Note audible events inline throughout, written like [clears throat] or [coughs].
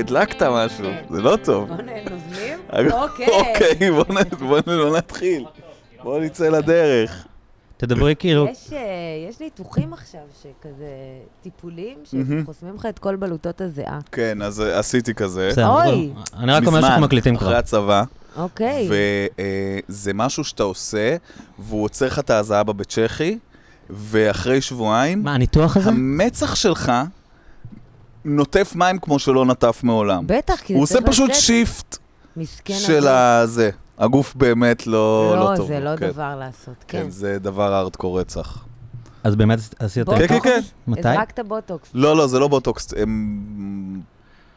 הדלקת משהו, כן. זה לא טוב. בוא נ- נוזמים? אוקיי. אוקיי, בוא נ- בוא נ- לא נתחיל. בוא נצא לדרך. תדברי כאילו, יש, אה, יש ניתוחים עכשיו שכזה, טיפולים שחוסמים לך את כל בלוטות הזיעה. כן, אז אה, עשיתי כזה. בסדר, אוי. אבל- אני רק אומר שאנחנו מקליטים אחרי כבר. הצבא, אוקיי. וזה משהו שאתה עושה, והוא עוצר לך את ההזעה בצ'כי, ואחרי שבועיים, מה, הניתוח הזה? המצח שלך נוטף מים כמו שלא נטף מעולם. בטח, כי הוא עושה זה צריך פשוט לצאת. שיפט מסכן של הגוף. הזה. הגוף באמת לא לא לא, טוב. זה לא כן, דבר לעשות, כן. כן, זה דבר הארדקור רצח. אז באמת עשית... בוטוקס? כן, כן. מתי? הזרקת בוטוקס. לא, לא, זה לא בוטוקס, הם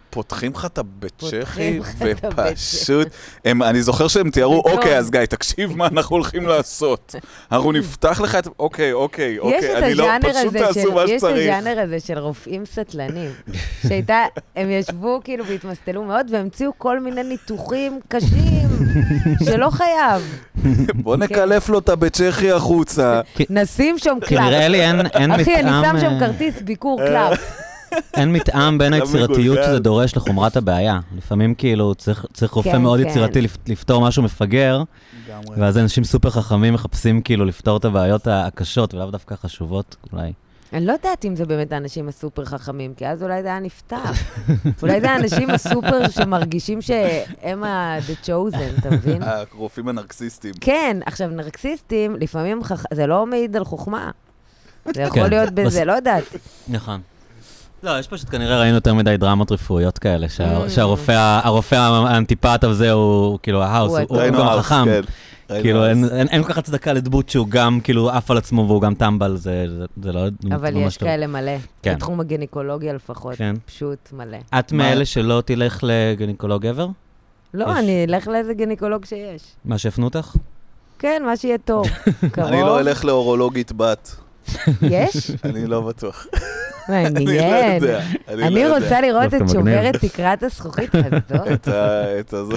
פותחים לך את הבצ'כי, פותחים לך את ופשוט, הם, אני זוכר שהם תיארו, גדול. אוקיי, אז גיא, תקשיב מה אנחנו הולכים לעשות. [laughs] אנחנו נפתח לך את, אוקיי, אוקיי, יש אוקיי, את אני לא, הז'אנר פשוט הזה של, תעשו מה יש את שצריך. הז'אנר הזה של רופאים [laughs] סטלנים, שהייתה, הם ישבו כאילו והתמסטלו מאוד והמציאו כל מיני ניתוחים קשים, שלא חייב. [laughs] בוא כן. נקלף לו את הבצ'כי [laughs] החוצה. נשים שם כי נראה קלף. לי אין אין מתאם... אחי, אני שם שם אה, כרטיס ביקור קלף. אה. אין [laughs] מתאם בין אתה היצירתיות מגולגל. שזה דורש לחומרת הבעיה. לפעמים כאילו צריך צריך רופא כן, מאוד כן. יצירתי לפ- לפתור משהו מפגר, ואז אנשים סופר חכמים מחפשים כאילו לפתור את הבעיות ה- הקשות, ולאו דווקא החשובות אולי. אני לא יודעת אם זה באמת האנשים הסופר חכמים, כי אז אולי זה היה נפתר. אולי זה האנשים הסופר שמרגישים שהם ה-the chosen, אתה מבין? אה. הרופאים הנרקסיסטים. כן, עכשיו, נרקסיסטים, לפעמים חכ... זה לא מעיד על חוכמה. זה יכול כן, להיות בזה, בס- לא יודעת. נכון. לא, יש פשוט כנראה ראינו יותר מדי דרמות רפואיות כאלה, שה- Mm. שהרופא ה- הרופא האנטיפט הזה הוא כאילו ההאוס, הוא הוא הטוב. הוא גם ראינו חכם. אז, כן. ראינו כאילו אז. אין- אין אין כל כך הצדקה לדמות שהוא גם כאילו עף על עצמו והוא גם טמבל, זה זה- זה לא זה אבל ממש יש לא. כאלה מלא. כן. בתחום הגינקולוגיה לפחות. כן. פשוט מלא. את מאלה שלא תלך לגינקולוג גבר? לא, יש. אני אלך לאיזה גינקולוג שיש. מה שהפנו אותך? כן, מה שיהיה טוב. קרוב. [laughs] אני לא אלך לאורולוגית בת, יש? אני לא בטוח. [laughs] אני לא מעניין. יודע. לא כן. אני יודע. רוצה לראות את דווקא שוברת מגניב. תקרת [laughs] הזכוכית הזאת. את ה- את הזו-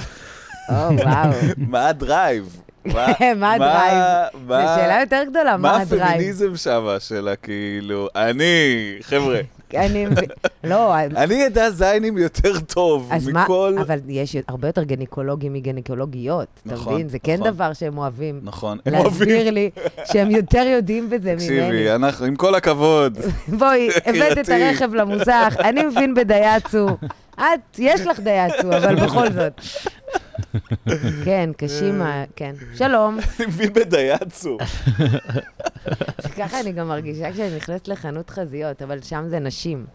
או, וואו. [laughs] מה הדרייב? מה [laughs] מה הדרייב? זו מה- שאלה יותר גדולה, מה מה הדרייב? הפמיניזם שם שלה, כאילו, אני, חבר'ה, אני... [laughs] לא, אני אדע זיינים יותר טוב אז מה, מכל... אבל יש הרבה יותר גניקולוגים מגניקולוגיות, אתה נכון, מבין? זה כן נכון. דבר שהם אוהבים. נכון, הם אוהבים. להסביר [laughs] לי שהם יותר יודעים בזה ממני. תקשיבי, אנחנו, עם כל [laughs] הכבוד, [laughs] בואי, הבאת את יקירתי. הרכב למוסך, אני מבין בדייצו. את, יש לך דייצו, אבל בכל [laughs] זאת. כן, קשים, ה- כן. שלום. אני מבין בדייצו. ככה אני גם מרגישה כשאני נכנסת לחנות חזיות, אבל שם זה נשים.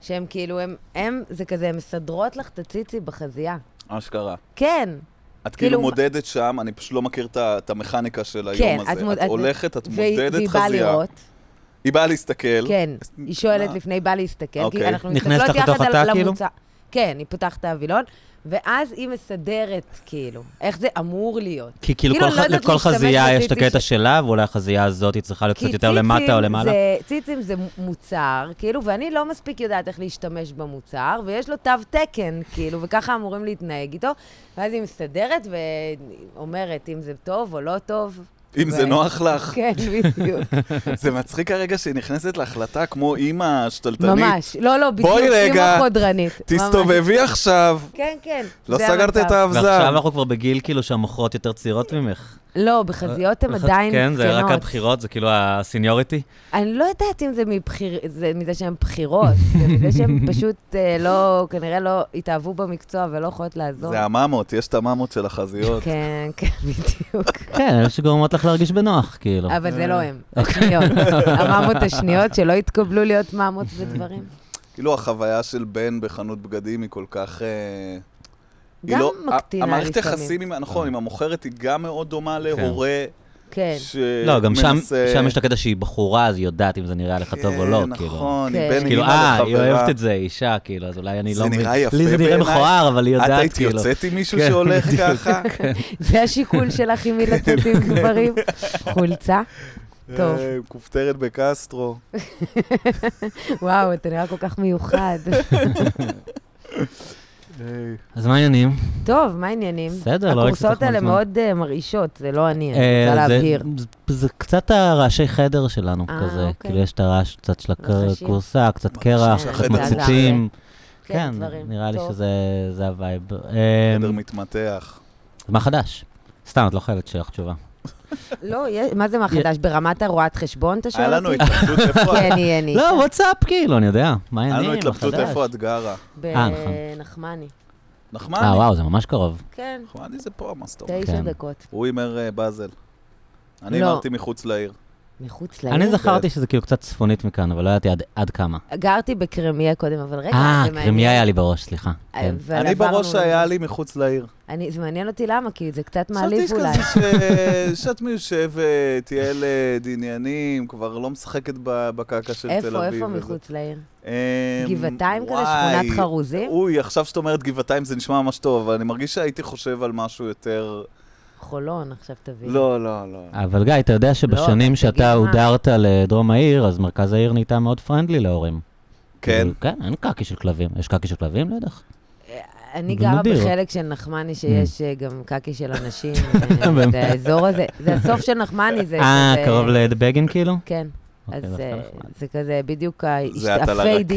שהם כאילו, הם, הם, זה כזה, הם מסדרות לך את הציצי בחזייה. אשכרה. כן, את כאילו כאילו- מודדת שם, אני פשוט לא מכיר את ה- את המכניקה של כן, היום את הזה. מוד- את את- הולכת, את והיא מודדת והיא באה חזייה. לראות. היא באה להסתכל. כן, היא שואלת מה? לפני, באה להסתכל, כי אוקיי. אנחנו נכנסת מסתכלות לך לתוך יחד התא, על כאילו? המוצא. כן, היא פותחת את הווילון, ואז היא מסדרת, כאילו, איך זה אמור להיות. כי כאילו כאילו, כל אני ח- לא יודעת לכל להשתמש חזייה יש את בציצי הקטע ש- שלה, ואולי החזייה הזאת היא צריכה להיות כי קצת יותר למטה או למעלה. זה, ציצים זה מוצר, כאילו, ואני לא מספיק יודעת איך להשתמש במוצר, ויש לו תו תקן, כאילו, וככה אמורים להתנהג איתו, ואז היא מסתדרת ואומרת אם זה טוב או לא טוב. [laughs] אם זה ו- נוח לך. כן, בדיוק. זה מצחיק הרגע שהיא נכנסת להחלטה כמו אימא שתלטנית. ממש. לא, לא, בדיוק, בואי רגע, אימא חודרנית. ממש. תסתובבי עכשיו. כן, כן. לא זה סגרת המצב. את האבזר. ועכשיו אנחנו כבר בגיל כאילו שהמוחות יותר צעירות ממך. לא, בחזיות הן עדיין כן, זקנות. זה רק הבחירות, זה כאילו הסיניוריטי. אני לא יודעת אם זה, מבחיר... זה מזה שהן בחירות, זה מזה [laughs] שהן פשוט אה, לא, כנראה לא התאהבו במקצוע ולא יכולות לעזור. זה הממות, יש את הממות של החזיות. לא. כן, כן, [laughs] בדיוק. כן, אלה שגורמות לך להרגיש בנוח, כאילו. אבל זה לא [laughs] הם, השניות. הממות השניות שלא התקבלו להיות ממות בדברים. כאילו החוויה של בן בחנות בגדים היא כל כך... אה, היא גם לא- מקטינה ה- המערכת לפעמים. יחסים, עם- נכון, עם המוכרת היא גם מאוד דומה להורה כן. שמנסה... לא, גם שם שם יש את הקטע שהיא בחורה, אז היא יודעת אם זה נראה לך טוב או לא, כן, כאילו. נכון, כן. היא בין כאילו, אימא אה, היא לחברה. אוהבת את זה, היא אישה, כאילו, אז אולי אני זה לא... נראה מבין. יפה לי זה נראה בעינייך? מכוער, אבל היא את יודעת, היית כאילו. יוצאת עם מישהו כן, שהולך בדיוק. ככה? זה השיקול שלך אם היא לצאת [laughs] עם גברים? חולצה? [laughs] [laughs] טוב. אה, כופתרת בקסטרו. וואו, אתה נראה כל [laughs] כך מיוחד. אה, אז מה העניינים? טוב, מה העניינים? בסדר, לא הכורסאות לקחת לך האלה זמן. מאוד אה, מרעישות, זה לא אני, אני אה, רוצה זה- להבהיר. זה- זה קצת הרעשי חדר שלנו אה, כזה, אוקיי. כאילו יש את הרעש קצת של רחשים. כן, הכורסה, קצת מרגישים קרח, שהחדר קצת זה מציצים, כן, דברים. נראה לי טוב. שזה זה הווייב. אמ, חדר מתמתח. מה חדש? סתם, את לא חייבת שיהיה לך תשובה. לא, יש- מה זה מה חדש? ברמת הרואת חשבון, אתה היה שואל לנו אותי? התלבטות איפה את- כן, יהיה לי. לא, וואטסאפ, כאילו, אני יודע. מה היה העניינים? לנו מה התלבטות חדש? איפה את גרה. אה, בנחמני. נחמני. אה, וואו, זה ממש קרוב. כן, נחמני זה פה, מה זאת אומרת? תשע כן. דקות. הוא הימר אה, באזל. אני לא. הימרתי מחוץ לעיר. מחוץ אני לעיר. זכרתי שזה כאילו קצת צפונית מכאן, אבל לא ידעתי עד- עד כמה. גרתי בקרמיה קודם, אבל רגע, אה, זה מעניין. קרמיה היה לי בראש, סליחה. אה, כן. אבל אני עברנו בראש לנו. היה לי מחוץ לעיר. אני- זה מעניין אותי למה, כי זה קצת מעליב חשבתי אולי. שכזה [laughs] ש- שאת מיושבת, ילד, עניינים, כבר לא משחקת ב- בקעקע של תל אביב. איפה, איפה וזה. מחוץ לעיר? אמ, גבעתיים כזה, וואי, שכונת חרוזים? אוי, עכשיו שאת אומרת גבעתיים זה נשמע ממש טוב, אבל אני מרגיש שהייתי חושב על משהו יותר... חולון, עכשיו תביא. לא, לא, לא. אה, אבל גיא, אתה יודע לא, אבל שבשנים שאתה תגיד מה. הודרת לדרום העיר, אז מרכז העיר נהייתה מאוד פרנדלי להורים. כן. כאילו, כן, אין קקי של כלבים. יש קקי של כלבים? לא יודע. אני זה גרה נדיר. בחלק של נחמני שיש אה, גם קקי של [laughs] אנשים, אה, באמת? זה האזור הזה, זה הסוף של נחמני, זה... אה, כזה- קרוב לבגין כאילו? כן, אוקיי, אז דווקא אה, נחמד. זה כזה בדיוק זה את על הרכבת,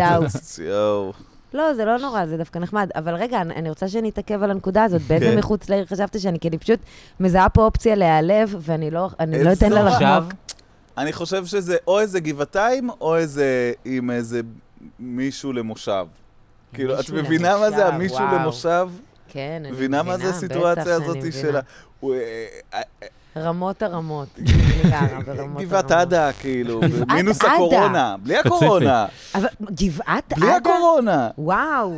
ה-fade [laughs] יואו. לא, זה לא נורא, זה דווקא נחמד. אבל רגע, אני אני רוצה שנתעכב על הנקודה הזאת. באיזה כן. מחוץ לעיר חשבתי שאני כאילו פשוט מזהה פה אופציה להיעלב, ואני לא אני לא איזה אתן לה נורא. עכשיו, לחמוק. אני חושב שזה או איזה גבעתיים, או איזה עם איזה מישהו למושב. כאילו, את מישהו מבינה מה זה למושב, המישהו וואו. למושב? כן, אני מבינה, מבינה מה זה הסיטואציה בטח הזאת שאני של מבינה. ה- הוא, אה, [laughs] רמות הרמות. אני גרה ברמות הרמות. גבעת עדה, כאילו, לא [laughs] גבעת מינוס עדה. הקורונה, בלי ספציפית. הקורונה, אבל גבעת בלי עדה? הקורונה, וואו.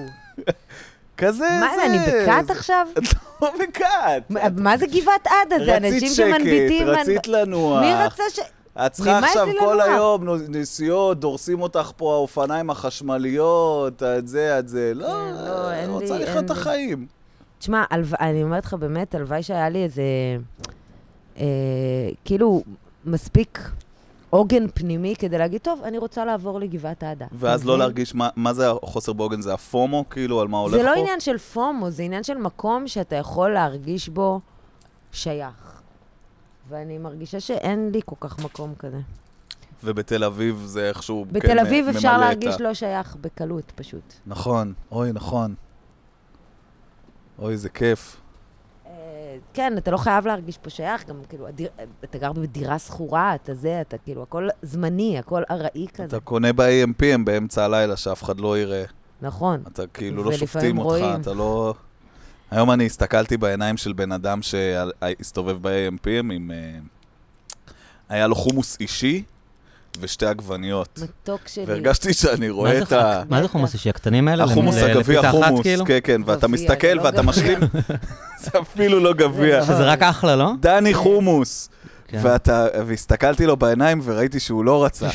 כזה זה. מה, אני בקאט עכשיו? [laughs] את לא בקאט. מה- מה זה גבעת עדה? זה אנשים רצית שקט, שמנביטים... רצית לנוח. מי רצה ש... את צריכה ממה לא יש עכשיו לי כל לנוח? היום נו- נסיעות, דורסים אותך פה האופניים החשמליות, את זה, את זה. לא, כן, לא, אין רוצה לי- לחיות אין את לי. החיים. תשמע, הלו- אני אומרת לך, באמת, הלוואי שהיה לי איזה... אה, כאילו, מספיק עוגן פנימי כדי להגיד, טוב, אני רוצה לעבור לגבעת עדה. אוקיי? ואז אתה לא מבין? להרגיש, מה- מה זה החוסר בעוגן? זה הפומו, כאילו, על מה הולך פה? זה לא עניין של פומו, זה עניין של מקום שאתה יכול להרגיש בו שייך. ואני מרגישה שאין לי כל כך מקום כזה. ובתל אביב זה איכשהו כן, בתל אביב ממלא אפשר את ה- להרגיש לא שייך בקלות, פשוט. נכון, אוי, נכון. אוי, זה כיף. אה, כן, אתה לא חייב להרגיש פה שייך, גם כאילו, הדיר- אתה גר בדירה שכורה, אתה זה, אתה כאילו, הכל זמני, הכל ארעי כזה. אתה קונה ב-AMPM באמצע הלילה, שאף אחד לא יראה. נכון. אתה כאילו לא ולפעמים שופטים אותך, רואים. אתה לא... היום אני הסתכלתי בעיניים של בן אדם שהסתובב ב-AMPM עם... אה, היה לו חומוס אישי ושתי עגבניות. מתוק שלי. והרגשתי שאני מה רואה זה את ה... חומוס- מה זה חומוס אישי? הקטנים האלה? החומוס למ- הגביע, לפיתה אחת, החומוס, כאילו? כן, כן, ואתה גביע, זה מסתכל לא ואתה גביע. משלים, [laughs] זה אפילו לא גביע. זה שזה רק אחלה, לא? דני חומוס. כן. ואתה, והסתכלתי לו בעיניים וראיתי שהוא לא רצה.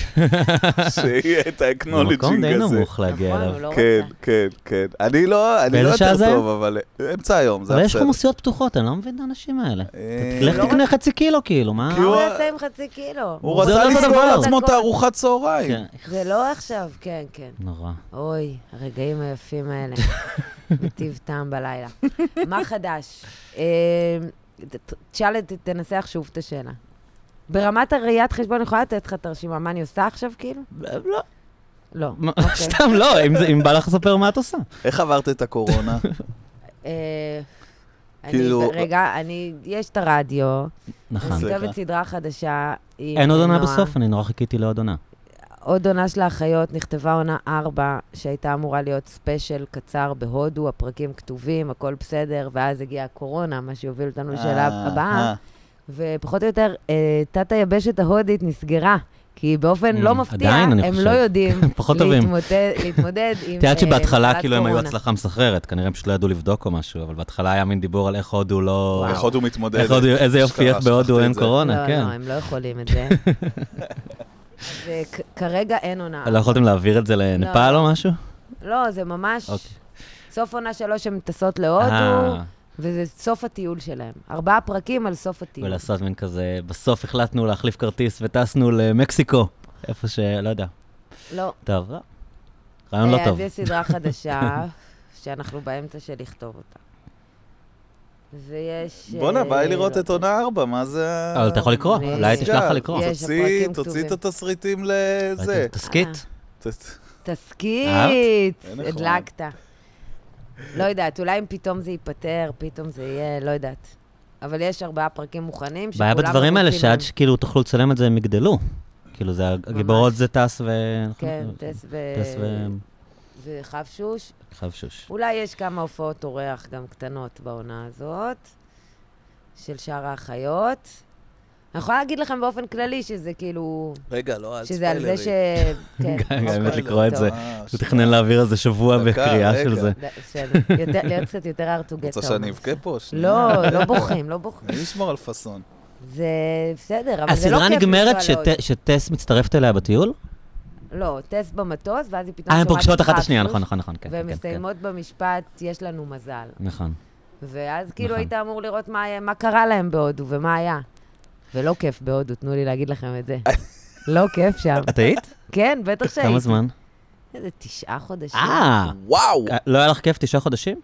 [laughs] שיהיה את זה מקום די האקנולג'ינג הזה. נמוך להגיע נכון, אליו. הוא לא כן, רצה. כן, כן. אני לא, אני באיזה לא שעה זה יותר היה? טוב, אבל אמצע היום, זה אבל יש בסדר. חומוסיות פתוחות, אני לא מבין את האנשים האלה. אה, לך לא תקנה חצי קילו, כאילו, מה? כי מה הוא הוא- יעשה עם חצי קילו? הוא זה רצה לא אותו לסגור דבר. לעצמו את הכל. הארוחת צהריים. כן. זה לא עכשיו, כן, כן. נורא. אוי, הרגעים היפים [laughs] האלה. בטיב טעם בלילה. מה חדש? אה, ת- ת- תשאל, את- תנסח שוב את השאלה. ברמת הראיית חשבון, אני יכולה לתת לך את הרשימה, מה אני עושה עכשיו, כאילו? לא, לא. מה- אוקיי. סתם לא, אם זה- אם בא לך לספר מה את עושה. איך עברת את [laughs] הקורונה? אה, אני- כאילו- רגע, אני, יש את הרדיו, אני נכון. זה- מסתובבת סדרה חדשה. עם אין עוד עונה נועה. בסוף, אני נורא חיכיתי לעוד עונה. עוד עונה של האחיות, נכתבה עונה 4, שהייתה אמורה להיות ספיישל קצר בהודו, הפרקים כתובים, הכל בסדר, ואז הגיעה הקורונה, מה שהוביל אותנו לשאלה אה, הבאה, אה. ופחות או יותר, אה, תת-היבשת ההודית נסגרה, כי באופן Mm, לא מפתיע, עדיין, אני הם חושב. לא יודעים [laughs] פחות טובים. להתמודד- להתמודד [laughs] עם אה, את יודעת שבהתחלה מחלת כאילו הם היו קורונה. הצלחה מסחררת, כנראה הם פשוט לא ידעו לבדוק או משהו, אבל בהתחלה היה מין דיבור על איך הודו לא... וואו. איך הודו מתמודד? איך הודו, איזה יופי יש בהודו, אין קורונה, לא, כן. לא, הם לא יכולים את [laughs] זה. אז אה, כ- כרגע אין עונה. לא יכולתם להעביר את זה לנפאל או משהו? לא, זה ממש... אוקיי. סוף עונה שלוש הן טסות להודו, אה, וזה סוף הטיול שלהם. ארבעה פרקים על סוף הטיול. ולעשות מין כזה, בסוף החלטנו להחליף כרטיס וטסנו למקסיקו, איפה ש... לא יודע. לא. טוב, לא. רעיון לא אה, טוב. אז יש סדרה חדשה, [laughs] שאנחנו באמצע של לכתוב אותה. ויש... בואנה, אה, בא לי לראות לא את עונה 4, מה זה... ה- אבל אתה יכול לקרוא, אני- אולי תשלח לך לקרוא. יש, תוציא- הפרקים תוציא כתובים. אה, את התסריטים לזה. תסכית? ת- תסכית, אין נכון. הדלקת. לא יודעת, אולי אם פתאום זה ייפתר, פתאום זה יהיה, לא יודעת. אבל יש ארבעה פרקים מוכנים, שכולם... בעיה בדברים האלה, מרוצים שעד מהם. שכאילו תוכלו לצלם את זה, הם יגדלו. כאילו, זה, הגיבורות זה טס ו... נכון? כן, טס ו... טס ו... וחבשוש. חבשוש. אולי יש כמה הופעות אורח גם קטנות בעונה הזאת, של שאר האחיות. אני יכולה להגיד לכם באופן כללי שזה כאילו... רגע, לא, אל שזה על זה ש... [laughs] כן. גם אוקיי, האמת לקרוא את טוב. זה. הוא תכנן להעביר איזה שבוע דקה, בקריאה של רגע. זה. ד- בסדר. יותר- להיות קצת יותר hard to get רוצה home. שאני אבכה פה? שנייה. לא, לא בוכים, לא [laughs] בוכים. אני אשמור על פאסון. זה בסדר, אבל זה לא הסדרה כיף נגמרת לנסוע שט- לעוד. שטס מצטרפת אליה בטיול? לא, טס במטוס, ואז היא פתאום... אה, שומעת הן פוגשות אחת את השנייה, חפשוש, נכון, נכון, נכון. כן, והן כן, כן. מסיימות במשפט, יש לנו מזל. נכון. ואז כאילו נכון. היית אמור לראות מה היה- מה קרה להם בהודו ומה היה. ולא כיף בהודו, תנו לי להגיד לכם [laughs] את זה. לא כיף שם. [laughs] את היית? כן, בטח שהייתי. כמה זמן? איזה תשעה חודשים. אה, וואו! לא היה לך כיף תשעה חודשים?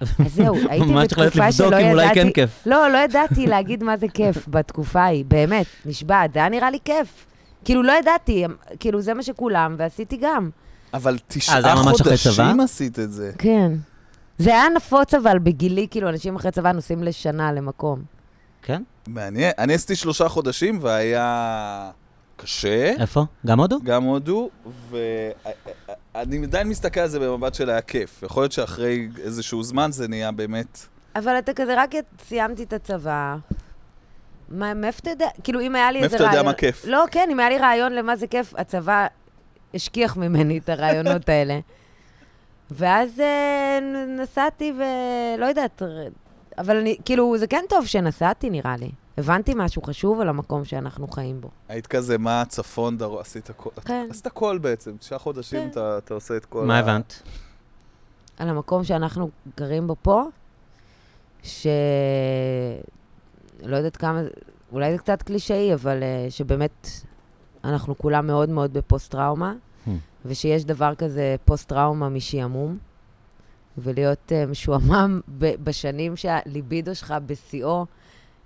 אז [laughs] זהו, הייתי ממש צריך ללכת בתקופה שלא לבדוק ידעתי... אם אולי כן כיף. לא, לא ידעתי להגיד מה זה [laughs] כיף בתקופה ההיא, באמת, נשבעת, זה היה נראה לי כיף. כאילו, לא ידעתי, כאילו, זה מה שכולם, ועשיתי גם. אבל אה, זה תשעה היה ממש אחרי צבא? חודשים עשית את זה. כן. זה היה נפוץ, אבל בגילי, כאילו, אנשים אחרי צבא נוסעים לשנה למקום. כן? מעניין. אני עשיתי שלושה חודשים והיה קשה, כן. איפה? גם הודו? גם הודו, ואני עדיין מסתכל על זה במבט של היה כיף. יכול להיות שאחרי איזשהו זמן זה נהיה באמת... אבל אתה כזה, רק סיימתי את הצבא. מה, מאיפה אתה יודע? כאילו, אם היה לי מאיפה איזה אתה רעיון... יודע מה כיף? לא, כן, אם היה לי רעיון למה זה כיף, הצבא השכיח ממני [laughs] את הרעיונות האלה. ואז אה, נ- נסעתי ולא יודעת, ר- אבל אני, כאילו, זה כן טוב שנסעתי, נראה לי. הבנתי משהו חשוב על המקום שאנחנו חיים בו. היית כזה, מה צפון, דרום, עשית הכל. כן. עשית הכל בעצם, תשעה חודשים כן. אתה אתה עושה את כל... מה ה- הבנת? על המקום שאנחנו גרים בו פה, ש... לא יודעת כמה, אולי זה קצת קלישאי, אבל uh, שבאמת אנחנו כולם מאוד מאוד בפוסט-טראומה, Hmm. ושיש דבר כזה פוסט-טראומה משעמום, ולהיות uh, משועמם ב- בשנים שהליבידו שלך בשיאו,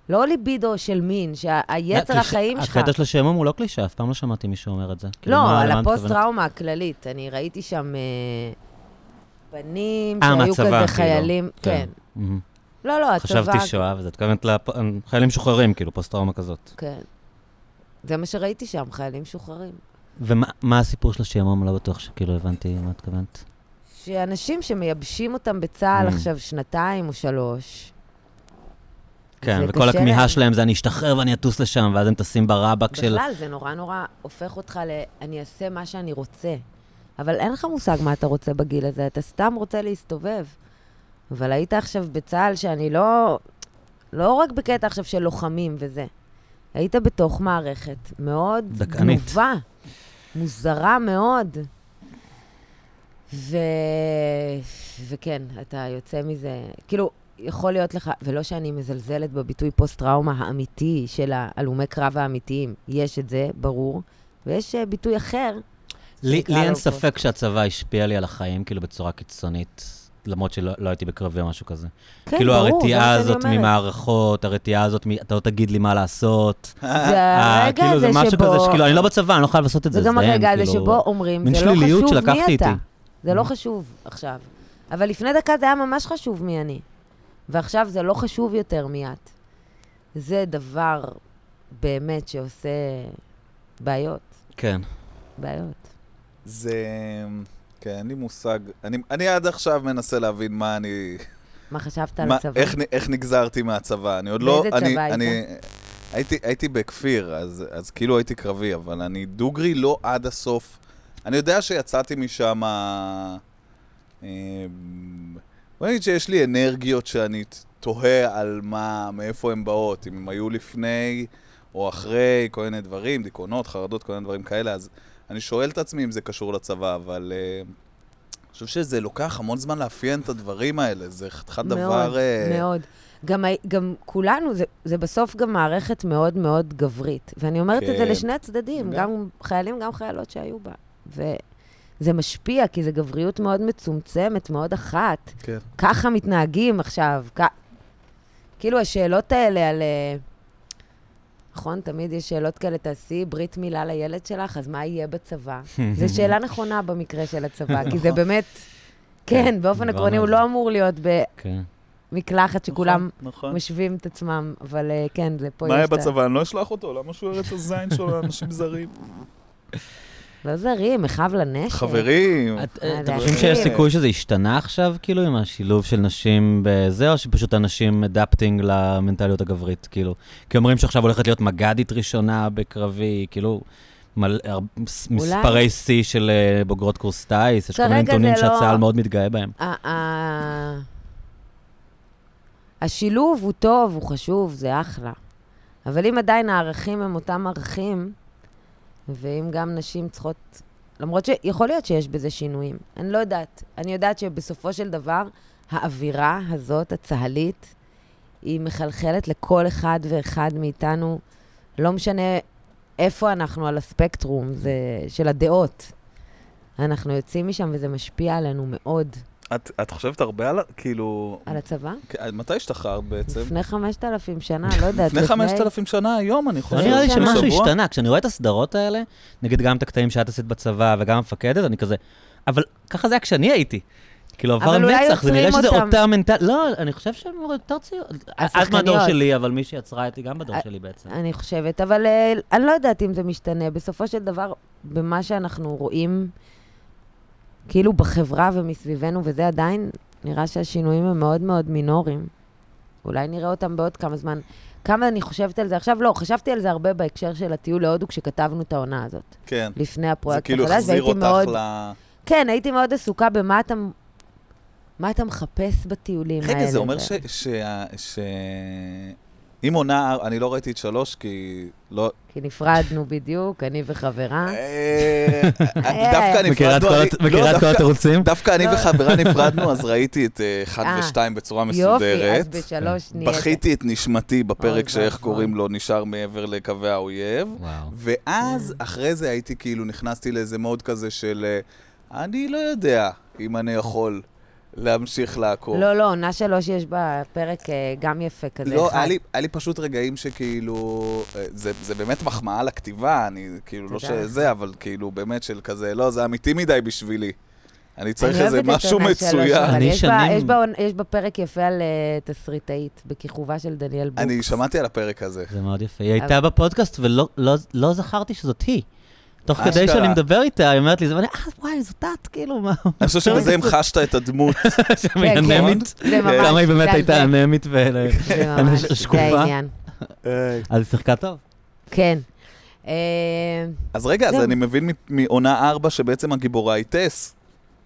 לא ליבידו של מין, שהיצר החיים שלך... הקטע של השעמום הוא לא קלישה, אף פעם לא שמעתי מישהו אומר את זה. כאילו, לא, מה- על למה את מתכוונת? הפוסט-טראומה הכללית. אני ראיתי שם אה, בנים אה, שהיו מהצבא, כזה כאילו. חיילים. כן. כן. מהמם. לא, לא, הצבא... חשבתי שואה, וזה את מתכוונת לחיילים משוחררים, כאילו, פוסט-טראומה כזאת. כן. זה מה שראיתי שם, חיילים משוחררים. ומה מה הסיפור של השעמום? לא בטוח שכאילו הבנתי מה את התכוונת. שאנשים שמייבשים אותם בצה"ל Mm. עכשיו שנתיים או שלוש. כן, זה וכל קשה הכמיהה להם. שלהם זה אני אשתחרר ואני אטוס לשם, ואז הם טסים ברבק של... בכלל, זה נורא נורא הופך אותך ל... אני אעשה מה שאני רוצה. אבל אין לך מושג מה אתה רוצה בגיל הזה, אתה סתם רוצה להסתובב. אבל היית עכשיו בצה"ל שאני לא... לא רק בקטע עכשיו של לוחמים וזה. היית בתוך מערכת מאוד דכאנית. גנובה, מוזרה מאוד. ו... וכן, אתה יוצא מזה, כאילו, יכול להיות לך, ולא שאני מזלזלת בביטוי פוסט-טראומה האמיתי של ההלומי קרב האמיתיים, יש את זה, ברור, ויש אה, ביטוי אחר. לי שנקרא לי אין לו ספק שהצבא השפיע לי על החיים, כאילו, בצורה קיצונית, למרות שלא לא הייתי בקרבי או משהו כזה. כן, כאילו, ברור, זה הרתיעה מה שאני הזאת אומרת. ממערכות, הרתיעה הזאת, מ- אתה לא תגיד לי מה לעשות. זה אה, הרגע כאילו, הזה זה שבו... משהו כזה שכאילו, אני לא בצבא, אני לא חייב לעשות את זה, זה גם אין, הרגע הזה כאילו- שבו אומרים, מין זה לא שליליות חשוב מי שלקחתי אתה. איתי. זה לא חשוב עכשיו. אבל לפני דקה זה היה ממש חשוב מי אני. ועכשיו זה לא חשוב יותר מי את. זה דבר באמת שעושה בעיות, כן. בעיות. זה... כן, אין לי מושג. אני, אני עד עכשיו מנסה להבין מה אני... מה חשבת על מה, הצבא? איך, נ- איך נגזרתי מהצבא. אני עוד לא... באיזה אני, צבא היית? אני, הייתי, הייתי בכפיר, אז, אז כאילו הייתי קרבי, אבל אני דוגרי לא עד הסוף. אני יודע שיצאתי משם... אה, בוא נגיד שיש לי אנרגיות שאני ת- תוהה על מה, מאיפה הן באות, אם הן היו לפני או אחרי, כל מיני דברים, דיכאונות, חרדות, כל מיני דברים כאלה, אז אני שואל את עצמי אם זה קשור לצבא, אבל אה, אני חושב שזה לוקח המון זמן לאפיין את הדברים האלה, זה חתיכת מאוד, דבר... אה, מאוד. גם, הי- גם כולנו, זה, זה בסוף גם מערכת מאוד מאוד גברית. ואני אומרת את זה כן. לשני הצדדים, גם. גם חיילים, גם חיילות שהיו בה. וזה משפיע, כי זו גבריות מאוד מצומצמת, מאוד אחת. כן. ככה מתנהגים עכשיו. כ... כאילו, השאלות האלה על... אה, נכון? תמיד יש שאלות כאלה, תעשי ברית מילה לילד שלך, אז מה יהיה בצבא? זו שאלה נכונה במקרה של הצבא, כי נכון. זה באמת, כן, באופן דיברנו עקרוני על הוא זה. לא אמור להיות [laughs] כן. במקלחת שכולם נכון. משווים את עצמם, אבל אה, כן, זה פה מה היה יש את ה... בצבא? אני לא אשלח אותו, למה שהוא יראה את הזין שלו לאנשים זרים? לא זרים, מחב לנשק. חברים, את- אה, אתם זה חושבים אדיר. שיש סיכוי שזה השתנה עכשיו, כאילו, עם השילוב של נשים בזה, או שפשוט אנשים אדפטינג למנטליות הגברית, כאילו? כי אומרים שעכשיו הולכת להיות מג"דית ראשונה בקרבי, כאילו, מל... הר... מס- אולי. מספרי שיא של אה, בוגרות קורס טיס, יש כל מיני כרגע זה נתונים לא- שהצה"ל מאוד מתגאה בהם. ה- ה- השילוב הוא טוב, הוא חשוב, זה אחלה. אבל אם עדיין הערכים הם אותם ערכים, ואם גם נשים צריכות... למרות שיכול להיות שיש בזה שינויים, אני לא יודעת. אני יודעת שבסופו של דבר, האווירה הזאת, הצהלית, היא מחלחלת לכל אחד ואחד מאיתנו, לא משנה איפה אנחנו על הספקטרום זה, של הדעות. אנחנו יוצאים משם וזה משפיע עלינו מאוד. את את חושבת הרבה על, ה- כאילו, על הצבא? כ- מתי השתחררת בעצם? לפני 5,000 שנה, לא יודעת. לפני 5,000 שנה היום, אני חושב. לא נראה לי שנה. שמשהו שבוע. השתנה. כשאני רואה את הסדרות האלה, נגיד גם את הקטעים שאת עשית בצבא וגם המפקדת, אני כזה, אבל ככה זה היה כשאני הייתי. כאילו עבר אבל אולי נצח, זה נראה יוצרים שזה אותם. אותה מנטל... לא, אני חושב שהם יותר צעירים. את מהדור השחקניות. שלי, אבל מי שיצרה אותי גם בדור אה, שלי בעצם. אני חושבת, אבל אה, אני לא יודעת אם זה משתנה. בסופו של דבר, במה שאנחנו רואים, כאילו בחברה ומסביבנו, וזה עדיין, נראה שהשינויים הם מאוד מאוד מינוריים. אולי נראה אותם בעוד כמה זמן. כמה אני חושבת על זה עכשיו? לא, חשבתי על זה הרבה בהקשר של הטיול להודו כשכתבנו את העונה הזאת, כן. לפני זה הפרויקט כאילו החדש, החזיר והייתי מאוד... אותך ל... כן, הייתי מאוד עסוקה במה אתה... מה אתה מחפש בטיולים האלה. רגע, זה אומר ו- ש... שה- ש... אם עונה, אני לא ראיתי את שלוש, כי לא... כי נפרדנו בדיוק, אני וחברה. [laughs] אה, דווקא נפרדנו... אני- לא, דווקא- התירוצים? דווקא אני וחברה נפרדנו, [laughs] אז ראיתי את אה, אחד אה, ושתיים בצורה יופי, מסודרת. אז בשלוש נהיית. בכיתי את נשמתי אוי בפרק שאיך ואבוי. קוראים לו נשאר מעבר לקווי האויב. וואו. ואז, כן. אחרי זה הייתי כאילו, נכנסתי לאיזה מוד כזה של, אה, אני לא יודע אם אני יכול להמשיך לעקוב. לא, לא, עונה שלוש יש בה פרק אה, גם יפה כזה. לא, אחד. היה לי, היה לי פשוט רגעים שכאילו, אה, זה, זה באמת מחמאה לכתיבה, אני כאילו, לא תודה. שזה, אבל כאילו, באמת של כזה, לא, זה אמיתי מדי בשבילי. אני צריך אני איזה אוהבת את משהו עונה שלוש, אבל מצוין. אני יש בה- שנים- יש בה עונ- יש בה פרק יפה על אה, תסריטאית, בכיכובה של דניאל בוקס. אני שמעתי על הפרק הזה. זה מאוד יפה. היא הייתה בפודקאסט ולא לא- לא זכרתי שזאת היא. תוך אשכרה. כדי שאני מדבר איתה, היא אומרת לי, זה ואני, אה, וואי, זאת את, כאילו, [laughs] מה... אני חושב שבזה המחשת את [laughs] הדמות. שם היא כן, אנמית. זה אה, ממש, כמה היא באמת זה על הייתה זה. אנמית [laughs] ו... זה ממש, זה שקופה. העניין. נכון? אז היא שיחקה טוב. כן. אה, אז רגע, אז זהו. אני מבין מ- מעונה ארבע שבעצם הגיבורה היא טס.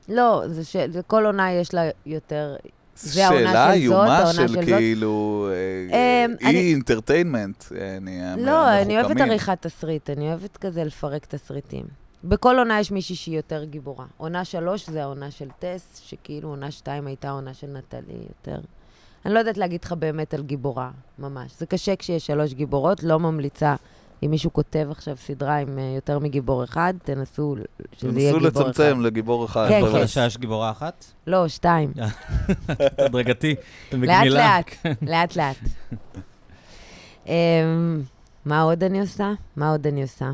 לא, זה ש- זה כל עונה יש לה יותר... זו זה העונה שאלה של זאת, איומה העונה של של זאת. כאילו, אה, אה, אי אני- אינטרטיינמנט. אה, אני- לא, אני המחוכמים. אוהבת עריכת תסריט, אני אוהבת כזה לפרק תסריטים. בכל עונה יש מישהי שהיא יותר גיבורה. עונה שלוש זה העונה של טס, שכאילו עונה שתיים הייתה העונה של נטלי יותר. אני לא יודעת להגיד לך באמת על גיבורה, ממש. זה קשה כשיש שלוש גיבורות, לא ממליצה. אם מישהו כותב עכשיו סדרה עם אה, יותר מגיבור אחד, תנסו ל- שזה יהיה ניסו גיבור אחד. לצמצם לגיבור אחד. כן, אבל- כן. חדשה יש גיבורה אחת? לא, שתיים. הדרגתי. לאט לאט, לאט לאט. אמ, מה עוד אני עושה? מה עוד אני עושה?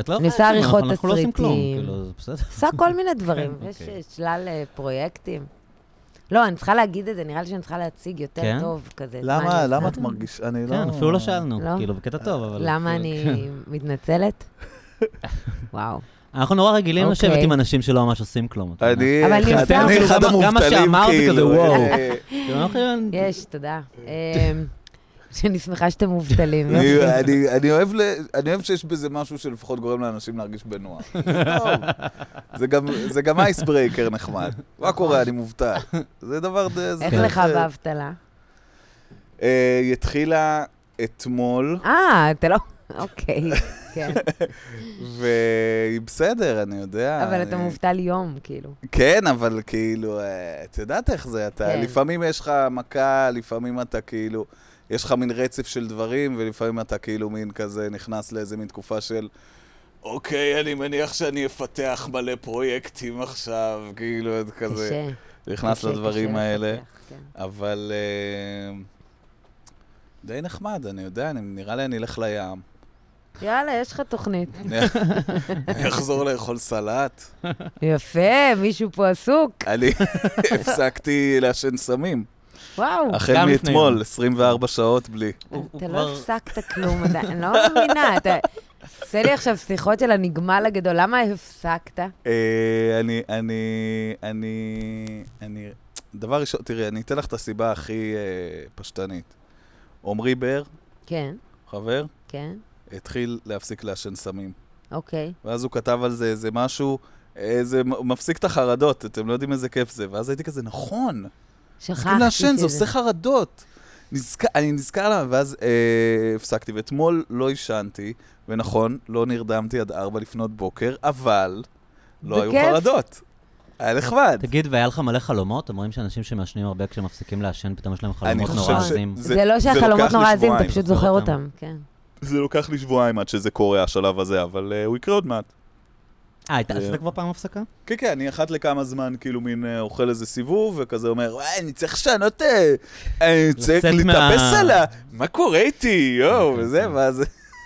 את לא אני עושה יכולה, עריכות אנחנו לא עושים כלום, תסריטים. כאילו, זה בסדר. עושה כל מיני דברים, כן, יש אוקיי. אה, שלל אה, פרויקטים. לא, אני צריכה להגיד את זה, נראה לי שאני צריכה להציג יותר כן? טוב כזה. את מה למה, אני למה את עושה. מרגישה? אני לא... כן, אפילו לא שאלנו, לא. כאילו, בקטע טוב, אבל... למה כאילו, אני כן. [laughs] מתנצלת? וואו. אנחנו נורא רגילים אוקיי. לשבת עם אנשים שלא ממש עושים כלום. אתה יודע. אני אבל אחד- יפה, אני אבל אחד גם- גם מה המובטלים, שאמרת כזה, כאילו. וואו. אה, כאילו, אנחנו- יש, תודה. אמ, שאני שמחה שאתם מובטלים. יופי. אני- אני- אני אוהב ל- אני אוהב שיש בזה משהו שלפחות גורם לאנשים להרגיש [laughs] בנוח. טוב. זה גם- זה גם אייסברייקר נחמד. מה קורה, אני מובטל. זה דבר... ד- זה איך דבר לך אחר. באבטלה? אה, היא התחילה אתמול, אה, אתה לא... אוקיי, כן. והיא בסדר, אני יודע. אבל אתה אה, אני- מובטל יום, כאילו. כן, אבל כאילו, אה, את יודעת איך זה, אתה, כן. לפעמים יש לך מכה, לפעמים אתה כאילו, יש לך מין רצף של דברים, ולפעמים אתה כאילו מין כזה נכנס לאיזה מין תקופה של, אוקיי, אני מניח שאני אפתח מלא פרויקטים עכשיו, כאילו, את כזה, קשה. נכנס קשה, לדברים קשה האלה, לפתח, כן. אבל... אה, די נחמד, אני יודע, אני, נראה לי אני אלך [laughs] לים. יאללה, יש לך תוכנית. אני אחזור לאכול סלט. יפה, מישהו פה עסוק. אני [laughs] הפסקתי לעשן סמים. וואו. החל גם לפני יום. מאתמול, 24 שעות בלי. הוא- הוא אתה כבר- לא הפסקת כלום עדיין, אני לא מבינה. אתה עושה לי עכשיו שיחות של הנגמל הגדול, למה הפסקת? אה, אני, אני, אני, אני, דבר ראשון, תראי, אני אתן לך את הסיבה הכי אה, פשטנית. עמרי באר, כן, חבר, כן, התחיל להפסיק לעשן סמים. אוקיי. ואז הוא כתב על זה איזה משהו, אה, זה מ- מפסיק את החרדות, אתם לא יודעים איזה כיף זה. ואז הייתי כזה, נכון, שכחתי צריכים לעשן, זה שזה- עושה חרדות. נזכר, אני נזכר למה, ואז אה, הפסקתי, ואתמול לא עישנתי, ונכון, לא נרדמתי עד 4 לפנות בוקר, אבל לא היו בכיף. חרדות. היה לא, נחמד. תגיד, והיה לך מלא חלומות? אתם רואים שאנשים שמעשנים הרבה כשמפסיקים לעשן, פתאום יש להם חלומות חושב נורא ש- עזים. זה- זה לא זה שהחלומות לוקח לא לי נורא עזים, אתה שבועיים, פשוט זוכר זוכר אותם. אותם, כן. זה לוקח לי שבועיים עד שזה קורה, השלב הזה, אבל אה, הוא יקרה עוד מעט. אה, הייתה- זה- עשית כבר פעם הפסקה? כן, כן, אני אחת לכמה זמן כאילו מין אה, אוכל איזה סיבוב, וכזה אומר, וואי, אני צריך לשנות, אה, אני צריך לצאת להתאפס מה- על ה... מה קורה איתי, יואו, כן, וזה, כן. ואז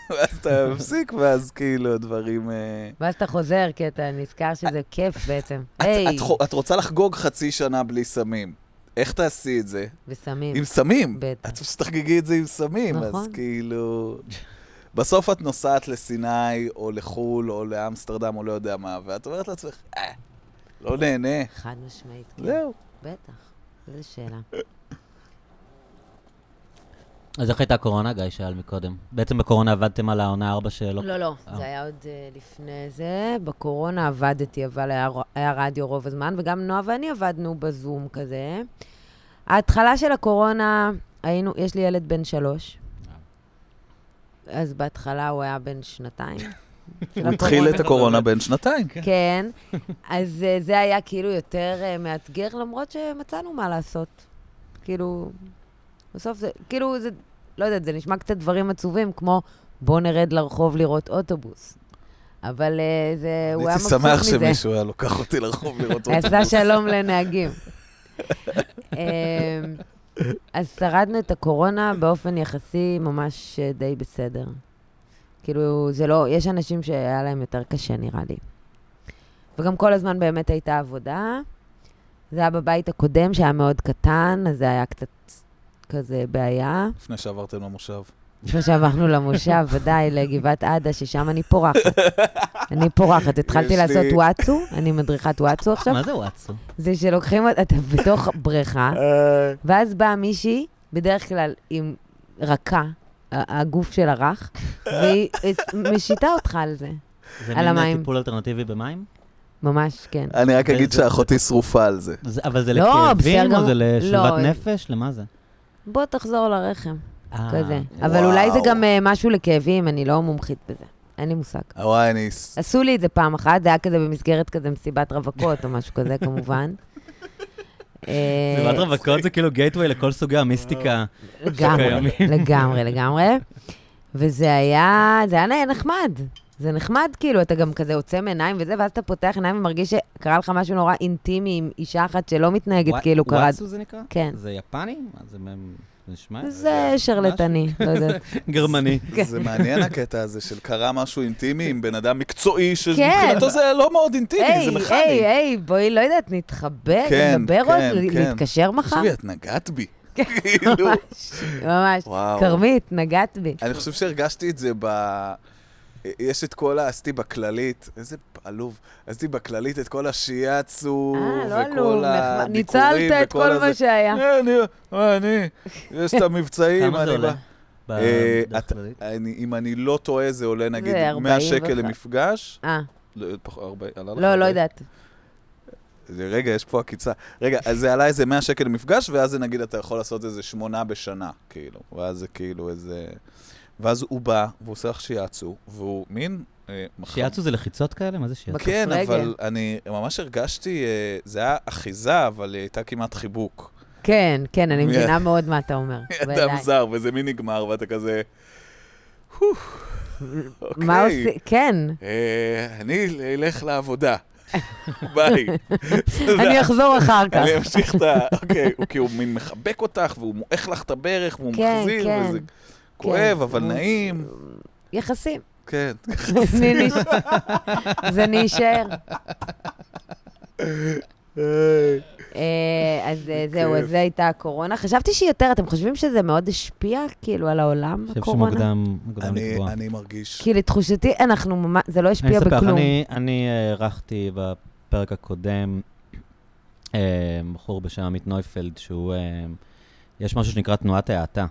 [laughs] ואז אתה מפסיק, ואז כאילו הדברים... אה, ואז אתה חוזר, כי אתה נזכר שזה כיף בעצם. את- היי, את חו- את רוצה לחגוג חצי שנה בלי סמים. איך תעשי את זה? וסמים. עם סמים. בטח. את פשוט תחגגי את זה עם סמים, אז נכון. כאילו... בסוף את נוסעת לסיני, או לחו"ל, או לאמסטרדם, או לא יודע מה, ואת אומרת לעצמך, אה, לא נהנה. חד משמעית, כן. זהו. בטח. איזו שאלה. אז איך הייתה הקורונה, גיא שאל מקודם? בעצם בקורונה עבדתם על העונה 4 שלא... לא, לא, אה. זה היה עוד אה, לפני זה. בקורונה עבדתי, אבל היה ר- היה רדיו רוב הזמן, וגם נועה ואני עבדנו בזום כזה. ההתחלה של הקורונה, היינו, יש לי ילד בן שלוש. אז בהתחלה הוא היה בן שנתיים. הוא התחיל את הקורונה בן שנתיים. כן. אז אה, זה היה כאילו יותר אה, מאתגר, למרות שמצאנו מה לעשות. כאילו, בסוף זה, כאילו, זה, לא יודעת, זה נשמע קצת דברים עצובים, כמו בוא נרד לרחוב לראות אוטובוס. אבל אה, זה, אני הוא היה הייתי מבסוט מזה. שמח שמישהו היה לוקח אותי לרחוב [laughs] לראות אותו. עשה שלום לנהגים. אמ, אז שרדנו את הקורונה באופן יחסי ממש אה, די בסדר. כאילו, זה לא, יש אנשים שהיה להם יותר קשה, נראה לי. וגם כל הזמן באמת הייתה עבודה. זה היה בבית הקודם, שהיה מאוד קטן, אז זה היה קצת כזה בעיה. לפני שעברתם למושב. לפני [laughs] שעברנו למושב, ודאי, לגבעת עדה, ששם אני פורחת. אני פורחת. התחלתי יש לי- לעשות וואטסו, אני מדריכת וואטסו עכשיו. מה זה וואטסו? זה שלוקחים, אות- אתה בתוך בריכה, אה, ואז באה מישהי, בדרך כלל עם רכה, ה- הגוף שלה רך, והיא משיתה אותך על זה. זה על מין המים. טיפול אלטרנטיבי במים? ממש, כן. אני רק אגיד שאחותי שרופה על זה. זה- אבל זה לא, לכאבים בסדר או זה גמור. לשלוות לא. נפש? למה זה? בוא תחזור לרחם, אה, כזה. וואו. אבל אולי זה גם אה, משהו לכאבים, אני לא מומחית בזה. אין לי מושג. וואי, אני... ס- עשו לי את זה פעם אחת, זה היה כזה במסגרת כזה מסיבת רווקות או משהו כזה, כמובן. אה, סביבת רווקות זה כאילו גייטווי לכל סוגי המיסטיקה. לגמרי, שקיימים. לגמרי, לגמרי. וזה היה, זה היה נחמד. זה נחמד, כאילו, אתה גם כזה עוצם עיניים וזה, ואז אתה פותח עיניים ומרגיש שקרה לך משהו נורא אינטימי עם אישה אחת שלא מתנהגת וואט- כאילו קרה... וואטסו זה נקרא? כן. זה יפני? מה זה מהם- זה נשמע? אה, זה שרלטני, [laughs] לא יודעת. גרמני. כן. זה מעניין הקטע הזה של קרה משהו אינטימי עם בן אדם מקצועי, כן. שמבחינתו זה לא מאוד אינטימי, היי, זה מכני. היי, היי, בואי, לא יודעת, נתחבק, כן, נדבר כן, עוד, כן. להתקשר מחר? תשמעי, את נגעת בי. [laughs] כן. כאילו, ממש. וואו. כרמית, נגעת בי. אני חושב שהרגשתי את זה ב... יש את כל ה... עשיתי בכללית, איזה עלוב. עשיתי בכללית את כל השיאצו, אה, וכל לא עלוב, נחמד. הביקורים, ניצלת את וכל כל הזה. מה שהיה. אה, אני, אה, אני, יש את המבצעים, כמה זה אה, אני עולה? בא. ב- אה, בדרך את- כללית? אני- אם אני לא טועה, זה עולה נגיד 100 40 שקל וחצי. למפגש. אה, לא, פח- ארבע- עלה לך לא, לא ארבעים? יודעת. רגע, יש פה עקיצה. רגע, אז זה עלה איזה 100 שקל למפגש, ואז זה נגיד אתה יכול לעשות איזה שמונה בשנה, כאילו. ואז זה כאילו איזה... ואז הוא בא, והוא עושה לך שיאצו, והוא מין... אה, מח- שיאצו זה לחיצות כאלה? מה זה שיאצו? בכ- כן, רגל. אבל אני ממש הרגשתי, אה, זה היה אחיזה, אבל היא הייתה כמעט חיבוק. כן, כן, [laughs] אני מי- מבינה מאוד מה אתה אומר. אדם בוודאי. זר, וזה מין נגמר, ואתה כזה... מה אוקיי. עושים? כן. אה, אני אוקיי. אלך לעבודה. [laughs] ביי. [laughs] אני אחזור אחר כך. אני [laughs] אמשיך את ה... אוקיי, הוא כאילו מין מחבק אותך, והוא מועך לך את הברך, והוא כן, מחזיר, כן. וזה כן. כואב, אבל הוא- נעים. [laughs] יחסים. [laughs] כן. אז אני נש- אז אני אשאר. אה, אז אה, זהו, אז זו הייתה הקורונה. חשבתי שהיא יותר, אתם חושבים שזה מאוד השפיע, כאילו, על העולם, אני חושב הקורונה? שמוקדם מוקדם אני- לקבוע. אני מרגיש... כי לתחושתי, אנחנו ממש, זה לא אני השפיע אספר לך, בכלום. אני- אני אה, אירחתי בפרק הקודם אה, בחור בשם עמית נויפלד, שהוא... אה, יש משהו שנקרא תנועת האטה.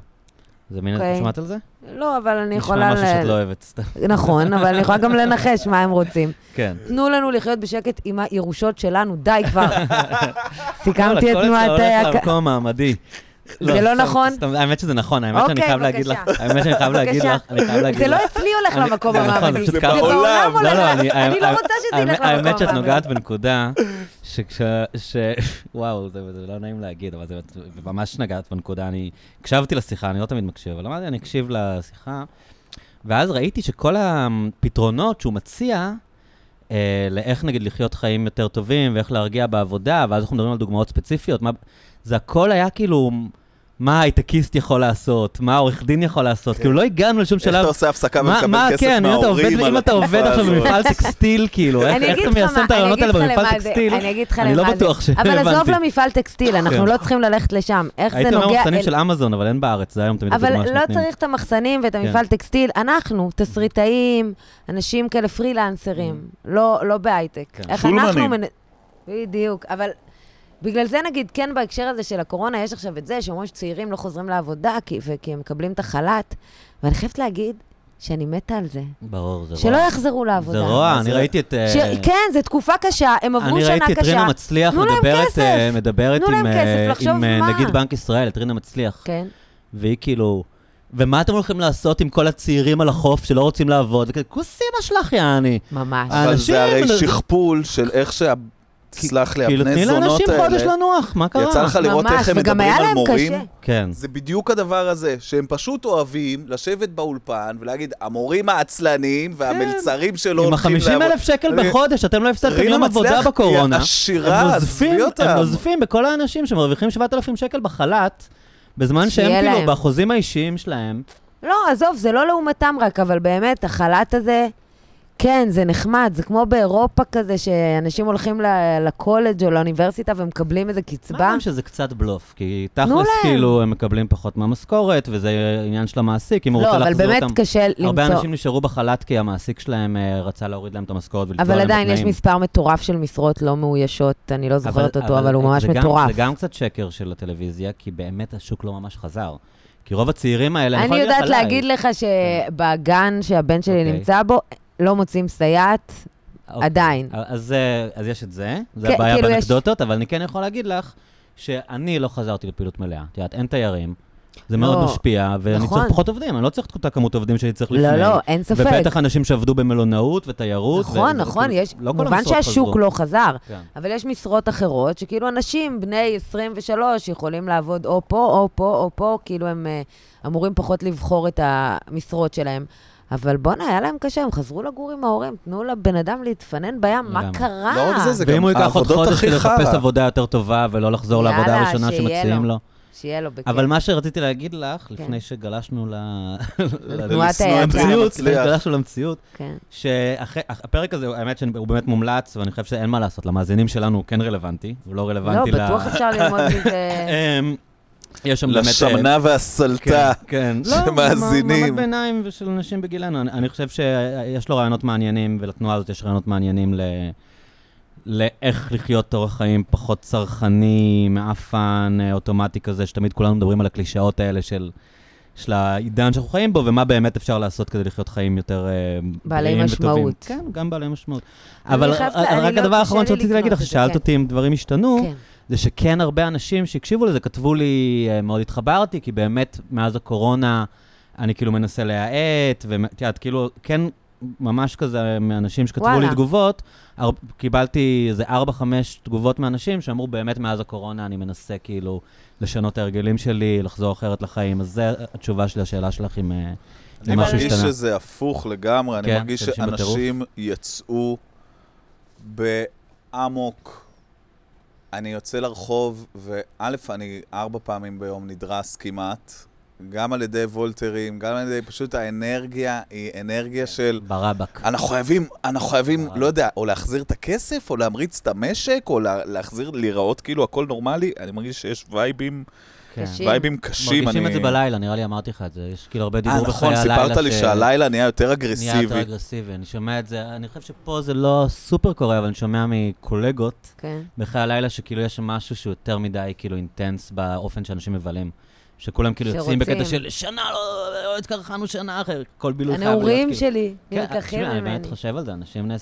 זה מין... אוקיי. את שמעת על זה? לא, אבל אני יכולה... נשמע משהו ל- שאת לא אוהבת סתם. נכון, אבל אני יכולה גם לנחש מה הם רוצים. כן. תנו לנו לחיות בשקט עם הירושות שלנו, די [laughs] כבר. סיכמתי את לא, הכל תנועת אצלה הולך ה... למקום המעמדי. זה לא סתם- נכון? סתם, האמת שזה נכון, האמת שאני אוקיי, חייב להגיד לך, בבקשה. האמת שאני חייב להגיד בבקשה. לך, אני חייב להגיד לך. זה לא אצלי הולך אני- למקום זה נכון, המעמדי. זה זה פשוט ככה. בעולם בעולם. הולך. לא, לא, אני- אני לא האמת- רוצה שזה ילך למקום המעמדי. האמת [laughs] שאת נוגעת בנקודה, שכש... ש- וואו, זה זה לא נעים להגיד, אבל זה ממש נגעת בנקודה. אני הקשבתי לשיחה, אני לא תמיד מקשיב, אבל אמרתי, אני אקשיב לשיחה. ואז ראיתי שכל הפתרונות שהוא מציע, אה, לאיך נגיד לחיות חיים יותר טובים, ואיך להרגיע בעבודה, ואז אנחנו מדברים על דוגמאות ספציפיות, מה... זה הכל היה כאילו, מה הייטקיסט יכול לעשות, מה העורך דין יכול לעשות, כאילו לא הגענו לשום כן. איך שלב. אתה עושה הפסקה מה- מה, ומקבל כסף כן, אם אתה עובד- מההורים אם על אתה עובד התקופה עכשיו הזאת? במפעל [laughs] טקסטיל, כאילו, איך אני איך אגיד אתה לך מיישם מה- את הרעיונות אני האלה אגיד לך במפעל למה זה- טקסטיל? אני אגיד לך אני לא למה זה. בטוח שהבנתי. אבל עזוב למפעל טקסטיל, אנחנו כן. לא צריכים ללכת לשם. איך זה הייתי אומר נוגע... מחסנים אל- של אמזון, אבל אין בארץ, זה היום תמיד הדוגמה אבל שנותנים. כן. Mm-hmm. לא צריך את המחסנים ואת המפעל טקסטיל. אנחנו, תסריטאים, אנשים כאלה פרילנסרים, לא לא בהייטק. Mm-hmm. כן. איך אנחנו... שולמנים. מנ- בדיוק, אבל... בגלל זה נגיד, כן בהקשר הזה של הקורונה, יש עכשיו את זה שאומרים שצעירים לא חוזרים לעבודה כי, וכי הם מקבלים את החל"ת, ואני חייבת להגיד שאני מתה על זה. ברור, זה רוע. שלא יחזרו לעבודה. זה רוע, אני זה- ראיתי את... אה, ש... כן, זו תקופה קשה, הם עברו אני שנה קשה. ראיתי את רינה מצליח תנו להם מדברת, כסף. אה, מדברת תנו עם, להם כסף, אה, לחשוב עם אה, מה. נגיד בנק ישראל, את רינה מצליח, כן. והיא כאילו, ומה אתם הולכים לעשות עם כל הצעירים על החוף שלא רוצים לעבוד? וכזה, כוסי מה שלך, יעני. ממש. אבל האנשים- זה הרי שכפול של איך שה... סלח לי, כאילו, הבני תני זונות לאנשים חודש האלה. לנוח, מה קרה? יצא לך לראות ממש, איך הם וגם מדברים היה על להם מורים? קשה. כן. זה בדיוק הדבר הזה, שהם פשוט אוהבים לשבת באולפן ולהגיד, המורים העצלנים והמלצרים שלו כן. עם לא הולכים החמישים אלף שקל אני- בחודש, אתם לא הפסדתם רינה יום מצליח עבודה היא בקורונה. עשירה, הם עזבי נוזפים- אותם. הם נוזפים בכל האנשים שמרוויחים 7,000 שקל בחל"ת, בזמן שיהיה שהם כאילו להם. בחוזים האישיים שלהם. לא, עזוב, זה לא לעומתם רק, אבל באמת, החל"ת הזה, כן, זה נחמד, זה כמו באירופה כזה, שאנשים הולכים ל- לקולג' או לאוניברסיטה ומקבלים איזה מה קצבה. גם שזה קצת בלוף, כי תנו תכלס להם. כאילו הם מקבלים פחות מהמשכורת, וזה עניין של המעסיק, אם הוא לא, רוצה אבל להחזיר באמת אותם. קשה למצוא. הרבה אנשים לא נשארו בחל"ת כי המעסיק שלהם אה, רצה להוריד להם את המשכורת ולפגוע להם אבל בתנאים. עדיין יש מספר מטורף של משרות לא מאוישות, אני לא זוכרת אותו, אבל הוא ממש זה גם- מטורף. זה גם קצת שקר של הטלוויזיה, כי באמת השוק לא ממש חזר. כי רוב הצעירים האלה, אני יכול "לא, להיות יודעת עליי. להגיד לך שבגן שהבן שלי אוקיי. נמצא בו, לא מוצאים סייעת, אוקיי. עדיין. אז, אה, אז יש את זה, זה כן, הבעיה כאילו יש- באנקדוטות, אבל אני כן יכול להגיד לך שאני לא חזרתי לפעילות מלאה. את יודעת, אין תיירים, זה מאוד לא, משפיע, ואני נכון. צריך פחות עובדים, אני לא צריך את אותה כמות עובדים שאני צריך לפני. לא, לא, אין ספק. ובטח אנשים שעבדו במלונאות ותיירות. נכון, ו- נכון, כאילו, יש, לא כל כמובן המשרות שהשוק חזרו. לא חזר, כן. אבל יש משרות אחרות שכאילו אנשים בני 23 יכולים לעבוד או פה, או פה, או פה, כאילו הם אה, אמורים פחות לבחור את המשרות שלהם. אבל בואנה, היה להם קשה, הם חזרו לגור עם ההורים, תנו לבן אדם להתפנן בים, מה לגמרי. קרה? לא רק זה, זה ואם גם הוא ייקח עוד העבודות חודש הכי כדי לחפש חרא. עבודה יותר טובה ולא לחזור יאללה, לעבודה הראשונה שיהיה שמציעים לו. לו. שיהיה לו בכיף. אבל מה שרציתי להגיד לך, כן. לפני שגלשנו ל- [laughs] תנועת לשנוא את היצע. רינה למציאות, לפני מצליח. שגלשנו למציאות, כן. שהפרק הזה, האמת שהוא באמת מומלץ, ואני חושב שאין מה לעשות, למאזינים שלנו הוא כן רלוונטי, הוא לא לא, רלוונטי ל... בטוח אפשר ללמוד מזה. [laughs] אמ, יש שם באמת... אה, לשמנה כן, והסלטה. כן. שמאזינים. לא, מעמד ביניים ושל אנשים בגילנו. אני, אני חושב שיש לו רעיונות מעניינים, ולתנועה הזאת יש רעיונות מעניינים ל... לאיך לחיות אורח חיים פחות צרכני, מעפן, אה, אוטומטי כזה, שתמיד כולנו מדברים על הקלישאות האלה של, של העידן שאנחנו חיים בו, ומה באמת אפשר לעשות כדי לחיות חיים יותר אה, בעלי בריאים משמעות. וטובים. כן, גם בעלי משמעות. אני אבל חייבת- ר- אני רק לא- הדבר קשה האחרון לי שרציתי לקנות להגיד את לך, זה, ששאלת כן. אותי אם דברים השתנו. כן. זה שכן הרבה אנשים שהקשיבו לזה כתבו לי, אה, מאוד התחברתי, כי באמת מאז הקורונה אני כאילו מנסה להאט, ואת יודעת, כאילו, כן, ממש כזה מאנשים שכתבו וואלה. וואלה. לי תגובות, הר... קיבלתי איזה 4-5 תגובות מאנשים שאמרו, באמת מאז הקורונה אני מנסה כאילו לשנות את ההרגלים שלי, לחזור אחרת לחיים. אז זו התשובה שלי לשאלה שלך אם, אה, אני אם משהו מרגיש השתנה. שזה הפוך לגמרי, אני כן, מרגיש שאנשים שאנשים יצאו ב... אמוק. אני יוצא לרחוב, וא', אני ארבע פעמים ביום נדרס כמעט, גם על ידי וולטרים, גם על ידי פשוט האנרגיה, היא כן. אנרגיה של... ברבק. אנחנו חייבים, אנחנו חייבים, וואלה. לא יודע, או להחזיר את הכסף, או להמריץ את המשק, או לה, להחזיר, להיראות כאילו הכל נורמלי. אני מרגיש שיש וייבים, כן. קשים. וייבים קשים. מרגישים אני... את זה בלילה, נראה לי אמרתי לך את זה. יש כאילו הרבה אה, דיבור בחיי נכון, הלילה. סיפרת לי ש- שהלילה נהיה יותר נהיה יותר אגרסיבי. אגרסיבי. אני שומע את זה, אני חושב שפה זה לא סופר קורה, אבל אני שומע מקולגות כן. בחיי הלילה שכאילו יש שם משהו שהוא יותר מדי כאילו אינטנס באופן שאנשים מבלים. שכולם כאילו יוצאים שרוצים. בקטע של שנה, לא- לא התקרחנו שנה אחרת, כל בילוי חייב להיות כאילו... הנעורים שלי כן, נלקחים תשמע, אני באמת ממני. חושב על זה, אנשים בני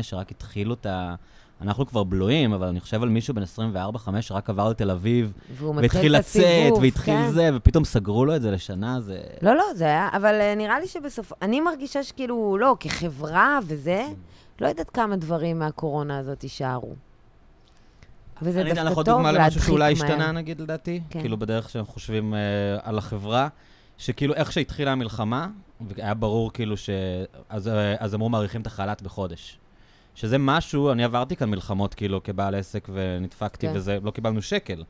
24-5 שרק התחילו את ה... אנחנו כבר בלויים, אבל אני חושב על מישהו בן 24-5 שרק עבר לתל אביב, והוא והתחיל מתחיל את לצאת, הסיבוב, והתחיל כן. זה, ופתאום סגרו לו את זה לשנה, זה... לא, לא, זה היה, אבל אה, נראה לי שבסוף, אני מרגישה שכאילו, לא, כחברה וזה, כן. לא יודעת כמה דברים מהקורונה הזאת יישארו. וזה אני אתן לך דווקא עוד טוב דוגמה למשהו להדחיק שאולי מהר. השתנה, נגיד, לדעתי. כן. כאילו, בדרך שאנחנו חושבים אה, על החברה, שכאילו, איך שהתחילה המלחמה, והיה ברור כאילו ש... אז אה, אז אמרו מאריכים את החל"ת בחודש. שזה משהו, אני עברתי כאן מלחמות, כאילו, כבעל עסק, ונדפקתי כן. וזה, לא קיבלנו שקל.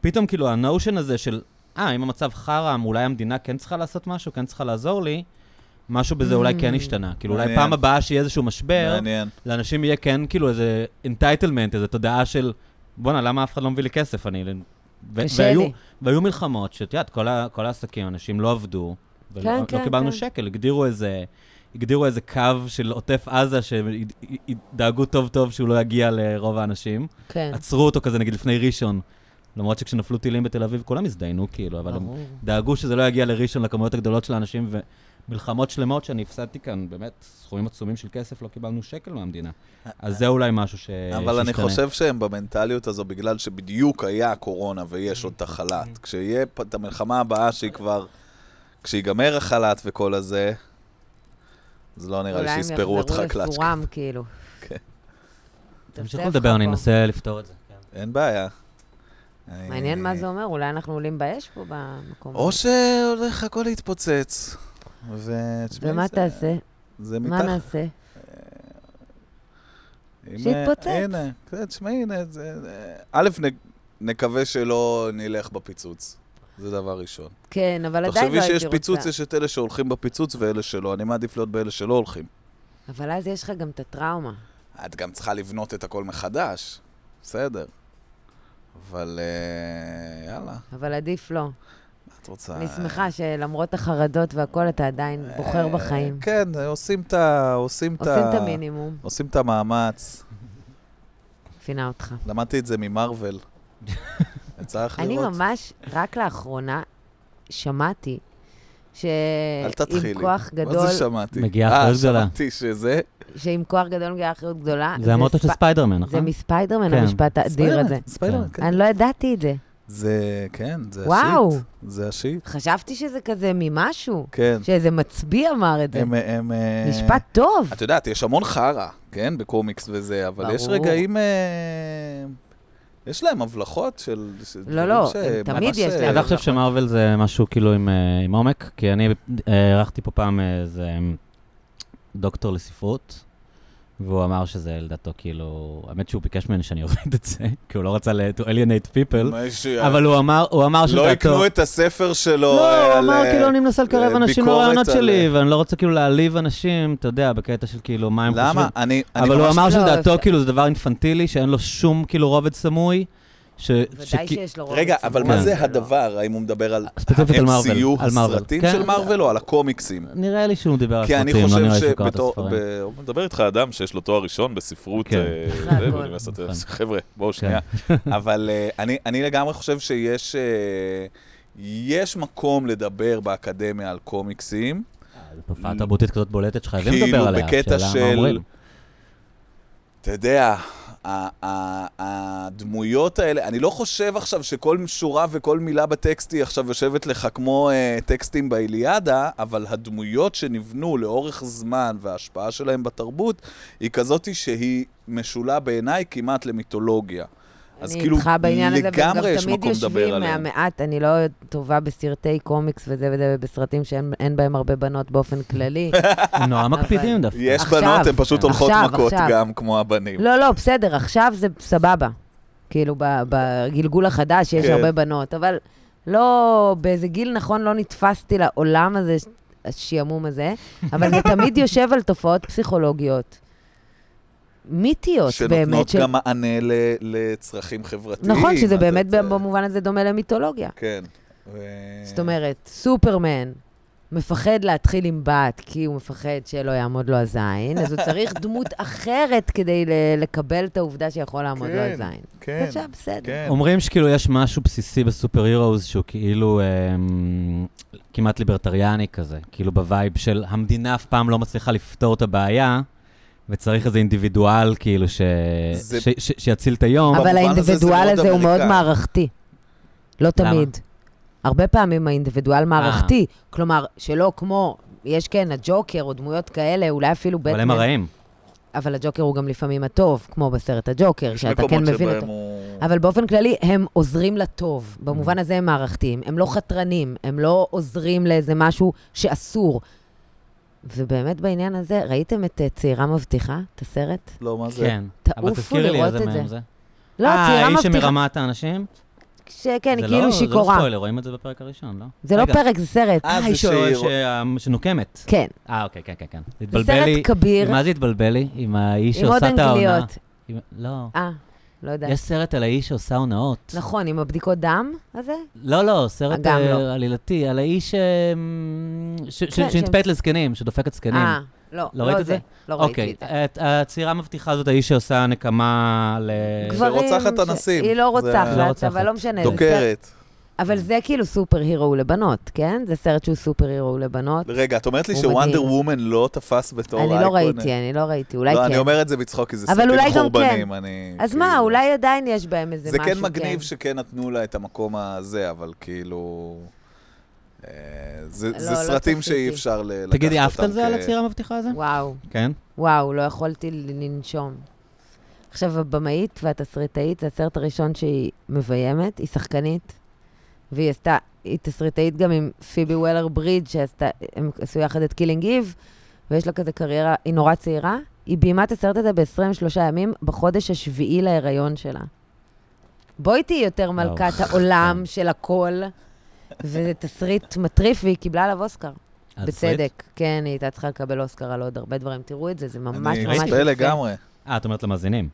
פתאום, כאילו, הנושן הזה של, אה, אם המצב חרא, אולי המדינה כן צריכה לעשות משהו, כן צריכה לעזור לי, משהו בזה אולי כן Mm. השתנה. כאילו, אולי מעניין. פעם הבאה שיהיה איזשהו משבר, מעניין. לאנשים יהיה כן כאילו איזה entitlement, איזו תודעה של, בואנה, למה אף אחד לא מביא לי כסף? אני... ו- קשה והיו, לי. והיו מלחמות, שאת יודעת, כל, ה- כל העסקים, אנשים לא עבדו, ולא כן, לא כן, קיבלנו כן. שקל, הגדירו איזה, הגדירו איזה קו של עוטף עזה, שדאגו טוב טוב שהוא לא יגיע לרוב האנשים. כן, עצרו אותו כזה, נגיד, לפני ראשון. למרות שכשנפלו טילים בתל אביב, כולם הזדיינו, כאילו, אבל הם ברור. דאגו שזה לא יגיע לראשון, לכמויות הגדולות של האנשים, ומלחמות שלמות שאני הפסדתי כאן, באמת, סכומים עצומים של כסף, לא קיבלנו שקל מהמדינה. אז זה אולי משהו ש... אבל אני שישתנה. חושב שהם במנטליות הזו, בגלל שבדיוק היה הקורונה ויש עוד את Mm. החל"ת. כשיהיה פ- את המלחמה הבאה שהיא כבר... כשיגמר החל"ת וכל הזה, אז לא נראה לי אולי הם שיספרו אותך יחזרו קלאצ'קה. לסורם, כאילו. כן. תמשיכו תעשה לך לדבר, אני פה. אנסה לפתור את זה. כן. אין בעיה. מעניין מה אה, זה אומר, אולי אנחנו עולים באש פה במקום. או שהולך הכל להתפוצץ. ו... תשמעי, ומה זה- תעשה? זה מה מתחת. נעשה? אם, שיתפוצץ. אה, הנה, כן, תשמעי, הנה, זה... אה, א', נ- נקווה שלא נלך בפיצוץ. זה דבר ראשון. כן, אבל עדיין לא תחשבי הייתי רוצה. שיש פיצוץ, יש את אלה שהולכים בפיצוץ ואלה שלא. אני מעדיף להיות באלה שלא הולכים. אבל אז יש לך גם את הטראומה. את גם צריכה לבנות את הכל מחדש. בסדר. אבל אה, יאללה, אבל עדיף לא. מה את רוצה? אני שמחה שלמרות החרדות והכל, אתה עדיין בוחר אה, בחיים. כן, עושים את ה... עושים את ה... עושים את המינימום. עושים את המאמץ. מבינה אותך. למדתי את זה ממרוויל. [laughs] צריך אני לראות. ממש, רק לאחרונה, שמעתי ש... אל תתחילי. עם כוח מה גדול, זה שמעתי? מגיעה אחריות גדולה. אה, שמעתי שזה. שעם כוח גדול מגיעה אחריות גדולה. אה, זה המוטו של ספ- ספיידרמן, זה נכון? מספיידרמן, כן. המשפט האדיר הזה. ספיידרמן, ספיידרמן, כן. אני לא ידעתי את זה. זה, כן, זה השיט. וואו. זה השיט. חשבתי שזה כזה ממשהו, כן. שאיזה מצביא אמר את זה. הם, הם... אה, משפט טוב. את יודעת, יש המון חרא, כן, בקומיקס וזה, אבל יש ברור. רגעים... אה, יש להם הבלחות של... של דברים לא, ש- הם תמיד ממש, יש אה, להם. אתה לא חושב שמרוויל זה משהו כאילו עם, אה, עם עומק? כי אני אה, אירחתי פה פעם איזה אה, דוקטור לספרות, והוא אמר שזה לדעתו כאילו... האמת שהוא ביקש ממני שאני [laughs] אוריד את זה, כי הוא לא רצה ל- to alienate people, מה ש- אבל הוא אמר, הוא אמר לא שלדעתו... יקנו את הספר שלו. לא, אה, הוא אמר על, כאילו, אני מנסה לקרב אנשים ביקורת לרעיונות על- שלי, ואני לא רוצה כאילו להעליב אנשים, אתה יודע, בקטע של כאילו, מה הם חושבים. למה? אני... אני אבל הוא ממש- אמר לא, שלדעתו אפשר- כאילו זה דבר אינפנטילי, שאין לו שום כאילו רובד סמוי. ש- ודאי שכי- שיש לו רוב. רגע, אבל מה כן. זה הדבר? האם הוא מדבר על ספציפית על מארוול, ה-MCU, על מארוול. הסרטים כן. של מארוול או על הקומיקסים? נראה לי שהוא דיבר על כי אני סרטים, לא חושב נראה לי שהוא קרא את שבתור... הספרים. ב- הוא מדבר איתך אדם שיש לו תואר ראשון בספרות כן. אה, אחרי זה, הכל. באוניברסיטת... נכון. חבר'ה, בואו [laughs] שנייה. אבל אה, אני- אני לגמרי חושב שיש... אה, יש מקום לדבר באקדמיה על קומיקסים. זו תופעה תרבותית כזאת בולטת שחייבים כאילו, לדבר עליה, בקטע השאלה מה של- אומרים. אתה יודע, ה- ה- הדמויות האלה, אני לא חושב עכשיו שכל שורה וכל מילה בטקסט היא עכשיו יושבת לך כמו אה, טקסטים באיליאדה, אבל הדמויות שנבנו לאורך זמן וההשפעה שלהם בתרבות, היא כזאת שהיא משולה בעיניי כמעט למיתולוגיה. אז אני כאילו, איתך בעניין הזה, וגם לגמרי יש תמיד מקום לדבר יושבים עליהם. מהמעט, אני לא טובה בסרטי קומיקס וזה וזה, ובסרטים שאין אין בהם הרבה בנות באופן [laughs] כללי. כן. נורא מקפידים דווקא. יש עכשיו, בנות, הן פשוט הולכות עכשיו, מכות עכשיו. גם, כמו הבנים. לא, לא, בסדר, עכשיו זה סבבה. כאילו, ב- בגלגול החדש יש כן. הרבה בנות, אבל לא, באיזה גיל נכון לא נתפסתי לעולם הזה, השעמום [laughs] הזה, אבל זה תמיד יושב על תופעות פסיכולוגיות. מיתיות, שנותנות לא, באמת. של- גם מענה ל- לצרכים חברתיים. נכון, שזה אז באמת את, אה, במובן הזה דומה למיתולוגיה. כן. ו- זאת אומרת, סופרמן מפחד להתחיל עם בת, כי הוא מפחד שלא יעמוד לו הזין, אז הוא [laughs] צריך דמות אחרת כדי ל- לקבל את העובדה שיכול לעמוד לו כן, הזין. כן, עכשיו, בסדר. כן. אומרים שכאילו יש משהו בסיסי בסופר הירואוז שהוא כאילו אמ, כמעט ליברטריאני כזה, כאילו בווייב של המדינה אף פעם לא מצליחה לפתור את הבעיה, וצריך איזה אינדיבידואל כאילו ש... זה- ש... ש... שיציל את היום. כן, במובן אבל הזה זה האינדיבידואל מאוד הזה הוא מאוד אמריקאי. מערכתי. לא למה? תמיד. הרבה פעמים אה. האינדיבידואל מערכתי. כלומר, שלא כמו, יש כן, הג'וקר או דמויות כאלה, אולי אפילו אבל הם בטמן. הרעים. אבל הג'וקר הוא גם לפעמים הטוב, כמו בסרט הג'וקר, יש שאתה כן מקומות מבין שבהם אותו. הוא- אבל באופן כללי, הם עוזרים לטוב. Mm. במובן הזה הם מערכתיים. הם לא חתרנים, הם לא עוזרים לאיזה משהו שאסור. ובאמת בעניין הזה, ראיתם את אה, צעירה מבטיחה, את הסרט? לא, מה זה? כן. אבל תעופו תזכירי לי לראות איזה את זה. מהם זה. לא, אה, צעירה האיש מבטיחה. שמרמה את האנשים? שכן, היא זה כאילו לא- זה לא שיכורה. ספוילר, רואים את זה בפרק הראשון, לא? זה לא רגע. פרק, זה סרט. אה, אה, זה היא ש- שהיא- ש- שנוקמת. כן. אה, אוקיי, כן, כן, כן. זה זה התבלבל לי. סרט כביר, מה זה התבלבל לי? עם האיש עם עוד שעושה את העונה. אנגליות. עם- לא. אה, לא יודעת. יש סרט על האיש שעושה הונאות. נכון, עם הבדיקות דם הזה? לא, לא, סרט גם אה, לא. עלילתי, על האיש אמ, ש- ש- כן, שנתפית לזקנים, שדופקת זקנים. אה, לא, לא ראית לא את זה. זה? לא ראיתי אוקיי, אה, את זה. את- הצעירה המבטיחה הזאת, האיש שעושה נקמה ל... גבר- גברים שרוצחת ש- לא אנסים. היא לא זה- לא רוצחת, רוצחת. אבל לא משנה. זה סרט- דוקרת. אבל זה כאילו סופר הירו לבנות, כן? זה סרט שהוא סופר הירו לבנות. רגע, את אומרת לי הוא שוונדר מדהים. וומן לא תפס בתור אני אייקון? לא ראיתי, אני לא ראיתי, אולי לא, אני כן. אומר את זה בצחוק, כי זה אבל סרטים אולי גם כן. חורבנים. אני... אז כאילו- מה, אולי עדיין יש בהם איזה זה משהו, כן. כן מגניב שכן נתנו לה את המקום הזה, אבל כאילו... אה, זה לא, זה לא סרטים צפיתי. שאי אפשר ל- לקחת אותם תגידי, עפת על כ- זה, על הצעירה המבטיחה הזה? וואו. כן. וואו, לא יכולתי לנשום. עכשיו, הבמאית והתסריטאית, זה הסרט הראשון שהיא מביימת, היא שחקנית, והיא עשתה, היא תסריטאית גם עם פיבי וולר בריד, שעשתה, הם עשו יחד את קילינג איב, ויש לה כזה קריירה, היא נורא צעירה. היא ביימה את הסרט הזה ב-23 ימים בחודש השביעי להיריון שלה. בואי תהיי יותר מלכת העולם של הכל, וזה תסריט מטריף, והיא קיבלה עליו אוסקר. על סרט? בצדק, כן, היא הייתה צריכה לקבל אוסקר על עוד הרבה דברים. תראו את זה, זה ממש ממש אני יפה. אצפה לגמרי. אה, את אומרת למאזינים.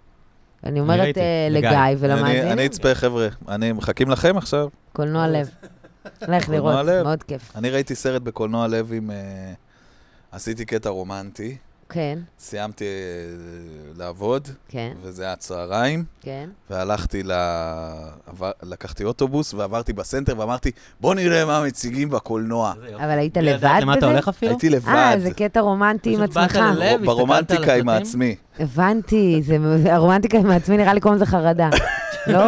אני אומרת ראיתי, אה, לגיא. לגיא אני- אני ולמאזינים, אצפה, חבר'ה. אני מחכים לכם עכשיו. קולנוע לב. לך קולנוע לראות, לב. מאוד כיף. אני ראיתי סרט בקולנוע לב עם... אה, עשיתי קטע רומנטי, כן, סיימתי אה, לעבוד, כן, וזה היה צהריים, כן. והלכתי ל... עבר- לקחתי אוטובוס ועברתי בסנטר ואמרתי, בוא נראה מה מציגים בקולנוע. אבל היית בלי לדעת לבד לא למה אתה בזה? הולך אפילו? הייתי לבד. אה, זה קטע רומנטי עם פשוט באת עצמך. ללב. לב, ב- ברומנטיקה הסתכלת עם על הסרטים? עצמי. הבנתי, זה- הרומנטיקה עם עצמי, נראה לי קוראים לזה [laughs] חרדה. לא?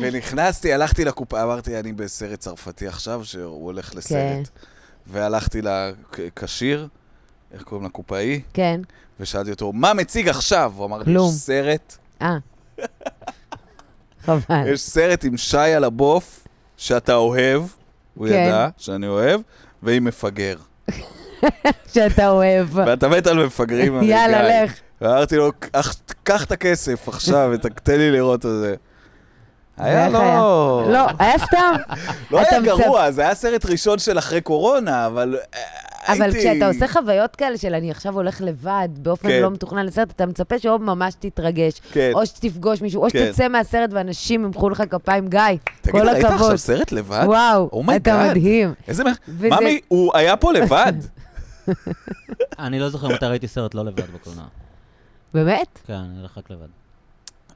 ונכנסתי, הלכתי לקופה, אמרתי, אני בסרט צרפתי עכשיו, שהוא הולך לסרט. כן. והלכתי לקשיר, איך קוראים לקופאי? כן. ושאלתי אותו, מה מציג עכשיו? הוא אמר לי, כלום. יש סרט, אה. חבל. יש סרט עם שי על הבוף, שאתה אוהב, הוא כן. ידע שאני אוהב, ועם מפגר. שאתה אוהב. ואתה מת על מפגרים אמריקאים. [laughs] יאללה, לך. ואמרתי לו, "קח- קח את הכסף עכשיו, [laughs] ות- תן לי לראות את זה. היה ואיך לו... היה? לא, היה סתם. לא אתה היה מצפ- גרוע, זה היה סרט ראשון של אחרי קורונה, אבל אה, הייתי... אבל כשאתה עושה חוויות כאלה של אני עכשיו הולך לבד, באופן כן. לא מתוכנן לסרט, אתה מצפה שאו ממש תתרגש, כן. או שתפגוש מישהו, או כן. שתצא מהסרט ואנשים ימחאו לך כפיים, גיא, תגיד, כל ראית הכבוד. עכשיו סרט לבד? וואו, אומייגאד. אתה מדהים. איזה מח... וזה- Oh ממי, הוא היה פה לבד. אני לא זוכר מתי ראיתי סרט לא לבד בקולנוע. באמת? כן, אני הולך רק לבד.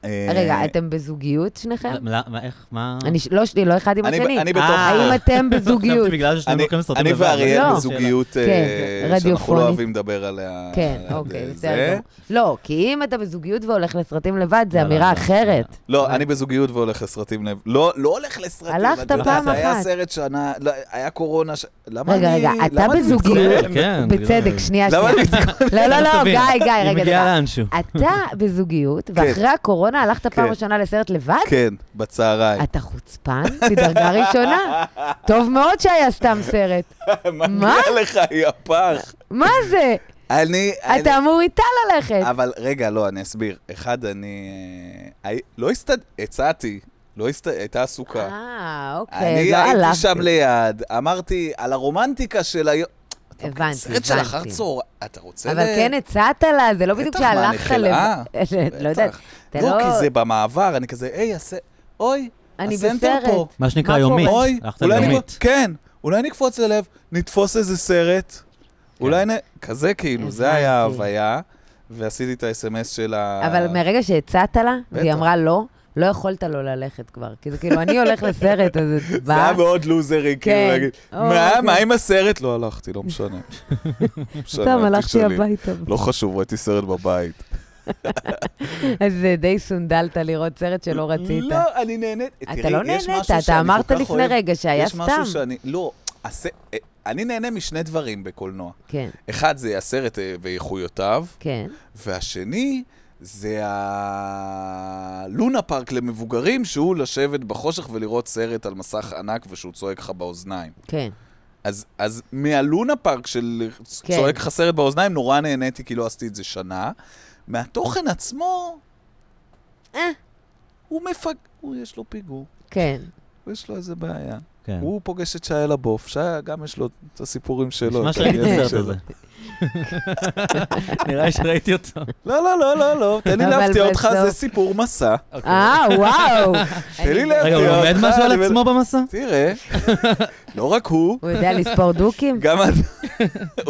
[laughs] אה. רגע, אתם בזוגיות שניכם? למה- מה- איך, מה... כן. אני ש- לא שלי, לא אחד עם אני ב- אה. השני. אה, אני בתוך- האם [laughs] אתם בזוגיות? חשבתי בגלל ששנינו אני- הולכים לסרטים אני לבד. ואריאל לא. בזוגיות אה, כן, שאנחנו לא רדיופונית. אוהבים לדבר עליה. כן, על אוקיי, זה. בסדר. גמור. לא, כי אם אתה בזוגיות והולך לסרטים לבד, זו לא, לא, אמירה לא, אחרת. לא, אני בזוגיות והולך לסרטים לב. לא, לא הולך לסרטים. הלכת את יודעת, פעם היה אחת. סרט שנה, לא, היה קורונה, ש- למה אני... רגע, רגע, אתה למה אני בזוגיות? מתכונן? כן, בצדק, שנייה, למה [laughs] שנייה. אני לא, לא, לא, [laughs] תבין. גיא, גיא, היא רגע, מגיעה דקה. [laughs] לאנשהו. אתה בזוגיות, ואחרי הקורונה האחרונה, הלכת פעם כן. ראשונה לסרט לבד? כן, בצהריים. אתה חוצפן? בדרגה ראשונה. טוב מאוד שהיה סתם סרט. [laughs] מה? לך, יא פח. מה זה? אני... אני- אתה אמור איתה ללכת. אבל רגע, לא, אני אסביר. אחד, אני... אה, הי- לא הסתד... הצעתי, לא הסת... הייתה עסוקה. אה, אוקיי, אני לא הייתי הלכתי. שם ליד, אמרתי, על הרומנטיקה של היום. הבנתי, סרט של אחר הבנתי. צהר, אתה רוצה... אבל ל- כן הצעת לה, זה לא בדיוק בטח, מה, אני שהלכת חלאה? לבד. לא יודעת, בטח. אתה לא, לא- כי זה במעבר, אני כזה, היי, הס- אוי, אני הסנטר בסרט. פה. מה שנקרא מה יומית. קורה? אוי, הלכת אולי אני... ליומית. כן, אולי נקפוץ ללב, נתפוס איזה סרט, אולי נ... כזה כאילו, זה היה הבנתי. ההוויה, ועשיתי את ה-SMS של ה... אבל מרגע שהצעת לה, והיא אה. בטח. אמרה לא, לא יכולת לא ללכת כבר. כי זה כאילו, אני הולך לסרט, אז את זה היה באה. מאוד לוזרי, כאילו, כן. להגיד, או, מה, אוקיי. מה עם הסרט? לא הלכתי, לא משנה. לא משנה, סתם, אל הלכתי תשאלי. הביתה. לא חשוב, ראיתי סרט בבית. אז אה, די סונדלת לראות סרט שלא רצית. לא, אני נהנית. אתה תראי, לא יש נהנית, משהו שאני אתה אמרת כל כך לפני אוהב. רגע שהיה יש משהו סתם. שאני, לא, הס- אה, אני נהנה משני דברים בקולנוע. כן, אחד זה הסרט אה, ואיכויותיו, כן. והשני זה הלונה פארק למבוגרים, שהוא לשבת בחושך ולראות סרט על מסך ענק ושהוא צועק לך באוזניים. כן. אז, אז מהלונה פארק של כן. כן. צועק לך סרט באוזניים, נורא נהניתי כי לא עשיתי את זה שנה. מהתוכן עצמו, אה, הוא מפג... הוא, יש לו פיגור, כן. יש לו איזה בעיה. כן. הוא פוגש את שי לבוף, שי גם יש לו את הסיפורים לא שלו. מה את שראיתי את העניינים הסרט הזה. שלו. [laughs] נראה לי שראיתי אותו. לא, לא, לא, לא, לא, תן לי אבל להפתיע אותך, בסוף- זה סיפור מסע. אה, [laughs] וואו. תן לי להפתיע אותך. רגע, הוא לא- לומד משהו על אני- עצמו במסע? תראה, לא רק הוא, הוא יודע לספור דוקים? גם [laughs] את...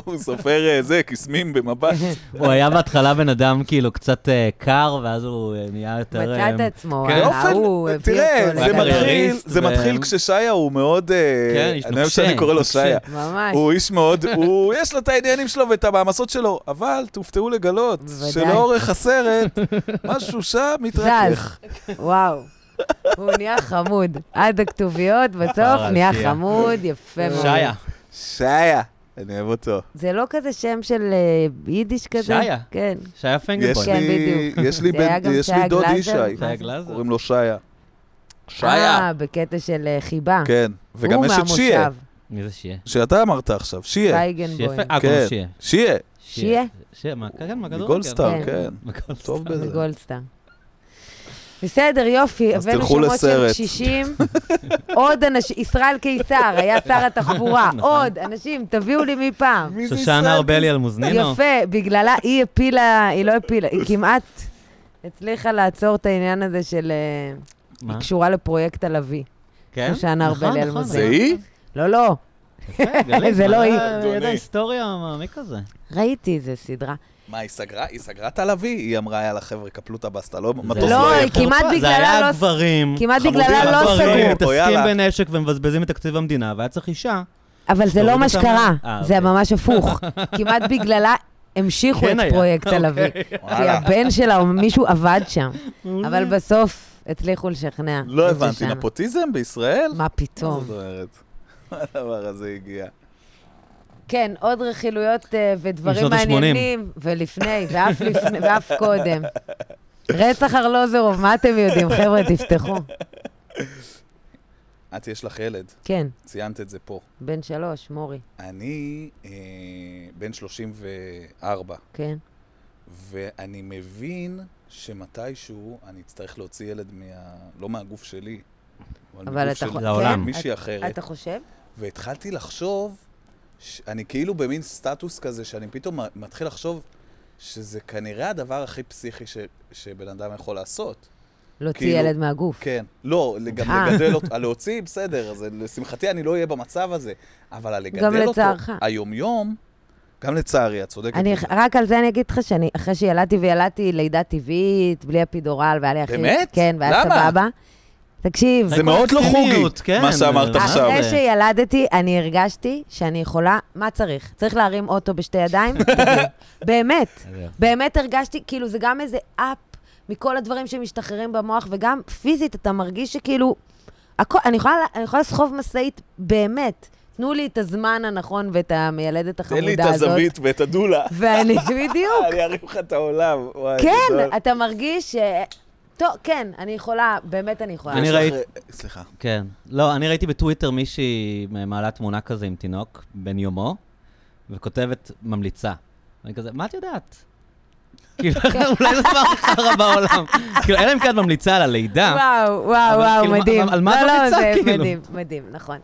הוא סופר אה, זה, קסמים במבט. הוא היה בהתחלה בן אדם כאילו קצת אה, קר, ואז הוא אה, נהיה יותר... מצא את אה, עצמו, כן. אה, באופן- הוא הביא אותו תראה, זה לגמרי. מתחיל, קרייריסט זה ו- מתחיל כששיה הוא מאוד... אה, כן, איש אני נוקשה, אוהב שאני קורא לו נוקשה. שיה. ממש. הוא איש מאוד, אה. הוא, יש לו את העניינים שלו ואת המעמסות שלו, אבל תופתעו לגלות בוודאי. שלאורך הסרט, משהו שם מתרכך. וואו. הוא נהיה חמוד. עד הכתוביות, בסוף אה, נהיה שיה. חמוד, יפה מאוד. שיה. שיה, אני אוהב אותו. זה לא כזה שם של אה, יידיש כזה? שיה. כן. שיה יש פנגלבוים. כן, לי, בדיוק. יש לי זה בן- היה גם יש שיה לי דוד ישי, גלאזר? שיה גלאזר? קוראים לו שיה. שיה, אה, בקטע של אה, חיבה. כן. וגם הוא יש את שיה, מהמושב. מי זה שיה? שאתה אמרת עכשיו, שיה. שייגנבוים. שיה? אה, כן, קוראים שיה. שיה, שיה? שיה, מה? כן, מה כדורגל? מגולדסטאר, כן. כן. מגולדסטאר. טוב בזה. מגולדסטאר. בסדר, יופי, אז הבאנו תלכו שמות של לסרט. קשישים, עוד אנשים, ישראל קיסר, היה שר התחבורה, נכון. עוד אנשים, תביאו לי מפעם. מי זה ישראל? שושנה ארבלי על מוזנינו? יפה, בגללה היא הפילה, היא לא הפילה, היא כמעט הצליחה לעצור את העניין הזה של... אה, מה? היא קשורה לפרויקט הלוי. כן? שושנה נכון, אה, ארבלי על נכון, מוזנינו. זה היא? לא, לא, יפה, גלית, זה לא מה היא. ידע אדוני. היסטוריה מעמיק כזה. ראיתי איזה סדרה. מה, היא סגרה? היא סגרה את הלוי? היא אמרה, יאללה, חבר'ה, קפלו את הבסטה, לא? מטוס לא, לא היא יפה. כמעט זה בגללה לא- היה גברים. כמעט חמודים, בגללה לא הדברים. סגרו. מתעסקים יאללה. בנשק ומבזבזים את תקציב המדינה, והיה צריך אישה. אבל זה תוריד לא מה אותם. שקרה, אה, זה אוקיי. ממש [laughs] הפוך. כמעט בגללה המשיכו כן את היה. פרויקט הלוי. כי [laughs] וואלה. הבן שלה או מישהו עבד שם, אבל בסוף הצליחו לשכנע. לא את הבנתי, שושנה. נפוטיזם בישראל? מה מה פתאום. זאת אומרת? מה [laughs] הדבר הזה הגיע? כן, עוד רכילויות אה, ודברים משנות ה- מעניינים, ולפני, ואף לפני, ואף קודם. רצח ארלוזורוב, מה אתם יודעים? חבר'ה, תפתחו. את, יש לך ילד, כן, ציינת את זה פה. בן שלוש, מורי, אני אה, בן 34, כן. ואני מבין שמתישהו אני אצטרך להוציא ילד מה... לא מהגוף שלי, אבל מגוף אתה של חו- כן? לעולם. מישהי אתה- אחרת. אתה חושב? והתחלתי לחשוב, ש- אני כאילו במין סטטוס כזה, שאני פתאום מ- מתחיל לחשוב שזה כנראה הדבר הכי פסיכי ש, שבן אדם יכול לעשות. להוציא כאילו- ילד מהגוף. כן. לא, גם אה. לגדל אותו, להוציא, בסדר, אז לשמחתי אני לא אהיה במצב הזה, אבל לגדל אותו, גם לצערך. היומיום, גם לצערי, את צודקת. אני, בזה. רק על זה אני אגיד לך שאני, אחרי שילדתי וילדתי לידה טבעית, בלי אפידורל, והיה לי אחי... באמת? כן, והיה למה? סבבה. תקשיב, זה מאוד לא אקסטימיות, חוגי, כן. מה שאמרת אה, עכשיו. אחרי זה- שילדתי, אני הרגשתי שאני יכולה, מה צריך? צריך להרים אוטו בשתי [laughs] ידיים? באמת. אוקיי. באמת הרגשתי, כאילו, זה גם איזה אפ מכל הדברים שמשתחררים במוח, וגם פיזית אתה מרגיש שכאילו, הכל, אני יכולה אני יכולה לסחוב משאית, באמת. תנו לי את הזמן הנכון ואת המיילדת תן לי את החמודה הזאת. הזווית ואת הדולה. ואני, [laughs] בדיוק. אני ארים לך את העולם. וואי, לא- גדול. כן, אתה כן, מרגיש ש... טוב, כן, אני יכולה, באמת אני יכולה. אני יש לך- ראיתי- סליחה. כן. לא, אני ראיתי בטוויטר מישהי מעלה תמונה כזה עם תינוק, בן יומו, וכותבת ממליצה. אני כזה, מה [laughs] את יודעת? כאילו, אולי זה דבר הכי חרא בעולם. כאילו, אלא אם כן את ממליצה על הלידה. וואו, וואו, אבל וואו, כאילו, מה- מדהים. אבל על מה את לא, לא, ממליצה, זה כאילו? מדהים, מדהים, נכון.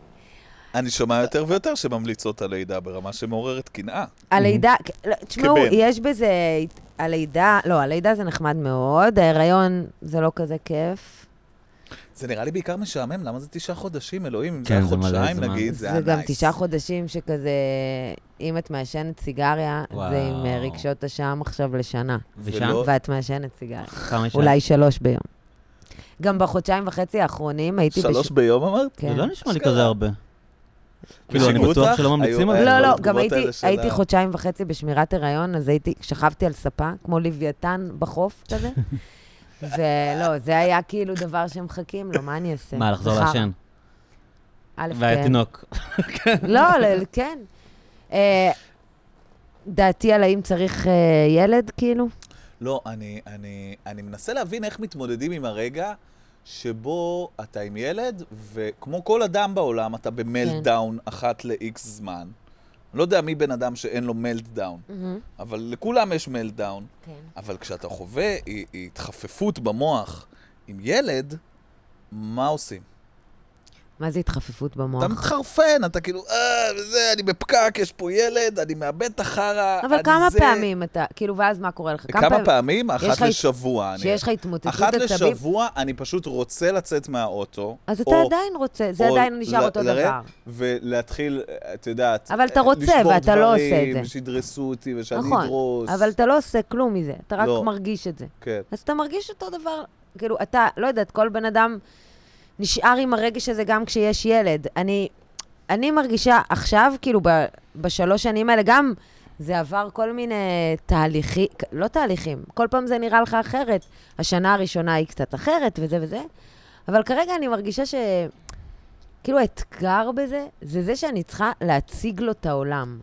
אני שומע יותר ויותר שממליצות על לידה ברמה שמעוררת קנאה. הלידה, לא, תשמעו, כבן. יש בזה, הלידה, לא, הלידה זה נחמד מאוד, ההיריון זה לא כזה כיף. זה נראה לי בעיקר משעמם, למה זה תשעה חודשים, אלוהים? אם זה כן, היה זה מלא חודשיים זמן. נגיד, זה היה זה נייס. גם תשעה חודשים שכזה, אם את מעשנת סיגריה, וואו. זה עם אה, רגשות אשם עכשיו לשנה. ושם? ולא- ואת מעשנת סיגריה. כמה יש לא- אולי שלוש ביום. גם בחודשיים וחצי האחרונים הייתי... שלוש ביום אמרת? זה כן. לא נשמע לי אשכרה. כזה הרבה. כאילו, אני ושיגעו בטוח אותך? שלא ממליצים היו- על זה. לא, כל לא, התגובות גם הייתי, אה, האלה של הייתי ה- חודשיים וחצי בשמירת הריון, אז הייתי, שכבתי על ספה, כמו לוויתן בחוף [laughs] כזה. ולא, זה היה כאילו דבר שמחכים לו, מה אני אעשה? מה, לחזור זכר. לעשן? א', והיה כן. תינוק. לא, ל- כן. אה, דעתי על האם צריך אה, ילד, כאילו. לא, אני, אני, אני מנסה להבין איך מתמודדים עם הרגע שבו אתה עם ילד, וכמו כל אדם בעולם, אתה במלטדאון כן. אחת לאיקס זמן. אני לא יודע מי בן אדם שאין לו מלטדאון, אבל לכולם יש מלטדאון. כן. אבל כשאתה חווה הי- התחפפות במוח עם ילד, מה עושים? מה זה התחפפות במוח? אתה מתחרפן, אתה כאילו, אה, וזה, אני בפקק, יש פה ילד, אני מאבד את החרא, אבל אני כמה זה." פעמים אתה, כאילו, ואז מה קורה לך? כמה פעמים? יש אחת לך הת- לשבוע. אני- שיש לך התמוטטות אחת עצבים, לשבוע אני פשוט רוצה לצאת מהאוטו. אז אתה או- עדיין רוצה, זה או עדיין נשאר ל- אותו לרדת, דבר. ולהתחיל, את יודעת, אבל אתה אה, רוצה, לשבור ואתה לא עושה את דברים, זה. שידרסו אותי ושאני נכון, אדרוס. אבל אתה לא עושה כלום מזה, אתה רק לא. מרגיש את זה. כן. אז אתה מרגיש אותו דבר, כאילו, אתה, לא יודעת, כל בן אדם נשאר עם הרגש הזה גם כשיש ילד. אני, אני מרגישה עכשיו, כאילו, ב, בשלוש שנים האלה, גם זה עבר כל מיני תהליכים, לא תהליכים, כל פעם זה נראה לך אחרת. השנה הראשונה היא קצת אחרת, וזה וזה, אבל כרגע אני מרגישה ש... כאילו, האתגר בזה, זה זה שאני צריכה להציג לו את העולם.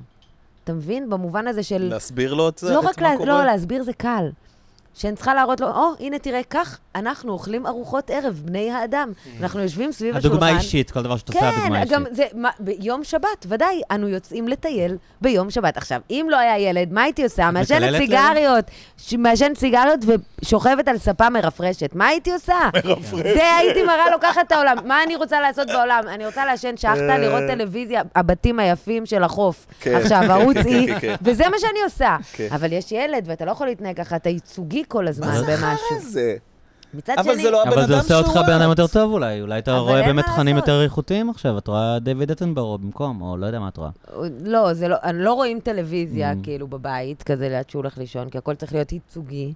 אתה מבין? במובן הזה של... להסביר לו את לא את רק, מה לה, קורה? לא, להסביר זה קל. שאני צריכה להראות לו, או, הנה, תראה, כך אנחנו אוכלים ארוחות ערב, בני האדם. כן. אנחנו יושבים סביב השולחן. הדוגמה אישית, כל דבר שאתה עושה, הדוגמה כן, אישית. גם זה, מה, ביום שבת, ודאי, אנו יוצאים לטייל ביום שבת. עכשיו, אם לא היה ילד, מה הייתי עושה? מקללת מעשנת להם? סיגריות, ש- מעשנת סיגריות ושוכבת על ספה מרפרשת. מה הייתי עושה? [laughs] מרפרשת. זה הייתי מראה לו ככה את העולם. מה אני רוצה לעשות בעולם? אני רוצה לעשן שחטה, לראות טלוויזיה, הבתים היפים של החוף. כן, עכשיו, [laughs] כן, ערוץ כן, כן, אי, כן, כן. וזה מה שאני עושה. כן. אבל יש ילד, ואתה לא יכול להתנהג ככה, אתה ייצוגי כל הזמן במשהו. מה זה? מצד שני... אבל זה לא הבן אדם שהוא אבל זה עושה אותך את. בן אדם יותר טוב אולי, אולי אתה אבל רואה אין מה באמת תכנים לעשות. יותר איכותיים עכשיו, את רואה דיוויד אטנברו במקום, או לא יודע מה את רואה. לא, זה לא, אני לא רואים טלוויזיה, Mm-hmm. Mm. כאילו, בבית, כזה ליד שהוא הולך לישון, כי הכל צריך להיות ייצוגי.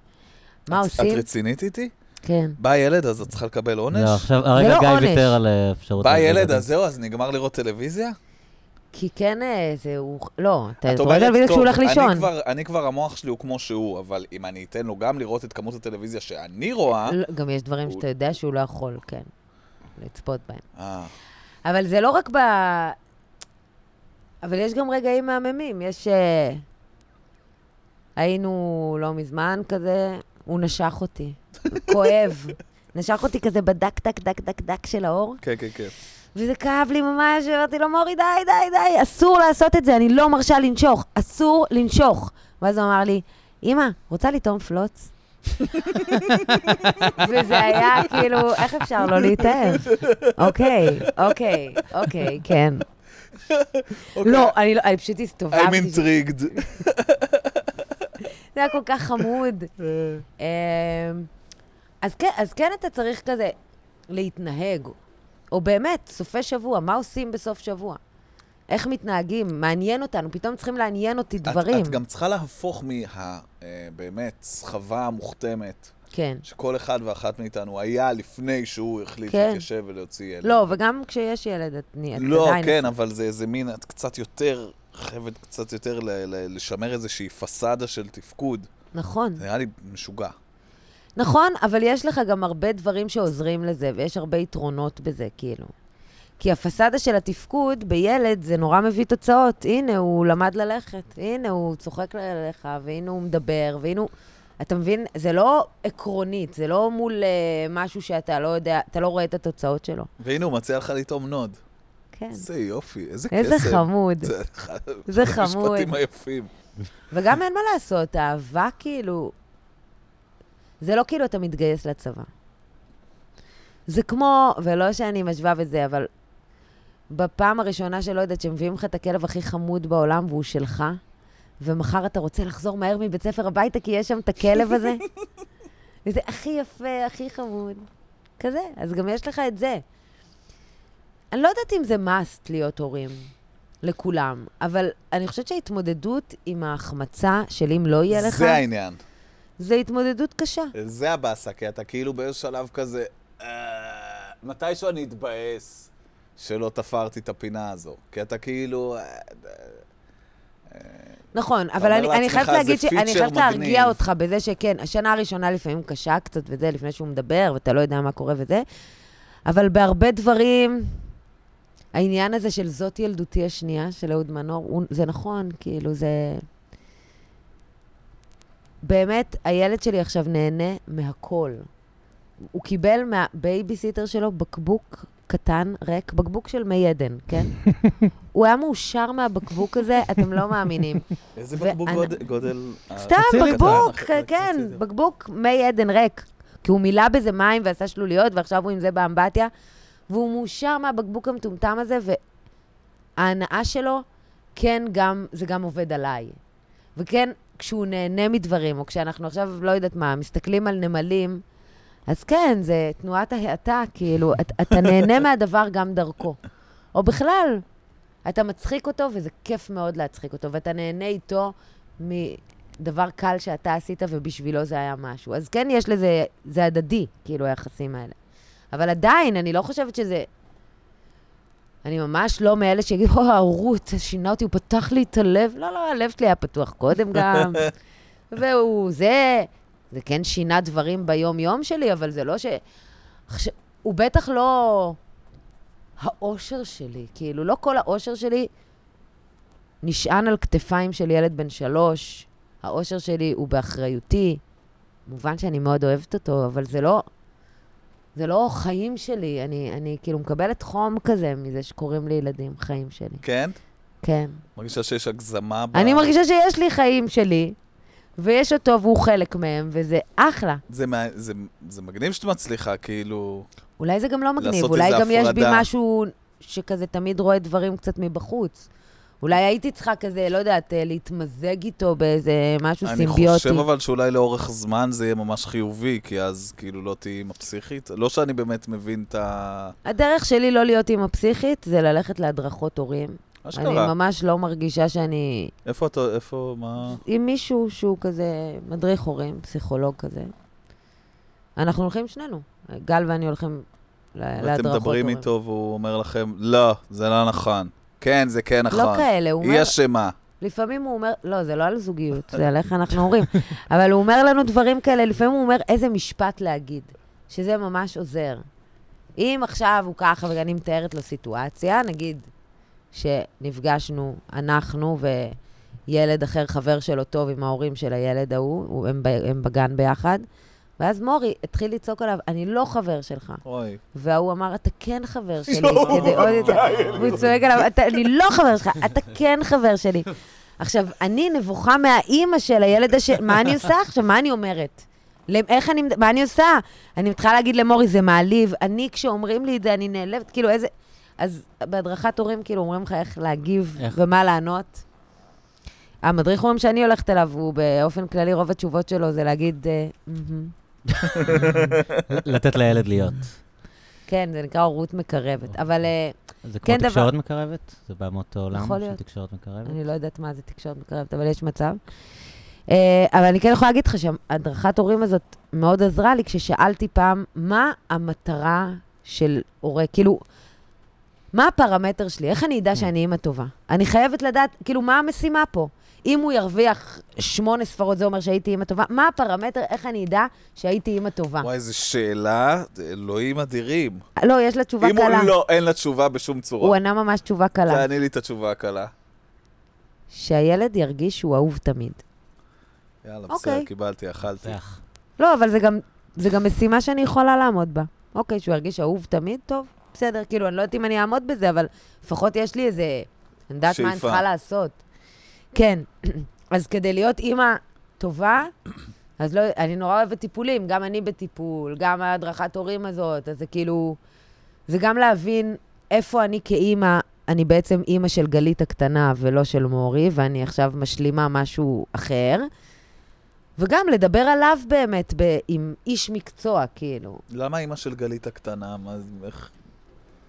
מה את- עושים? את רצינית איתי? כן. בא ילד, אז את צריכה לקבל עונש? לא, עכשיו, הרגע לא גיא עונש. ויתר על אה, אפשרות. בא לעשות את ילד, זה. אז זהו, אז נגמר לראות טלוויזיה? כי כן, אה, זה אה, הוא... לא, אתה את רואה אומרת, טלוויזיה "טוב, כשהוא הולך אני לישון. כבר- אני כבר, המוח שלי הוא כמו שהוא, אבל אם אני אתן לו גם לראות את כמות הטלוויזיה שאני רואה... לא, גם יש דברים אה? הוא- שאתה יודע שהוא לא יכול, כן, לצפות בהם. אה, אבל זה לא רק ב... אבל יש גם רגעים מהממים, יש... אה, היינו לא מזמן כזה, הוא נשך אותי, [laughs] כואב. נשך אותי כזה בדק, דק, דק, דק, דק של האור, כן, כן, כן. וזה כאב לי ממש, ואמרתי לו, מורי, די, די, די, אסור לעשות את זה, אני לא מרשה לנשוך, אסור לנשוך. ואז הוא אמר לי, אמא, רוצה לטעום פלוץ? [laughs] וזה היה כאילו, איך אפשר לא להתאהב? אוקיי, אוקיי, אוקיי, כן. לא, אני לא- אני פשוט אוקיי. I'm הסתובבתי. זה intrigued. היה כל כך חמוד. אמ, אז כן, אז כן אתה צריך כזה להתנהג, או באמת, סופי שבוע, מה עושים בסוף שבוע? איך מתנהגים? מעניין אותנו, פתאום צריכים לעניין אותי את- דברים. את גם צריכה להפוך מה... אה, באמת, סחבה המוחתמת, כן. שכל אחד ואחת מאיתנו היה לפני שהוא החליט כן. להתיישב ולהוציא ילד. לא, וגם כשיש ילד, את נהיית עדיין... לא, כן, אבל זה איזה מין, את קצת יותר, חייבת קצת יותר ל- ל- לשמר איזושהי פסאדה של תפקוד. נכון. זה נראה לי משוגע. נכון, אבל יש לך גם הרבה דברים שעוזרים לזה, ויש הרבה יתרונות בזה, כאילו. כי הפסאדה של התפקוד בילד זה נורא מביא תוצאות. הנה, הוא למד ללכת, הנה, הוא צוחק עליך, והנה הוא מדבר, והנה הוא... אתה מבין? זה לא עקרונית, זה לא מול אה, משהו שאתה לא יודע, אתה לא רואה את התוצאות שלו. והנה, הוא מציע לך לטעום נוד. כן. איזה יופי, איזה קסם. איזה חמוד. זה [laughs] זה אחד חמוד. המשפטים היפים. וגם אין מה לעשות, אהבה כאילו... זה לא כאילו אתה מתגייס לצבא. זה כמו, ולא שאני משווה וזה, אבל בפעם הראשונה שלא יודעת, שמביאים לך את הכלב הכי חמוד בעולם והוא שלך, ומחר אתה רוצה לחזור מהר מבית ספר הביתה כי יש שם את הכלב הזה, וזה הכי יפה, הכי חמוד. כזה, אז גם יש לך את זה. אני לא יודעת אם זה must להיות הורים לכולם, אבל אני חושבת שההתמודדות עם ההחמצה של אם לא יהיה לך, זה העניין. זה התמודדות קשה. זה הבאסה, כי אתה כאילו באיזשהו שלב כזה, "אה, מתישהו אני אתבאס שלא תפרתי את הפינה הזו. כי אתה כאילו... אה, נכון, אבל אומר אני, אני לעצמך, חייבת "זה להגיד שאני פיצ'ר חייבת להרגיע מגניב". אותך בזה שכן, השנה הראשונה לפעמים קשה קצת וזה, לפני שהוא מדבר, ואתה לא יודע מה קורה וזה, אבל בהרבה דברים, העניין הזה של זאת ילדותי השנייה, של אהוד מנור, הוא, זה נכון, כאילו, זה... באמת, הילד שלי עכשיו נהנה מהכל. הוא קיבל מהבייביסיטר שלו בקבוק קטן, ריק, בקבוק של מי עדן, [laughs] כן? הוא היה מאושר מהבקבוק הזה, אתם לא מאמינים. איזה ואנ- בקבוק גוד- גודל... סתם, חצי ליטר. בקבוק, קטן, כן, חצי ליטר. בקבוק מי עדן ריק. כי הוא מילא בזה מים ועשה שלוליות, ועכשיו הוא עם זה באמבטיה, והוא מאושר מהבקבוק המטומטם הזה, וההנאה שלו, כן, גם, זה גם עובד עליי. וכן, כשהוא נהנה מדברים, או כשאנחנו עכשיו, לא יודעת מה, מסתכלים על נמלים, אז כן, זה תנועת ההאטה, כאילו, את, אתה נהנה מהדבר גם דרכו. או בכלל, אתה מצחיק אותו, וזה כיף מאוד להצחיק אותו, ואתה נהנה איתו מדבר קל שאתה עשית, ובשבילו זה היה משהו. אז כן, יש לזה, זה הדדי, כאילו, היחסים האלה. אבל עדיין, אני לא חושבת שזה... אני ממש לא מאלה שיגידו, או, ההורות, שינה אותי, הוא פתח לי את הלב. לא, לא, הלב שלי היה פתוח קודם גם. והוא זה, זה כן שינה דברים ביום-יום שלי, אבל זה לא ש... עכשיו, הוא בטח לא האושר שלי. כאילו, לא כל האושר שלי נשען על כתפיים של ילד בן שלוש. האושר שלי הוא באחריותי. מובן שאני מאוד אוהבת אותו, אבל זה לא... זה לא חיים שלי. אני, אני כאילו מקבלת חום כזה מזה שקוראים לי ילדים חיים שלי. כן? כן. מרגישה שיש הגזמה ב... אני מרגישה שיש לי חיים שלי, ויש אותו והוא חלק מהם, וזה אחלה. זה, מה- זה, זה מגניב שאת מצליחה, כאילו... אולי זה גם לא מגניב, לעשות אולי איזה גם יש בי הפרדה. משהו שכזה תמיד רואה דברים קצת מבחוץ. אולי הייתי צריכה כזה, לא יודעת, אה, להתמזג איתו באיזה משהו אני סימביוטי. חושב אבל שאולי לאורך זמן זה יהיה ממש חיובי, כי אז כאילו לא תהיי עם הפסיכית. לא שאני באמת מבין את ה... הדרך שלי לא להיות אימא פסיכית זה ללכת להדרכות הורים. מה שקרה. אני ממש לא מרגישה שאני איפה אתה, איפה, מה... עם מישהו שהוא כזה מדריך הורים, פסיכולוג כזה. אנחנו הולכים שנינו, גל ואני הולכים ל- להדרכות ואתם הורים. מדברים איתו והוא אומר לכם, לא, זה לא נכון. כן, זה כן נכון. לא כאלה, הוא אומר... היא אשמה. לפעמים הוא אומר, לא, זה לא על זוגיות, זה על איך אנחנו אומרים. [laughs] אבל הוא אומר לנו דברים כאלה, לפעמים הוא אומר איזה משפט להגיד, שזה ממש עוזר. אם עכשיו הוא ככה, ואני מתארת לו סיטואציה, נגיד שנפגשנו אנחנו וילד אחר, חבר שלו טוב עם ההורים של הילד ההוא, הוא- הם, ב- הם בגן ביחד, ואז מורי התחיל לצעוק עליו, אני לא חבר שלך. אוי. וההוא אמר, אתה כן חבר שלי, יואו, כדי עוד יותר. והוא צועק עליו, "אתה- אני לא חבר שלך, אתה כן חבר שלי. עכשיו, אני נבוכה מהאימא של הילד הש... מה אני עושה עכשיו? מה אני אומרת? למ- איך אני... מה אני עושה? אני מתחילה להגיד למורי, זה מעליב. אני, כשאומרים לי את זה, אני נעלבת. כאילו, איזה... אז בהדרכת הורים, כאילו, אומרים לך איך להגיב איך? ומה לענות. המדריך הורים שאני הולכת אליו, הוא באופן כללי, רוב התשובות שלו זה להגיד... אה, מהמם. לתת לילד להיות. [laughs] כן, זה נקרא הורות מקרבת. אבל... אה, זה כמו כן, דבר- תקשורת מקרבת? זה בא מאותו עולם יכול של להיות. תקשורת מקרבת? אני לא יודעת מה זה תקשורת מקרבת, אבל יש מצב. אה, אבל אני כן יכולה להגיד לך שהדרכת הורים הזאת מאוד עזרה לי כששאלתי פעם, מה המטרה של הורה? כאילו, מה הפרמטר שלי? איך Mm. אני אדע שאני אימא טובה? אני חייבת לדעת, כאילו, מה המשימה פה? אם הוא ירוויח שמונה ספרות, זה אומר שהייתי אימא טובה? מה הפרמטר, איך אני אדע שהייתי אימא טובה? וואי, איזו שאלה, אלוהים אדירים. לא, יש לה אה. תשובה אם הוא קלה. לא, אין לה תשובה בשום הוא צורה. ענה ממש תשובה קלה. תעני לי את התשובה הקלה. שהילד ירגיש שהוא אהוב תמיד. יאללה, אוקיי. בסדר, קיבלתי, אכלתי. פתח. לא, אבל זה גם, זה גם משימה שאני יכולה לעמוד בה. אוקיי, שהוא ירגיש אהוב תמיד, טוב, בסדר, כאילו, אני לא יודעת אם אני אעמוד בזה, אבל לפחות יש לי איזה... אני יודעת מה אני שאיפה. צריכה לעשות. כן, [clears throat] אז כדי להיות אימא טובה, [clears throat] אז לא, אני נורא אוהבת טיפולים, גם אני בטיפול, גם ההדרכת הורים הזאת, אז זה כאילו... זה גם להבין איפה אני כאימא, אני בעצם אימא של גלית הקטנה ולא של מורי, ואני עכשיו משלימה משהו אחר. וגם לדבר עליו באמת ב, עם איש מקצוע, כאילו. למה אימא של גלית הקטנה? מה, זה- איך...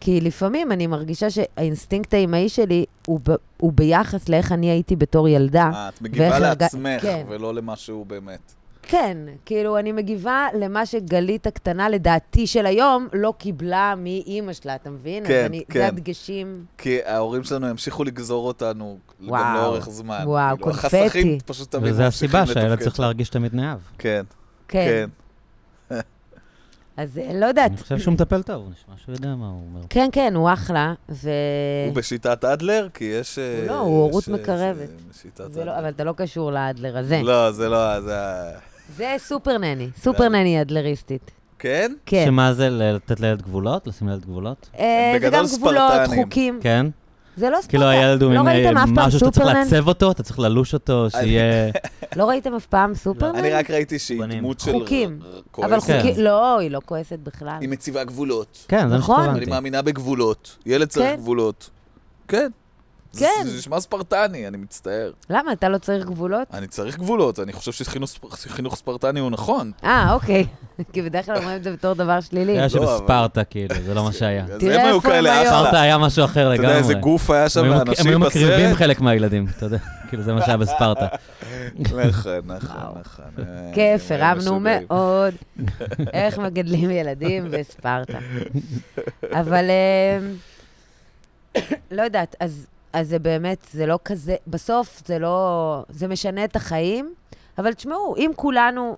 כי לפעמים אני מרגישה שהאינסטינקט האימהי שלי הוא, ב, הוא ביחס לאיך אני הייתי בתור ילדה. אה, את מגיבה ואיך הרג- לעצמך, כן. ולא למה שהוא באמת. כן, כאילו, אני מגיבה למה שגלית הקטנה, לדעתי, של היום, לא קיבלה מאימא שלה, אתה מבין? אז כן, אני, כן. זה הדגשים. כי ההורים שלנו ימשיכו לגזור אותנו גם וואו. לאורך זמן. וואו, כאילו, קונפטי. החסכים פשוט תמיד וזו ממשיכים הסיבה שהילד לתפקד. צריך להרגיש תמיד נאהב. כן, כן. כן. אז אה, לא יודעת. אני חושב שהוא מטפל טוב, הוא נשמע שהוא יודע מה הוא אומר. כן, כן, הוא אחלה, ו... הוא בשיטת אדלר, כי יש... אה, לא, כן. הוא הורות יש, אה, מקרבת. זה- שיטת זה לא, אדלר. אבל אתה לא קשור לאדלר הזה. לא, זה לא, זה... ה- זה סופר נני, סופר נני אדלריסטית. כן? כן. שמה זה ל- לתת לילד גבולות? לשים לילד גבולות? אה, זה בגדול גם גבולות, ספרטנים. חוקים. כן? זה לא כאילו ספרטן. הילד הוא לא מין אה, ראיתם אף פעם משהו שאתה צריך סופרמן? לעצב אותו, אתה צריך ללוש אותו, שיהיה... לא ראיתם אף פעם סופרמן? לא, אני רק ראיתי שהיא בנים. דמות של... לא, חוקים. ר- ר- אבל כועסת. חוקי... לא, היא לא כועסת בכלל. היא מציבה גבולות. כן, זה מה נכון. אני שהתכוונתי. מאמינה בגבולות. ילד צריך כן. גבולות. כן. זה- כן. זה נשמע ספרטני, אני מצטער. למה, אתה לא צריך גבולות? אני צריך גבולות, אני חושב שחינוך ספרטני הוא נכון. כן. אה, אוקיי. [laughs] כי בדרך כלל אומרים את זה בתור דבר שלילי. היה לא, אבל- שבספרטה, כאילו, זה לא מה [laughs] שהיה. אז תראה הם היו איפה הם כאלה היום. אחלה. ספרטה היה משהו אחר אתה לגמרי. יודע איזה גוף היה שם הם היו מק- לאנשים הם היו מקריבים בסרט? חלק מהילדים, אתה יודע. [laughs] כאילו, זה מה שהיה בספרטה. [laughs] נכון, נכון, וואו. נכון. כיף, אה, הרמנו משוגעים. [laughs] מאוד איך מגדלים ילדים בספרטה. אבל אה, לא יודעת, אז, אז זה באמת, זה לא כזה, בסוף זה לא, זה משנה את החיים, אבל תשמעו, אם כולנו,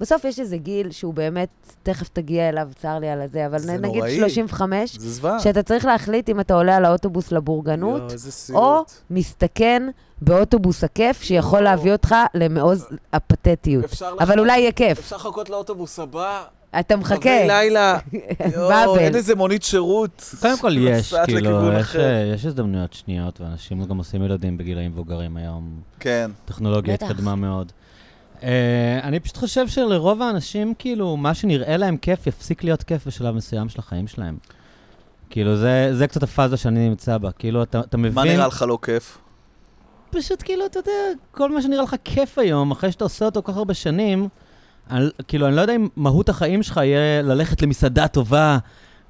בסוף יש איזה גיל שהוא באמת, תכף תגיע אליו, צר לי על הזה, אבל זה נגיד נוראי. 35, זה זוועה. שאתה צריך להחליט אם אתה עולה על האוטובוס לבורגנות, יואו, איזה או סיוט. מסתכן באוטובוס הכיף שיכול לא. להביא אותך למעוז אה. הפתטיות. אפשר לח- אבל אולי יהיה כיף. אפשר לחכות לאוטובוס הבא. אתה מחכה. חבי [laughs] לילה. יואו, באבל. אין איזה מונית שירות. קודם כל יש, נוסעת כאילו, לכיוון יש, אחר. אה, יש הזדמנויות שניות, ואנשים גם עושים ילדים בגילאים מבוגרים היום. כן. הטכנולוגיה בטח. התקדמה מאוד. Uh, אני פשוט חושב שלרוב האנשים, כאילו, מה שנראה להם כיף, יפסיק להיות כיף בשלב מסוים של החיים שלהם. כאילו, זה, זה קצת הפאזה שאני נמצא בה. כאילו, אתה, אתה מבין... מה נראה לך לא כיף? פשוט כאילו, אתה יודע, כל מה שנראה לך כיף היום, אחרי שאתה עושה אותו כל כך הרבה שנים, אני, כאילו, אני לא יודע אם מהות החיים שלך יהיה ללכת למסעדה טובה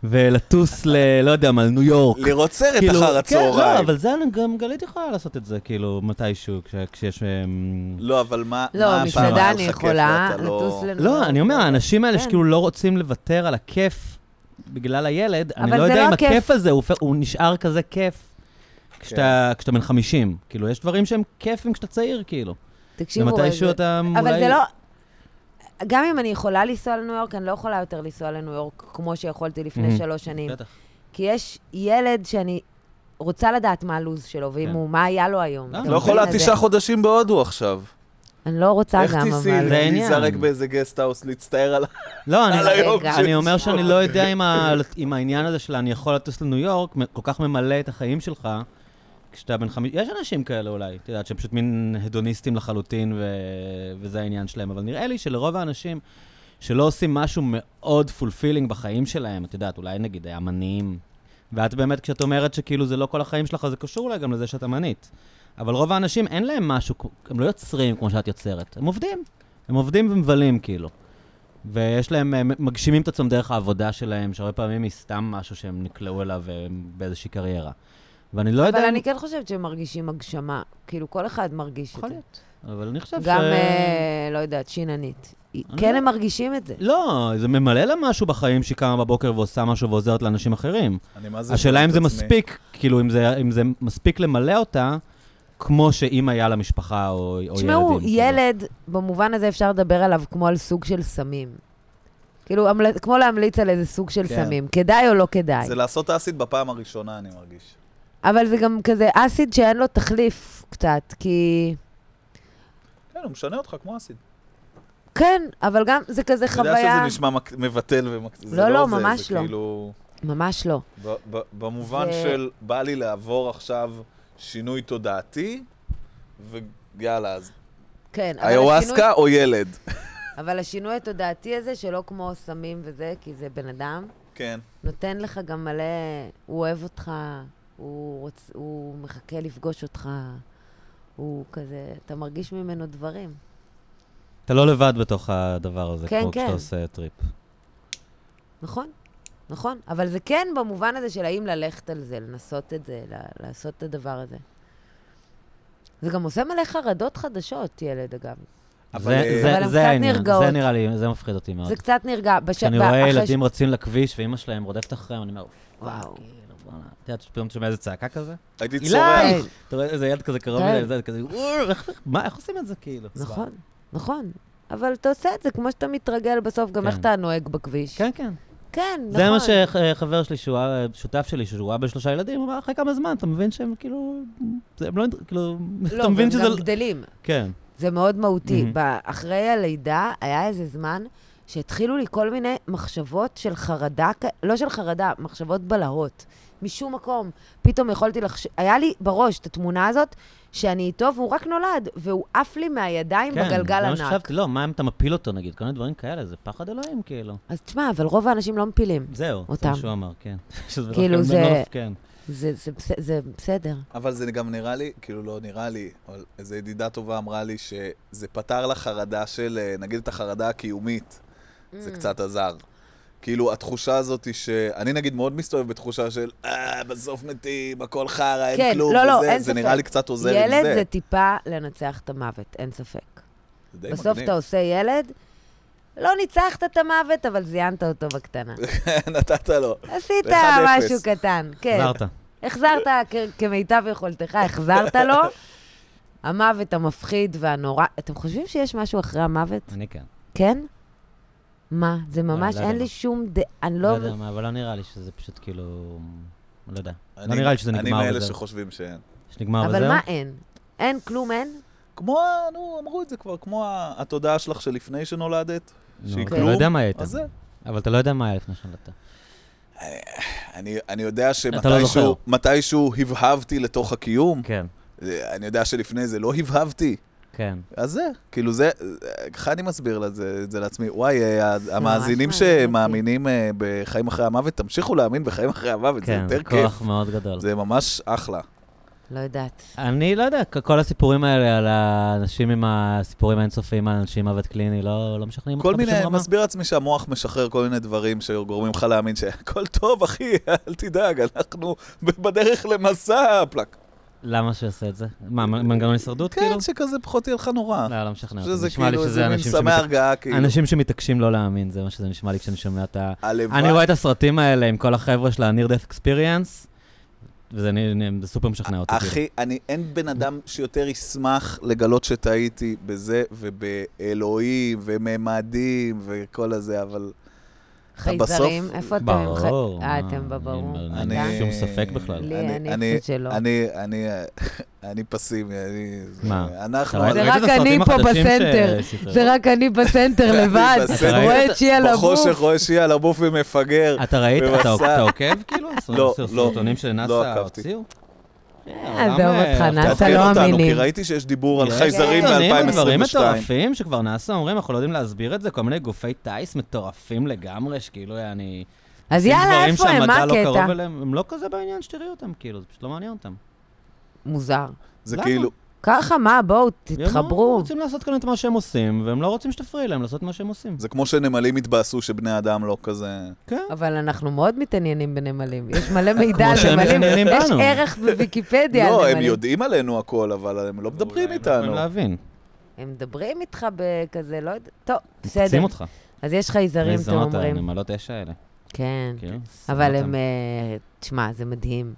ולטוס ל... לא יודע מה, לניו יורק. לראות סרט כאילו, אחר כן, לא, הצהריים. אבל זה, גם גלית יכולה לעשות את זה, כאילו, מתישהו, כש, כשיש... אמ, לא, אבל מה... מה לא, הפעם מסעדה היה אני לך כיף יכולה ואתה לא- לטוס לניו לא, אני אומר, האנשים האלה כן. שכאילו לא רוצים לוותר על הכיף בגלל הילד, אני אבל לא זה יודע לא אם הכיף. הכיף הזה הוא הופך- הוא נשאר כזה כיף כשאתה כן. כשאתה בן 50. כאילו, יש דברים שהם כיפים כשאתה צעיר, כאילו. תקשיבו, ומתישהו זה- אתה אבל זה אולי... לא... גם אם אני יכולה לנסוע לניו יורק, אני לא יכולה יותר לנסוע לניו יורק כמו שיכולתי מהמם. לפני שלוש שנים. בטח. כי יש ילד שאני רוצה לדעת מה הלוז שלו, ואם כן. הוא, מה היה לו היום. לא, את אתה אני לא מבין? יכולה אז זה- תשעה חודשים בהודו עכשיו. אני לא רוצה איך גם, תיסעי אבל... זה העניין. להיזרק באיזה גסטהאוס, להצטער על לא, אני- על היום רגע. של אני אומר אתמול. שאני לא יודע אם ה- אם העניין הזה של אני יכול לטוס לניו יורק מ- כל כך ממלא את החיים שלך. כשאתה בן חמישים, יש אנשים כאלה אולי, את יודעת, שהם פשוט מין הדוניסטים לחלוטין, ו... וזה העניין שלהם, אבל נראה לי שלרוב האנשים שלא עושים משהו מאוד פולפילינג בחיים שלהם, את יודעת, אולי נגיד אמנים, ואת באמת, כשאת אומרת שכאילו זה לא כל החיים שלך, זה קשור אולי גם לזה שאת אמנית. אבל רוב האנשים אין להם משהו, הם לא יוצרים כמו שאת יוצרת, הם עובדים, הם עובדים ומבלים כאילו. ויש להם, הם מגשימים את עצמם דרך העבודה שלהם, שהרבה פעמים היא סתם משהו שהם נקלעו אליו אה, באיזושהי קריירה. ואני לא יודע... אבל אם- אני כן חושבת שהם מרגישים הגשמה. כאילו, כל אחד מרגיש יכול את זה. להיות. אבל אני חושב גם, ש... אה, לא יודעת, שיננית. היא- אני כן, לא- הם מרגישים את זה. לא, זה ממלא לה משהו בחיים שהיא קמה בבוקר ועושה משהו ועוזרת לאנשים אחרים. זה. השאלה אם זה מספיק, כאילו, אם זה, אם זה מספיק למלא אותה, כמו שאם היה לה משפחה או, או ילדים. תשמעו, כאילו. ילד, במובן הזה אפשר לדבר עליו כמו על סוג של סמים. כאילו, המל- כמו להמליץ על איזה סוג של כן. סמים. כדאי או לא כדאי. זה לא- לעשות אסיד בפעם הראשונה, אני מרגיש. אבל זה גם כזה אסיד שאין לו תחליף קצת, כי... כן, הוא משנה אותך כמו אסיד. כן, אבל גם זה כזה אני יודע שזה חוויה... נשמע מק- מבטל ומקטין. לא, לא, ממש זה לא. כאילו... ממש לא. ב- ב- במובן זה- של בא לי לעבור עכשיו שינוי תודעתי, ויאללה, אז כן, אבל השינוי... איוואסקה או ילד? אבל השינוי התודעתי הזה, שלא כמו סמים וזה, כי זה בן אדם, כן. נותן לך גם מלא... הוא אוהב אותך, הוא, רוצ... הוא מחכה לפגוש אותך, הוא כזה... אתה מרגיש ממנו דברים. אתה לא לבד בתוך הדבר הזה, כן, כמו כן. כשאתה עושה טריפ. נכון, נכון. אבל זה כן במובן הזה של האם ללכת על זה, לנסות את זה, ל- לעשות את הדבר הזה. זה גם עושה מלא חרדות חדשות, ילד, אגב. אבל, זה- אה, זה- אבל הן זה קצת העניין, נרגעות. זה נראה לי, זה מפחיד אותי מאוד. זה קצת נרגע. בש... נכון. כשאני ב- רואה אחרי ילדים רצים לכביש ואימא שלהם רודפת אחריהם, אני אומר, וואו. וואו, כאילו, בואנה. את יודעת שפתאום אתה שומע איזה צעקה כזה? הייתי אילי! צורח. אתה רואה איזה ילד כזה קרוב כן. אליי, זה כזה, "אור, איך- מה, איך עושים את זה כאילו? נכון, נכון. אבל אתה עושה את זה כמו שאתה מתרגל בסוף, גם כן. איך אתה נוהג בכביש. כן, כן. כן, נכון. זה מה שחבר שלי, שהוא היה- שותף שלי, שהוא אבא לשלושה ילדים, אמר אחרי כמה זמן, אתה מבין שהם כאילו... זה- הם לא... כאילו... לא, אתה מבין שזה... והם גם גדלים. כן. זה מאוד מהותי. מהמם. ב- אחרי הלידה היה איזה זמן שהתחילו לי כל מיני מחשבות של חרדה, כ- לא של חרדה, מחשבות בלהות. משום מקום. פתאום יכולתי לחשוב, היה לי בראש את התמונה הזאת, שאני איתו והוא רק נולד, והוא עף לי מהידיים כן, בגלגל זה מה ענק. שחשבתי, לא, מה אם אתה מפיל אותו נגיד? כל מיני דברים כאלה, זה פחד אלוהים כאילו. אז תשמע, אבל רוב האנשים לא מפילים. זהו, זה אותם. מה שהוא אמר, כן. [laughs] שזה בדרך כאילו, כלל זה- מנוף, כן. זה, זה, בס- זה בסדר. אבל זה גם נראה לי, כאילו לא נראה לי, אבל איזו ידידה טובה אמרה לי שזה פתר לה חרדה של, אה, נגיד את החרדה הקיומית, זה Mm. קצת עזר. כאילו, התחושה הזאת היא ש... אני נגיד מאוד מסתובב בתחושה של, אה, בסוף מתים, הכל חרא, אין כן, כלום, לא, לא, וזה, אין זה ספק. נראה לי קצת עוזר עם זה. ילד זה טיפה לנצח את המוות, אין ספק. זה די בסוף מגניב. אתה עושה ילד, לא ניצחת את המוות, אבל זיינת אותו בקטנה. [laughs] נתת לו. עשית אחד אפס. משהו קטן, כן. עזרת. החזרת כ- כמיטב יכולתך, החזרת לו. [laughs] המוות המפחיד והנורא. אתם חושבים שיש משהו אחרי המוות? אני כן. כן? מה? זה וואי, ממש, לא יודע אין לי מה. שום דעה, אני לא לא... יודע מה, אבל לא נראה לי שזה פשוט כאילו... לא יודע. אני- נראה לי שזה אני נגמר מאלה וזהו. שחושבים שאין. שנגמר וזהו. אבל מה אין? אין כלום, אין? כמו, ה- נו, אמרו את זה כבר, כמו ה- התודעה שלך שלפני שנולדת, נו, שהיא אתה כלום. לא יודע מה הייתם. אז זה. אבל אתה לא יודע מה היה לפני שנולדת. אני, אני יודע לא שמתישהו זוכר. מתישהו הבהבתי לתוך הקיום, כן, אה, אני יודע שלפני זה לא הבהבתי, כן. אז זה, כאילו זה, אה, איך אני מסביר לזה, את זה לעצמי? וואי, אה, ממש המאזינים מעניין אותי. שמאמינים אה, בחיים אחרי המוות, תמשיכו להאמין בחיים אחרי המוות, זה כן, יותר כוח כיף, מאוד גדול. זה ממש אחלה. לא יודעת. אני לא יודע, כ- כל הסיפורים האלה על האנשים עם הסיפורים האינסופיים על אנשים עם מוות קליני לא לא משכנעים אותך כל בשום מיני, רמה. מסביר לעצמי שהמוח משחרר כל מיני דברים שגורמים לך להאמין שהכל טוב, אחי, [laughs] אל תדאג, אנחנו בדרך למסע, פלאק. למה שיעשה את זה? מה, מ- מנגנון הישרדות כאילו? כן, שכזה פחות יהיה לך נורא. לא, לא משכנע אותי. שזה נשמע לי כאילו שזה איזה מין אנשים סמי שמת- הרגעה, כאילו. אנשים שמתעקשים לא להאמין, זה מה שזה נשמע לי כשאני שומע את ה... הלוואי. אני רואה את הסרטים האלה עם כל החבר'ה של ה-Near Death Experience, וזה נ- נ- זה סופר משכנע אותי. כאילו. אחי, אני, אין בן אדם שיותר ישמח לגלות שטעיתי בזה ובאלוהים וממדים וכל הזה, אבל... חייזרים, בסוף- איפה אתם? עם חי- ברור. אה, מה, אתם בברור. אני- אתה? אין לי שום ספק בכלל. לי, אני אני, חושבת שלא. אני, אני, אני פסימי, אני... מה? אנחנו... אתה זה ראית את רק הסרטים אני פה החדשים בסנטר. שסרטו? זה רק אני [laughs] בסנטר לבד, בסנטר. רואה את שיה לבוף. בחושך רואה שיהיה על הבוף ומפגר. אתה ראית? אתה במסע. אתה עוקב כאילו? לא, הסרט- לא, הסרטונים של נאסא לא עקבתי. הוציאו? עזוב אותך, נאסא. תעדכן לא אותנו, כי אמינים. ראיתי שיש דיבור על יש חייזרים סרטונים ודברים ב-2022. מטורפים שכבר נאסא אומרים, אנחנו לא יודעים להסביר את זה, כל מיני גופי טיס מטורפים לגמרי, שכאילו אני... אז יאללה, איפה הם? מה דברים שהמדע לא הקטע? קרוב אליהם, הם לא כזה בעניין שתראי אותם, כאילו, זה פשוט לא מעניין אותם. מוזר. זה למה? כאילו... ככה, מה, בואו, הם לא תתחברו. רוצים לעשות כאן את מה שהם עושים, והם לא רוצים שתפריעי להם לעשות מה שהם עושים. זה כמו שנמלים התבאסו שבני אדם לא כזה... כן. אבל אנחנו מאוד מתעניינים בנמלים. יש מלא מידע כמו על שהם נמלים. מתעניינים יש בנו. ערך בוויקיפדיה לא, על הם נמלים. יודעים עלינו הכל, אבל הם לא מדברים אולי הם לא יכולים איתנו. להבין. הם מדברים איתך בכזה, לא יודע... טוב, בסדר. שים אותך. אז יש חייזרים, אתם זונות אומרים. הנמלות אש האלה. כן. אוקיי. כאילו, שים אבל אותם. הם... אה, תשמע, זה מדהים.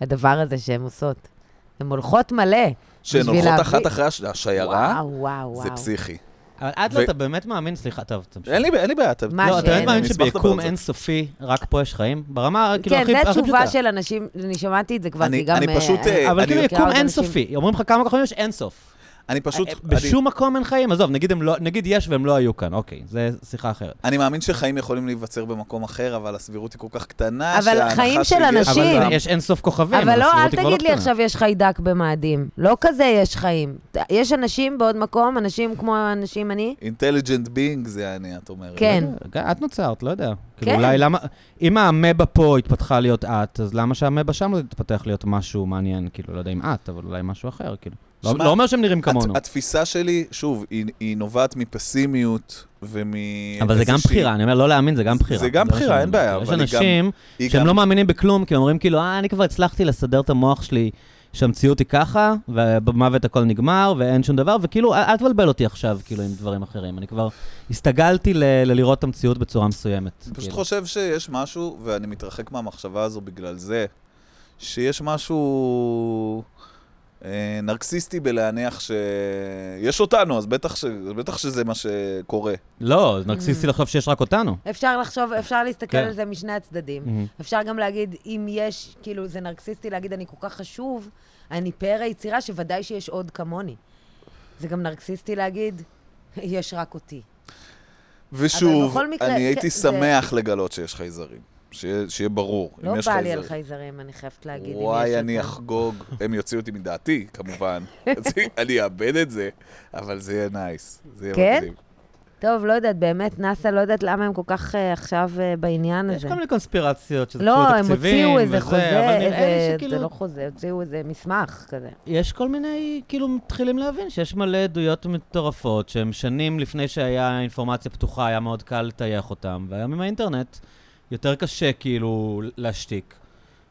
הדבר הזה שהן עושות. הן הולכות מלא. שהן בשביל הולכות להביא- אחת אחרי הש- השיירה, וואו, וואו, וואו. זה פסיכי. אבל עד ו- לא, אתה באמת מאמין, סליחה, טוב, תמשיך. אין לי אין לי בעיה, אתה... מה לא, אתה שאין. באמת מאמין אני אשמח לדבר על שביקום זה. אינסופי, רק פה יש חיים? ברמה, כאילו, כן, הכי זו הכי פשוטה. התשובה של אנשים, אני שמעתי את זה כבר, אני- כי גם... אני אה, פשוט, אה, אבל אני כאילו מכירה יקום עוד אנשים- אינסופי, אומרים לך כמה כוכבים יש אינסוף. אני פשוט... אני- אה, בשום מקום אין חיים, עזוב, נגיד הם לא- נגיד יש והם לא היו כאן, אוקיי, זה שיחה אחרת. אני מאמין שחיים יכולים להיווצר במקום אחר, אבל הסבירות היא כל כך קטנה, אבל שההנחה חיים של שיש אנשים. אותם- אבל יש אין סוף כוכבים, אבל לא, אל הסבירות היא כבר תגיד לי קטנה. עכשיו יש חיידק במאדים. לא כזה יש חיים. ת- יש אנשים בעוד מקום, אנשים כמו אנשים אני. אינטליג'נט בינג זה אני, את אומרת. כן. רגע, את נוצרת, לא יודע. כאילו כן. אולי למה... אם האמבה פה התפתחה להיות את, אז למה שהאמבה שם לא תתפתח להיות משהו מעניין? כאילו, לא יודע אם את, אבל אולי משהו אחר, כאילו. לא שמע, לא אומר שהם נראים כמונו. הת- התפיסה שלי, שוב, היא- היא נובעת מפסימיות ומ... אבל זה גם איזושהי- בחירה, אני אומר, לא להאמין זה גם בחירה. זה גם מה בחירה, שאני אין בעיה, אומר. יש אבל היא אנשים היא שהם גם- לא מאמינים בכלום, כי הם אומרים כאילו, אה, אני כבר הצלחתי לסדר את המוח שלי, שהמציאות היא ככה, ובמוות הכל נגמר, ואין שום דבר, וכאילו, אל- אל תבלבל אותי עכשיו, כאילו, עם דברים אחרים. אני כבר הסתגלתי ל- ללראות את המציאות בצורה מסוימת. אני פשוט כאילו. חושב שיש משהו, ואני מתרחק מהמחשבה הזו בגלל זה, שיש משהו אה, נרקסיסטי בלהניח שיש אותנו, אז בטח, ש... בטח שזה מה שקורה. לא, זה נרקסיסטי לחשוב שיש רק אותנו. אפשר לחשוב, אפשר להסתכל כן. Mm. על זה משני הצדדים. מהמם. אפשר גם להגיד, אם יש, כאילו, זה נרקסיסטי להגיד, אני כל כך חשוב, אני פאר היצירה, שוודאי שיש עוד כמוני. זה גם נרקסיסטי להגיד, יש רק אותי. ושוב, בכל מקרה, אני כן, הייתי זה- שמח לגלות שיש חייזרים. שיהיה, שיהיה ברור, לא אם יש בא לי חייזרים. על חייזרים, אני חייבת להגיד, אם יש וואי, אני אותם. אחגוג. הם יוציאו אותי מדעתי, [laughs] כמובן. אז אני אאבד את זה, אבל זה יהיה נייס. זה יהיה כן? מדהים. טוב, לא יודעת, באמת, נאסא, לא יודעת למה הם כל כך אה, עכשיו אה, בעניין יש הזה. כל מיני קונספירציות, שזה לא, כאילו הם תקציבים, הוציאו איזה וזה, חוזה, אבל נראה לי איזה, שכאילו- זה לא חוזה, הוציאו איזה מסמך כזה. יש כל מיני, כאילו מתחילים להבין שיש מלא עדויות מטורפות, שהם שנים לפני שהיה אינפורמציה פתוחה, היה מאוד קל לטייח אותם, והיום עם האינטרנט יותר קשה כאילו להשתיק.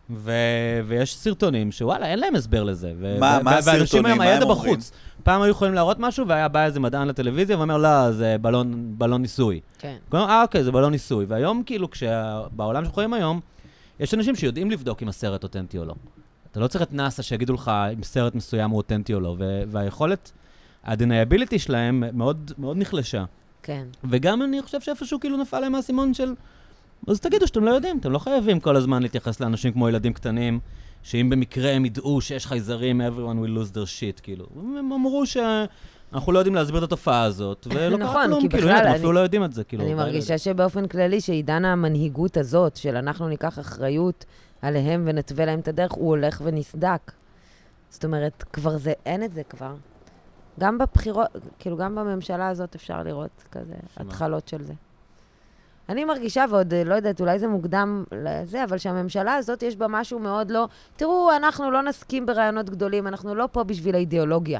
ו... ויש סרטונים שוואלה, אין להם הסבר לזה. ו... מה- ו- מה ו- ואנשים הסרטונים? היום, מה הידע הם אומרים? בחוץ. פעם היו יכולים להראות משהו, והיה בא איזה מדען לטלוויזיה ואומר, לא, זה בלון, בלון ניסוי. כן. כלומר, אה, אוקיי, זה בלון ניסוי. והיום, כאילו, כשבעולם שאנחנו חיים היום, יש אנשים שיודעים לבדוק אם הסרט אותנטי או לא. אתה לא צריך את נאסא שיגידו לך אם סרט מסוים הוא אותנטי או לא, ו- והיכולת, ה-deniability שלהם מאוד, מאוד נחלשה. כן. וגם אני חושב שאיפשהו כאילו נפל להם האסימון של... אז תגידו שאתם לא יודעים, אתם לא חייבים כל הזמן להתייחס לאנשים כמו ילדים קטנים, שאם במקרה הם ידעו שיש חייזרים, everyone will lose their shit, כאילו. הם אמרו שאנחנו לא יודעים להסביר את התופעה הזאת, [laughs] ולא נכון, קרה כי כלום, כאילו, בכלל הנה, אתם אני- אפילו לא יודעים את זה, כאילו. אני די מרגישה שבאופן כללי, שעידן המנהיגות הזאת, של אנחנו ניקח אחריות עליהם ונתווה להם את הדרך, הוא הולך ונסדק. זאת אומרת, כבר זה, אין את זה כבר. גם בבחירות, כאילו, גם בממשלה הזאת אפשר לראות כזה שמה? התחלות של זה. אני מרגישה, ועוד אה, לא יודעת, אולי זה מוקדם לזה, אבל שהממשלה הזאת יש בה משהו מאוד לא... תראו, אנחנו לא נסכים ברעיונות גדולים, אנחנו לא פה בשביל האידיאולוגיה.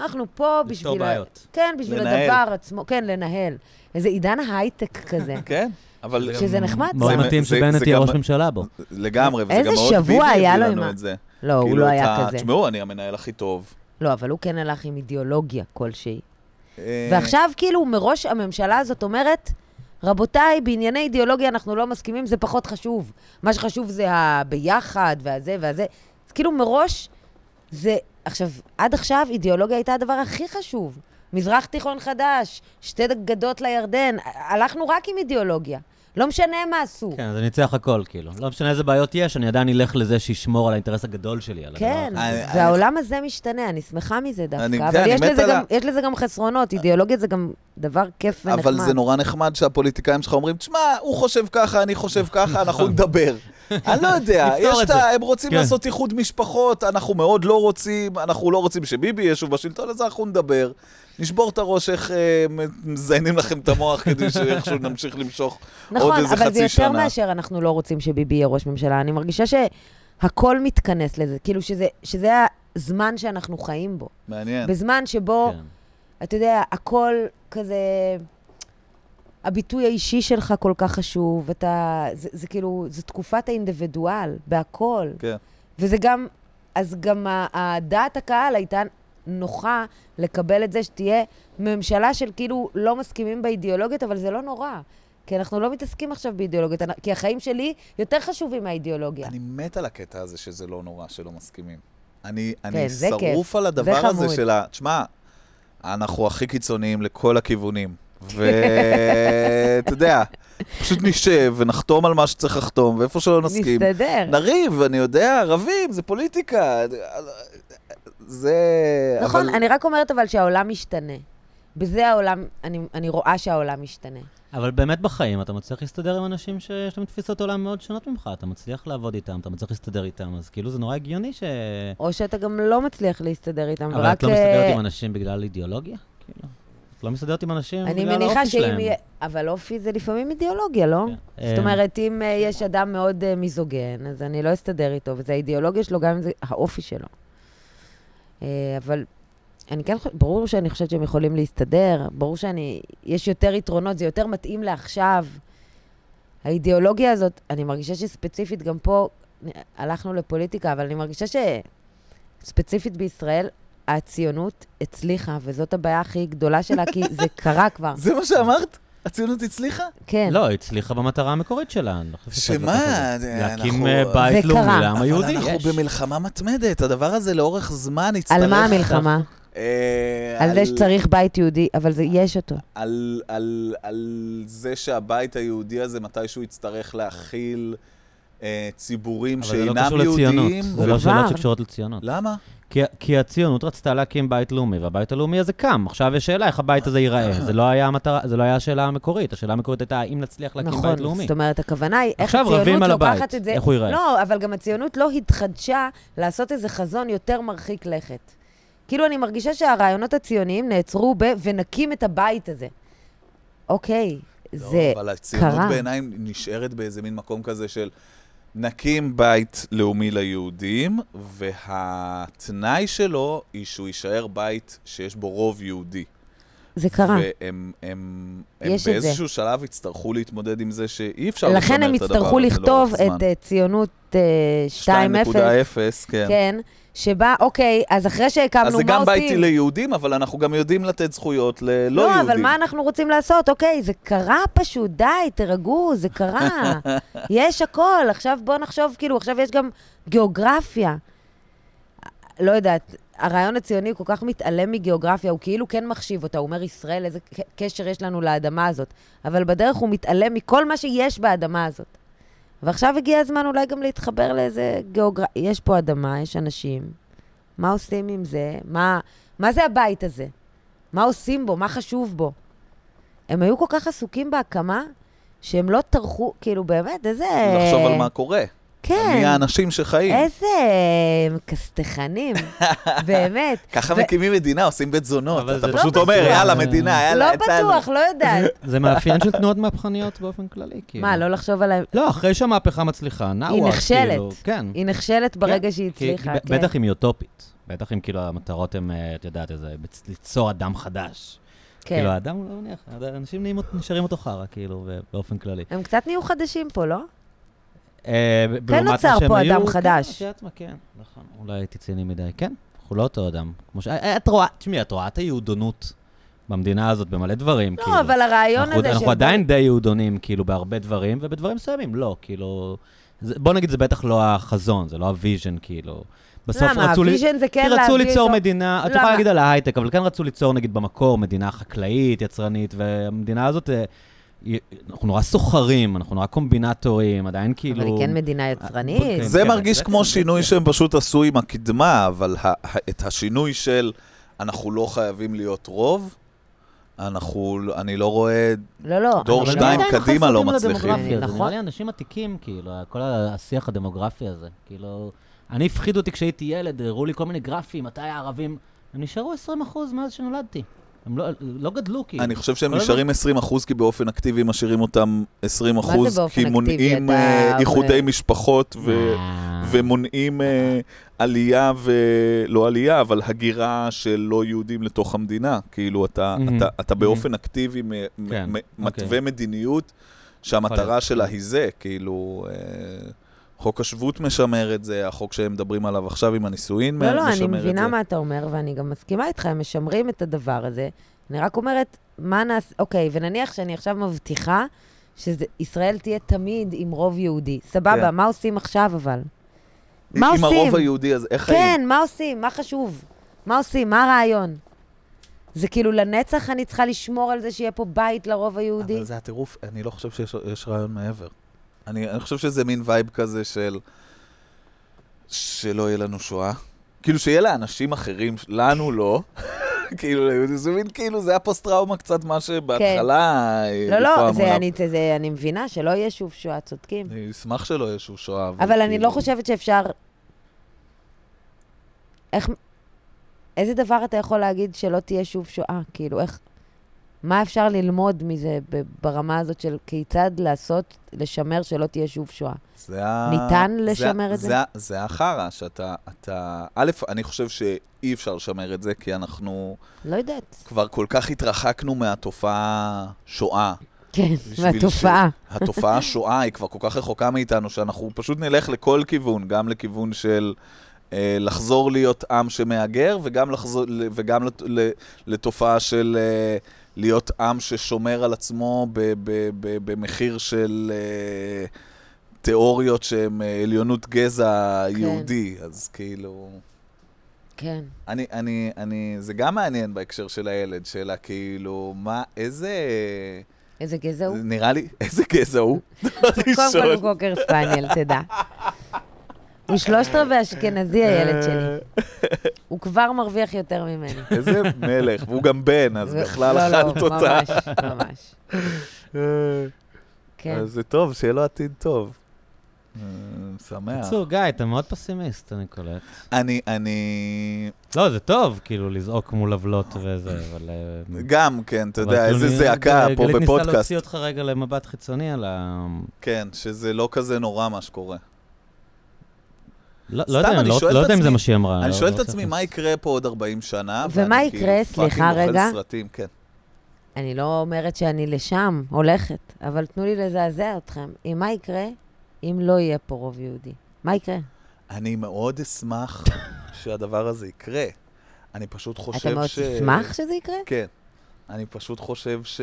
אנחנו פה בשביל... לפתור ה- בעיות. כן, בשביל לנהל. הדבר עצמו, כן, לנהל. איזה עידן הייטק [laughs] כזה. כן, אבל... שזה נחמד. מאוד זה- מתאים זה- שבנט זה יהיה גם- ראש ממשלה בו. לגמרי, וזה איזה גם מאוד שבוע ביבי היה הביא לו לנו עם ה- את זה. לא, הוא כאילו לא את היה ה- כזה. תשמעו, אני המנהל הכי טוב. לא, אבל הוא כן הלך עם אידיאולוגיה כלשהי. אה, ועכשיו כאילו מראש הממשלה הזאת אומרת, רבותיי, בענייני אידיאולוגיה אנחנו לא מסכימים, זה פחות חשוב. מה שחשוב זה הביחד והזה והזה. אז כאילו מראש זה... עכשיו, עד עכשיו אידיאולוגיה הייתה הדבר הכי חשוב. מזרח תיכון חדש, שתי גדות לירדן, הלכנו רק עם אידיאולוגיה. לא משנה מה עשו. כן, זה ניצח הכל, כאילו. לא משנה איזה בעיות יש, אני עדיין אלך לזה שישמור על האינטרס הגדול שלי. על הדבר כן, הזה. אני- והעולם הזה משתנה, אני שמחה מזה אני- דווקא, כן, אבל אני יש מת לזה על גם- ה- יש לזה גם חסרונות, אידיאולוגיה זה גם דבר כיף ונחמד. אבל זה נורא נחמד שהפוליטיקאים שלך אומרים, תשמע, הוא חושב ככה, אני חושב ככה, [laughs] אנחנו נדבר. אני לא יודע, נפתור יש את את ה... זה. הם רוצים כן. לעשות איחוד משפחות, אנחנו מאוד לא רוצים, אנחנו לא רוצים שביבי יהיה שוב בשלטון, אז אנחנו נדבר. נשבור את הראש איך אה, מזיינים לכם את המוח כדי שאיכשהו נמשיך למשוך עוד נכון, איזה אבל זה חצי יותר שנה. מאשר אנחנו לא רוצים שביבי יהיה ראש ממשלה. אני מרגישה שהכל מתכנס לזה, כאילו שזה- שזה הזמן שאנחנו חיים בו. מעניין. בזמן שבו, כן. אתה יודע, הכל כזה... הביטוי האישי שלך כל כך חשוב, אתה... זה זה כאילו, זה תקופת האינדיבידואל, בהכל. כן. וזה גם, אז גם ה- הדעת הקהל הייתה נוחה לקבל את זה שתהיה ממשלה של כאילו לא מסכימים באידיאולוגיות, אבל זה לא נורא. כי אנחנו לא מתעסקים עכשיו באידיאולוגיות, אנ- כי החיים שלי יותר חשובים מהאידיאולוגיה. אני מת על הקטע הזה שזה לא נורא שלא מסכימים. אני, כן, אני זה שרוף כיף. על הדבר זה הזה חמוד. של ה... תשמע, אנחנו הכי קיצוניים לכל [laughs] הכיוונים. ואתה יודע, פשוט נשב ונחתום על מה שצריך לחתום, ואיפה שלא נסכים, נסתדר. נריב, אני יודע, רבים, זה פוליטיקה. זה... נכון, אבל- אני רק אומרת אבל שהעולם משתנה. בזה העולם, אני, אני רואה שהעולם משתנה. אבל באמת בחיים אתה מצליח להסתדר עם אנשים שיש להם תפיסות עולם מאוד שונות ממך, אתה מצליח לעבוד איתם, אתה מצליח להסתדר איתם, אז כאילו זה נורא הגיוני ש... או שאתה גם לא מצליח להסתדר איתם, אבל ורק... את לא מסתדרת אה, עם אנשים בגלל אידיאולוגיה? כאילו, את לא מסתדרת עם אנשים אני בגלל מניחה האופי שאם שלהם. יהיה... אבל אופי זה לפעמים אידיאולוגיה, לא? כן. זאת אמ, אומרת, אם אה, יש אדם מאוד אה, מיזוגן, אז אני לא אסתדר איתו, וזו האידיאולוגיה שלו, גם אם זה האופי שלו. אה, אבל אני כן חושבת, ברור שאני חושבת שהם יכולים להסתדר, ברור שאני, יש יותר יתרונות, זה יותר מתאים לעכשיו. האידיאולוגיה הזאת, אני מרגישה שספציפית, גם פה אה, הלכנו לפוליטיקה, אבל אני מרגישה שספציפית בישראל, הציונות הצליחה, וזאת הבעיה הכי גדולה שלה, כי זה קרה [laughs] כבר. זה מה שאמרת? הציונות הצליחה? כן. לא, היא הצליחה במטרה המקורית שלה. אני לא חושב שזה שמה? כל כך חשוב. זה- להקים אנחנו- אה, בית זה לאומי קרה. לעם היהודי. אבל יש. אנחנו במלחמה מתמדת, הדבר הזה לאורך זמן יצטרך... על מה המלחמה? אה, על זה שצריך בית יהודי, אבל זה, יש אותו. על, על, על זה שהבית היהודי הזה מתישהו יצטרך להכיל אה, ציבורים אבל זה לא שאינם קשור לציונות. יהודים. זה לא ובר. שאלות שקשורות לציונות. למה? כי, כי הציונות רצתה להקים בית לאומי, והבית הלאומי הזה קם. עכשיו יש שאלה איך הבית הזה ייראה. זה לא היה המטרה, זה לא היה השאלה המקורית. השאלה המקורית הייתה האם נצליח להקים נכון, בית לאומי. זאת אומרת, הכוונה היא איך עכשיו הציונות רבים על לוקחת הבית, את זה... איך הוא ייראה. לא, אבל גם הציונות לא התחדשה לעשות איזה חזון יותר מרחיק לכת. כאילו, אני מרגישה שהרעיונות הציוניים נעצרו ב... ונקים את הבית הזה. אוקיי, זה... לא, אבל הציונות קרה. בעיניי נשארת באיזה מין מקום כזה של נקים בית לאומי ליהודים, והתנאי שלו היא שהוא יישאר בית שיש בו רוב יהודי. זה קרה. והם הם, הם יש את באיזשהו שלב יצטרכו להתמודד עם זה שאי אפשר לשמר את הדבר לכן הזה הם יצטרכו לכתוב את אה, ציונות אה, 2.0, 2.0, כן. כן, שבה, אוקיי, אז אחרי שהקמנו, מה אז עושים? זה גם בית ליהודים, אבל אנחנו גם יודעים לתת זכויות ללא יהודים. לא, אבל מה אנחנו רוצים לעשות? אוקיי, זה קרה פשוט, די, תירגעו, זה קרה. יש הכל, עכשיו בואו נחשוב, כאילו, עכשיו יש גם גיאוגרפיה. לא יודעת, הרעיון הציוני כל כך מתעלם מגיאוגרפיה, הוא כאילו כן מחשיב אותה, הוא אומר, ישראל, איזה ק- קשר יש לנו לאדמה הזאת. אבל בדרך הוא מתעלם מכל מה שיש באדמה הזאת. ועכשיו הגיע הזמן אולי גם להתחבר לאיזה גיאוגרפיה. יש פה אדמה, יש אנשים. מה עושים עם זה? מה, מה זה הבית הזה? מה עושים בו? מה חשוב בו? הם היו כל כך עסוקים בהקמה, שהם לא טרחו, כאילו באמת, איזה... לחשוב על מה קורה. כן. מי האנשים שחיים. איזה [laughs] כסתחנים, באמת. ככה ו- מקימים מדינה, עושים בית זונות. אבל אתה זה לא פשוט בטוח. אומר, יאללה, זה- מדינה, יאללה, לא יצאנו. בטוח, לא [laughs] יודעת. זה מאפיין של תנועות מהפכניות באופן כללי, כאילו. מה, לא לחשוב עליהם? לא, אחרי שהמהפכה מצליחה, נאווה, כאילו. נכשלת. כן. היא נכשלת ברגע כן, שהיא כי- הצליחה, כי ב- כן. בטח אם היא אוטופית. בטח אם כאילו המטרות הן, אה, את יודעת, איזה, בצ- ליצור אדם חדש. כן. כאילו, האדם הוא לא מניח, אנשים נהיים אות- נשארים אותו חרא, כאילו, ו- באופן כללי. הם קצת נהיו חדשים פה, לא? כאילו. אה, ב- לעומת מה כן נוצר שהם פה היו- אדם חדש. כן, את יודעת מה, כן, נכון. אולי הייתי ציני מדי. כן, אנחנו לא אותו אדם. כמו ש... אה, את רואה, תשמעי, את רואה את היהודונות במדינה הזאת במלא דברים, כאילו. לא, אבל הרעיון אנחנו- הזה אנחנו עדיין די יהודונים, כאילו, בהרבה דברים, ובדברים מסוימים לא, כאילו... זה- בוא נגיד, זה בטח לא החזון, זה לא הוויז'ן, כאילו. בסוף למה? רצו לי- הוויז'ן זה כן כי להביא... רצו ליצור אותו- מדינה, את למה? יכולה להגיד על ההייטק, אבל כן רצו ליצור נגיד במקור מדינה חקלאית, יצרנית, והמדינה הזאת, אה, היא- אנחנו נורא סוחרים, אנחנו נורא קומבינטורים, עדיין כאילו... אבל היא כן מדינה יצרנית. כן, זה כן, מרגיש זה כמו כן, שינוי זה שהם פשוט עשו עם הקדמה, אבל ה- ה- את השינוי של אנחנו לא חייבים להיות רוב, אנחנו, אני לא רואה... לא, לא. דור אבל אבל שתיים לא. עדיין קדימה חזקים לא לדמוגרפיה, מצליחים. זה נכון. נראה לי אנשים עתיקים, כאילו, כל השיח הדמוגרפי הזה. כאילו, אני הפחיד אותי כשהייתי ילד, הראו לי כל מיני גרפים, מתי הערבים... הם נשארו 20% מאז שנולדתי. הם לא- לא גדלו, כאילו. אני חושב שהם כל הזמן- נשארים 20 אחוז, כי באופן אקטיבי משאירים אותם 20 זה אחוז, באופן כי אקטיבי? מונעים אתה- אה, איחודי אה, משפחות ו... אה. ומונעים אה, עלייה ולא עלייה, אבל הגירה של לא יהודים לתוך המדינה. כאילו, אתה, Mhm. אתה, אתה באופן אקטיבי מ- כן, מ- מ- מתווה אוקיי. מדיניות יכול שהמטרה להיות. שלה היא זה, כאילו... אה, חוק השבות משמר את זה, החוק שהם מדברים עליו עכשיו עם הנישואין לא, משמר לא, את זה. אני מבינה מה אתה אומר, ואני גם מסכימה איתך, הם משמרים את הדבר הזה. אני רק אומרת, מה נעשה, אוקיי, ונניח שאני עכשיו מבטיחה שישראל תהיה תמיד עם רוב יהודי. סבבה, כן. מה עושים עכשיו אבל? עם מה עושים? הרוב היהודי, אז איך חיים? כן, מה עושים? מה חשוב? מה עושים? מה הרעיון? זה כאילו לנצח אני צריכה לשמור על זה שיהיה פה בית לרוב היהודי? אבל זה הטירוף, אני לא חושב שיש יש רעיון מעבר. אני, אני חושב שזה מין וייב כזה של... שלא יהיה לנו שואה, כאילו שיהיה לאנשים אחרים, לנו לא. [laughs] כאילו, ליהודים, זה מין כאילו, זה היה פוסט-טראומה קצת, מה שבהתחלה... אה, לא, רפואה לא, מונעת. זה אני- זה- זה- אני מבינה שלא יהיה שוב שואה, צודקים. אני אשמח שלא יהיה שוב שואה. אבל אני כאילו- לא חושבת שאפשר... איך... איזה דבר אתה יכול להגיד שלא תהיה שוב שואה? כאילו, איך... מה אפשר ללמוד מזה ב- ברמה הזאת של כיצד לעשות, לשמר שלא תהיה שוב שואה? זה ה... ניתן זה- לשמר את זה? ה- זה החרא, שאתה... אתה... א', אני חושב שאי אפשר לשמר את זה, כי אנחנו לא יודעת. כבר כל כך התרחקנו מהתופעה שואה. כן, בשביל מהתופעה. התופעה שואה היא כבר כל כך רחוקה מאיתנו, שאנחנו פשוט נלך לכל כיוון, גם לכיוון של אה, לחזור להיות עם שמהגר, וגם, לחזור, וגם לת, ל, לתופעה של אה, להיות עם ששומר על עצמו ב, ב, ב, במחיר של אה, תיאוריות שהן אה, עליונות גזע כן. יהודי. אז כאילו... כן. אני, אני, אני, זה גם מעניין בהקשר של הילד, שלה כאילו, מה, איזה... איזה גזע הוא? נראה לי, איזה גזע הוא? [laughs] קודם כל הוא הראשון. קוקר ספניאל, תדע. הוא שלושת רבעי אשכנזי, אה, הילד שלי. הוא כבר מרוויח יותר ממני. איזה מלך, והוא גם בן, אז ו- בכלל [laughs] לא, לא, אכלת אותה. ממש, ממש. כן. אה, אז זה טוב, שיהיה לו עתיד טוב. אה, שמח. בקיצור, גיא, אתה מאוד פסימיסט, אני קולט. אני, אני, לא, זה טוב, כאילו, לזעוק מול עוולות וזה, אבל... אה, גם, כן, אתה אבל יודע, איזה כאילו, זעקה גלית פה ניסתה בפודקאסט. להוציא אותך רגע למבט חיצוני על ה... כן, שזה לא כזה נורא מה שקורה. לא סתם, לא יודע, אני לא- שואל לא את יודע אם זה עצמי- מה שהיא אמרה. אני לא- שואל לא את עצמי, צריך- מה יקרה פה עוד 40 שנה? ומה ואני יקרה? כאילו סליחה, פאקינג אוכל רגע. סרטים, כן. אני לא אומרת שאני לשם הולכת, אבל תנו לי לזעזע אתכם. עם מה יקרה אם לא יהיה פה רוב יהודי? מה יקרה? אני מאוד [laughs] אשמח שהדבר הזה יקרה. אני פשוט חושב ש... אתה מאוד תשמח שזה יקרה? כן. אני פשוט חושב ש...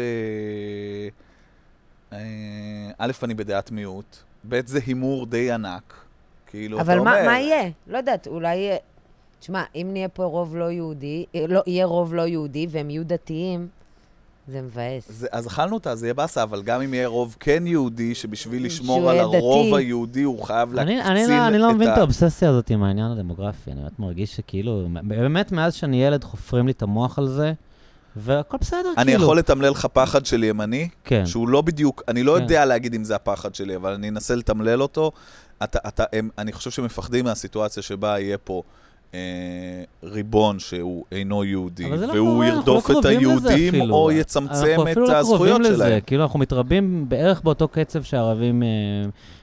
אה, א', אני בדעת מיעוט, ב', זה הימור די ענק. כאילו, אתה אבל אומר... מה מה יהיה? לא יודעת, אולי... יהיה- תשמע, אם נהיה פה רוב לא יהודי, אה, לא- יהיה רוב לא יהודי והם יהיו דתיים, זה מבאס. זה, אז אכלנו אותה, אז יהיה באסה, אבל גם אם יהיה רוב כן יהודי, שבשביל שהוא לשמור על יהיה הרוב דתי. היהודי, הוא חייב אני- להקצין אני לא- אני את לא מבין ה- את האובססיה הזאת עם העניין הדמוגרפי, אני באמת מרגיש שכאילו, באמת מאז שאני ילד חופרים לי את המוח על זה, והכל בסדר, אני כאילו. יכול לתמלל לך פחד של ימני, כן. שהוא לא בדיוק, אני לא כן. יודע להגיד אם זה הפחד שלי, אבל אני אנסה לתמלל אותו. אתה, אתה, הם, אני חושב שמפחדים מהסיטואציה שבה יהיה פה אה, ריבון שהוא אינו יהודי, אבל זה לא והוא קורה, אנחנו לא ירדוף את קרובים לזה היהודים, אפילו. או אנחנו יצמצם אפילו את לא הזכויות קרובים לזה, שלהם. כאילו, אנחנו מתרבים בערך באותו קצב שהערבים אה,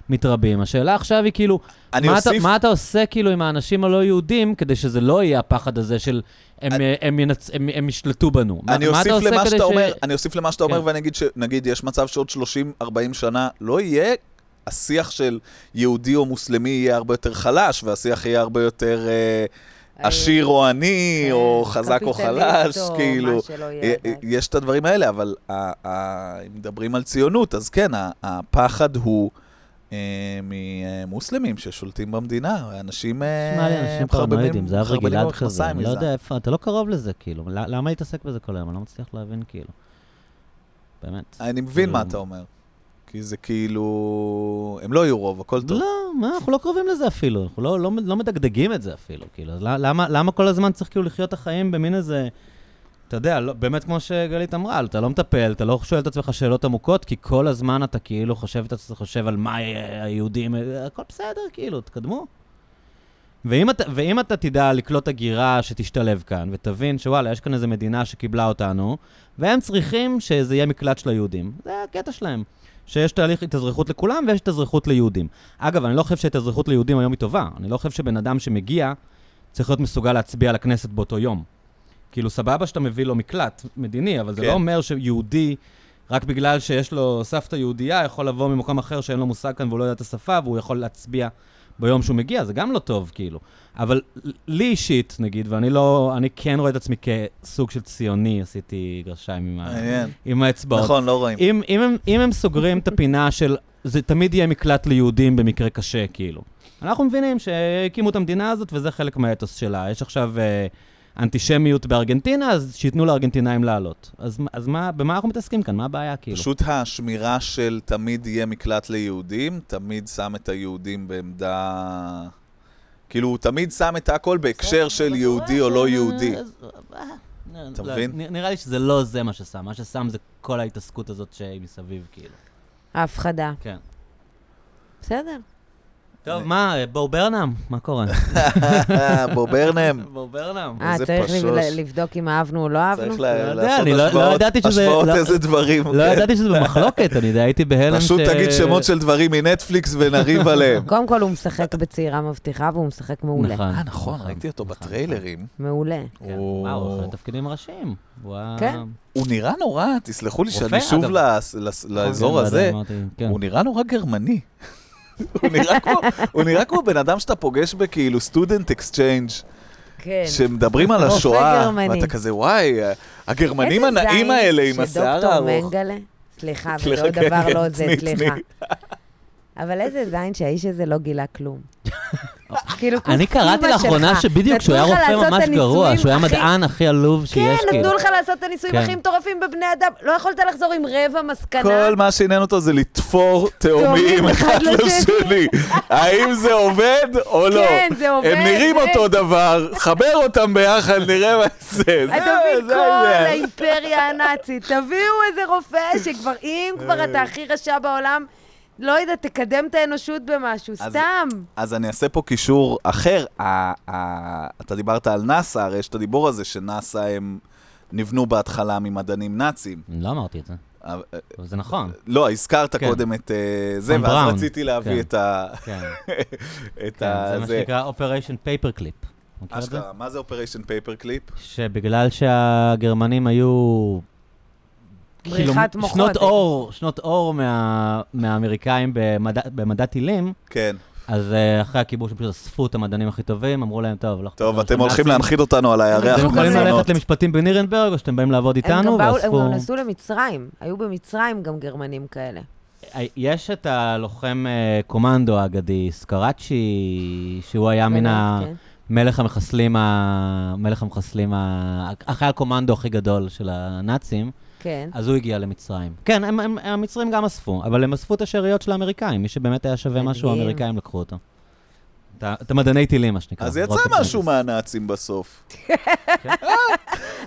מתרבים. השאלה עכשיו היא כאילו, אני מה, אוסיף, אתה, מה אתה עושה כאילו עם האנשים הלא יהודים כדי שזה לא יהיה הפחד הזה של הם, אני- אה, הם, ינצ... הם, הם ישלטו בנו? מה- אני מה אתה אוסיף עושה למה כדי שאתה ש- אומר, אני אוסיף למה שאתה אומר, כן. ואני אגיד שנגיד יש מצב שעוד 30-40 שנה לא יהיה, השיח של יהודי או מוסלמי יהיה הרבה יותר חלש, והשיח יהיה הרבה יותר אה, עשיר או עני, אה, או חזק או חלש, קפיטליסט או כאילו. מה שלא יהיה, אה, אה, אבל- יש את הדברים האלה, אבל ה- ה- אם מדברים על ציונות, אז כן, ה- הפחד הוא אה, ממוסלמים ששולטים במדינה, אנשים אה, נשמע לי אנשים פרנואידים, זה אברי מחרבנים גלעד כזה, במכנסיים אני לא מזה. יודע איפה, אתה לא קרוב לזה כאילו, ל- למה להתעסק בזה כל היום? אני לא מצליח להבין כאילו. באמת. אני מבין מה כאילו- אתה אומר. כי זה כאילו... הם לא יהיו רוב, הכל טוב. לא, מה, אנחנו לא קרובים לזה אפילו, אנחנו לא, לא, לא מדגדגים את זה אפילו, כאילו, אז ל- למה, למה כל הזמן צריך כאילו לחיות את החיים במין איזה, אתה יודע, לא, באמת כמו שגלית אמרה, אתה לא מטפל, אתה לא שואל את עצמך שאלות עמוקות, כי כל הזמן אתה כאילו חושב, אתה חושב על מה אה, היהודים, אה, הכל בסדר, כאילו, תקדמו. ואם אתה, ואם אתה תדע לקלוט הגירה שתשתלב כאן, ותבין שוואלה, יש כאן איזו מדינה שקיבלה אותנו, והם צריכים שזה יהיה מקלט של היהודים. זה הקטע שלהם. שיש תהליך התאזרחות לכולם ויש התאזרחות ליהודים. אגב, אני לא חושב שההתאזרחות ליהודים היום היא טובה. אני לא חושב שבן אדם שמגיע צריך להיות מסוגל להצביע לכנסת באותו יום. כאילו, סבבה שאתה מביא לו מקלט מדיני, אבל זה כן. לא אומר שיהודי, רק בגלל שיש לו סבתא יהודייה, יכול לבוא ממקום אחר שאין לו מושג כאן והוא לא יודע את השפה, והוא יכול להצביע ביום שהוא מגיע, זה גם לא טוב, כאילו. אבל לי אישית, נגיד, ואני לא, אני כן רואה את עצמי כסוג של ציוני, עשיתי גרשיים עם, ה, מעניין. עם האצבעות. אה, נכון, לא רואים. אם, אם, הם, אם הם סוגרים את הפינה של זה תמיד יהיה מקלט ליהודים במקרה קשה, כאילו. אנחנו מבינים שהקימו את המדינה הזאת וזה חלק מהאתוס שלה. יש עכשיו אה, אנטישמיות בארגנטינה, אז שייתנו לארגנטינאים לעלות. אז, מה- אז מה, במה אנחנו מתעסקים כאן? מה הבעיה, כאילו? פשוט השמירה של תמיד יהיה מקלט ליהודים, תמיד שם את היהודים בעמדה... כאילו, הוא תמיד שם את הכל כן, בהקשר של יהודי או לא [laughs] יהודי. אתה אה, לא, מבין? נ- נראה לי שזה לא זה מה ששם, מה ששם זה כל ההתעסקות הזאת שהיא מסביב, כאילו. אה. ההפחדה. כן. בסדר. טוב, מה, בואו ברנם, מה [laughs] קורה? [laughs] בוא [laughs] ברנם. בואו [laughs] ברנם. אה, איזה צריך לב- פשוש. לבדוק אם אהבנו או לא אהבנו? צריך לה- יודע, לעשות אני לא- לא השוואות, ידעתי שזה- השוואות לא- איזה דברים. לא כן. ידעתי שזה במחלוקת, אני יודע, הייתי בהלם ש... פשוט תגיד שמות של דברים מנטפליקס [laughs] ונריב עליהם. קודם כל, הוא משחק בצעירה מבטיחה, והוא משחק מעולה. נכון. אה, נכון, ראיתי אותו נכון. בטריילרים. מעולה. כן, וואו, הוא אחד התפקידים הראשיים. הוא ה- כן. הוא נראה נורא, תסלחו לי רופא, שאני שוב אגב. לס- לס- לאזור כן, הזה, אמרתי, כן. הוא נראה נורא גרמני. [laughs] הוא נראה כמו- הוא נראה כמו בן אדם שאתה פוגש בכאילו סטודנט אקסצ'יינג', כן. שמדברים על רופא השואה, גרמני. ואתה כזה, וואי, הגרמנים איזה הנאים זין האלה עם השיער שדוקטור הארוך. מנגלה, סליחה, סליחה, ולא כן, דבר כן, לא זה, תני, סליחה. תני. אבל איזה זין שהאיש הזה לא גילה [laughs] כלום. כאילו, אני קראתי קומקומה לאחרונה שלך. שבדיוק נתנו כשהוא היה לך לעשות רופא את ממש גרוע, הניסויים שהוא היה הכי- מדען הכי עלוב כן, שיש, כאילו. נתנו לך לעשות את הניסויים כן. הכי מטורפים בבני אדם. לא יכולת לחזור עם רבע מסקנה. כל מה שעניין אותו זה לתפור תאומים תאומים אחד אחד לשני. לשני. [laughs] האם זה עובד או לא? כן, זה עובד, הם נראים זה- אותו דבר, חבר אותם ביחד, נראה מה זה. זה. אתה מבין, אה, זה- כל זה. האימפריה הנאצית. תביאו איזה רופא שכבר, אם אה. כבר אתה הכי רשע בעולם, לא יודעת, תקדם את האנושות במשהו, אז- סתם. אז אני אעשה פה קישור אחר. ה- ה- אתה דיברת על נאסא, הרי יש את הדיבור הזה שנאסא הם נבנו בהתחלה ממדענים נאצים. לא אמרתי את זה, אבל- אבל זה [laughs] נכון. לא, הזכרת כן. קודם את אה, זה, רון ואז בראון. רציתי להביא כן. את ה... כן, את כן, זה ה... מה זה. שנקרא Operation Paperclip. מכיר את זה? אשכרה, מה זה אופריישן פייפרקליפ? שבגלל שהגרמנים היו... כאילו, בריחת מוחות. אה. שנות אור, שנות אור מה, מהאמריקאים במדע, במדע טילים, כן. אז אה, אחרי הכיבוש הם פשוט אספו את המדענים הכי טובים, אמרו להם, טוב, לא... טוב, לא אתם שנאצים, הולכים להנחית אותנו על הירח אתם יכולים בזונות. ללכת למשפטים בנירנברג, או שאתם באים לעבוד הם גם איתנו, באו, הם גם ואספו... נסעו למצרים. היו במצרים גם גרמנים כאלה. אה, יש את הלוחם אה, קומנדו האגדי, סקראצ'י, שהוא היה מן ה... כן. מלך המחסלים, ה... מלך המחסלים, ה... החייל קומנדו הכי גדול של הנאצים, כן. אז הוא הגיע למצרים. כן, הם, הם, המצרים גם אספו, אבל הם אספו את השאריות של האמריקאים, מי שבאמת היה שווה מדהים. משהו, האמריקאים לקחו אותו. את ה- את המדעני טילים, מה שנקרא. אז יצא rocket משהו scientists. מהנאצים בסוף. אה.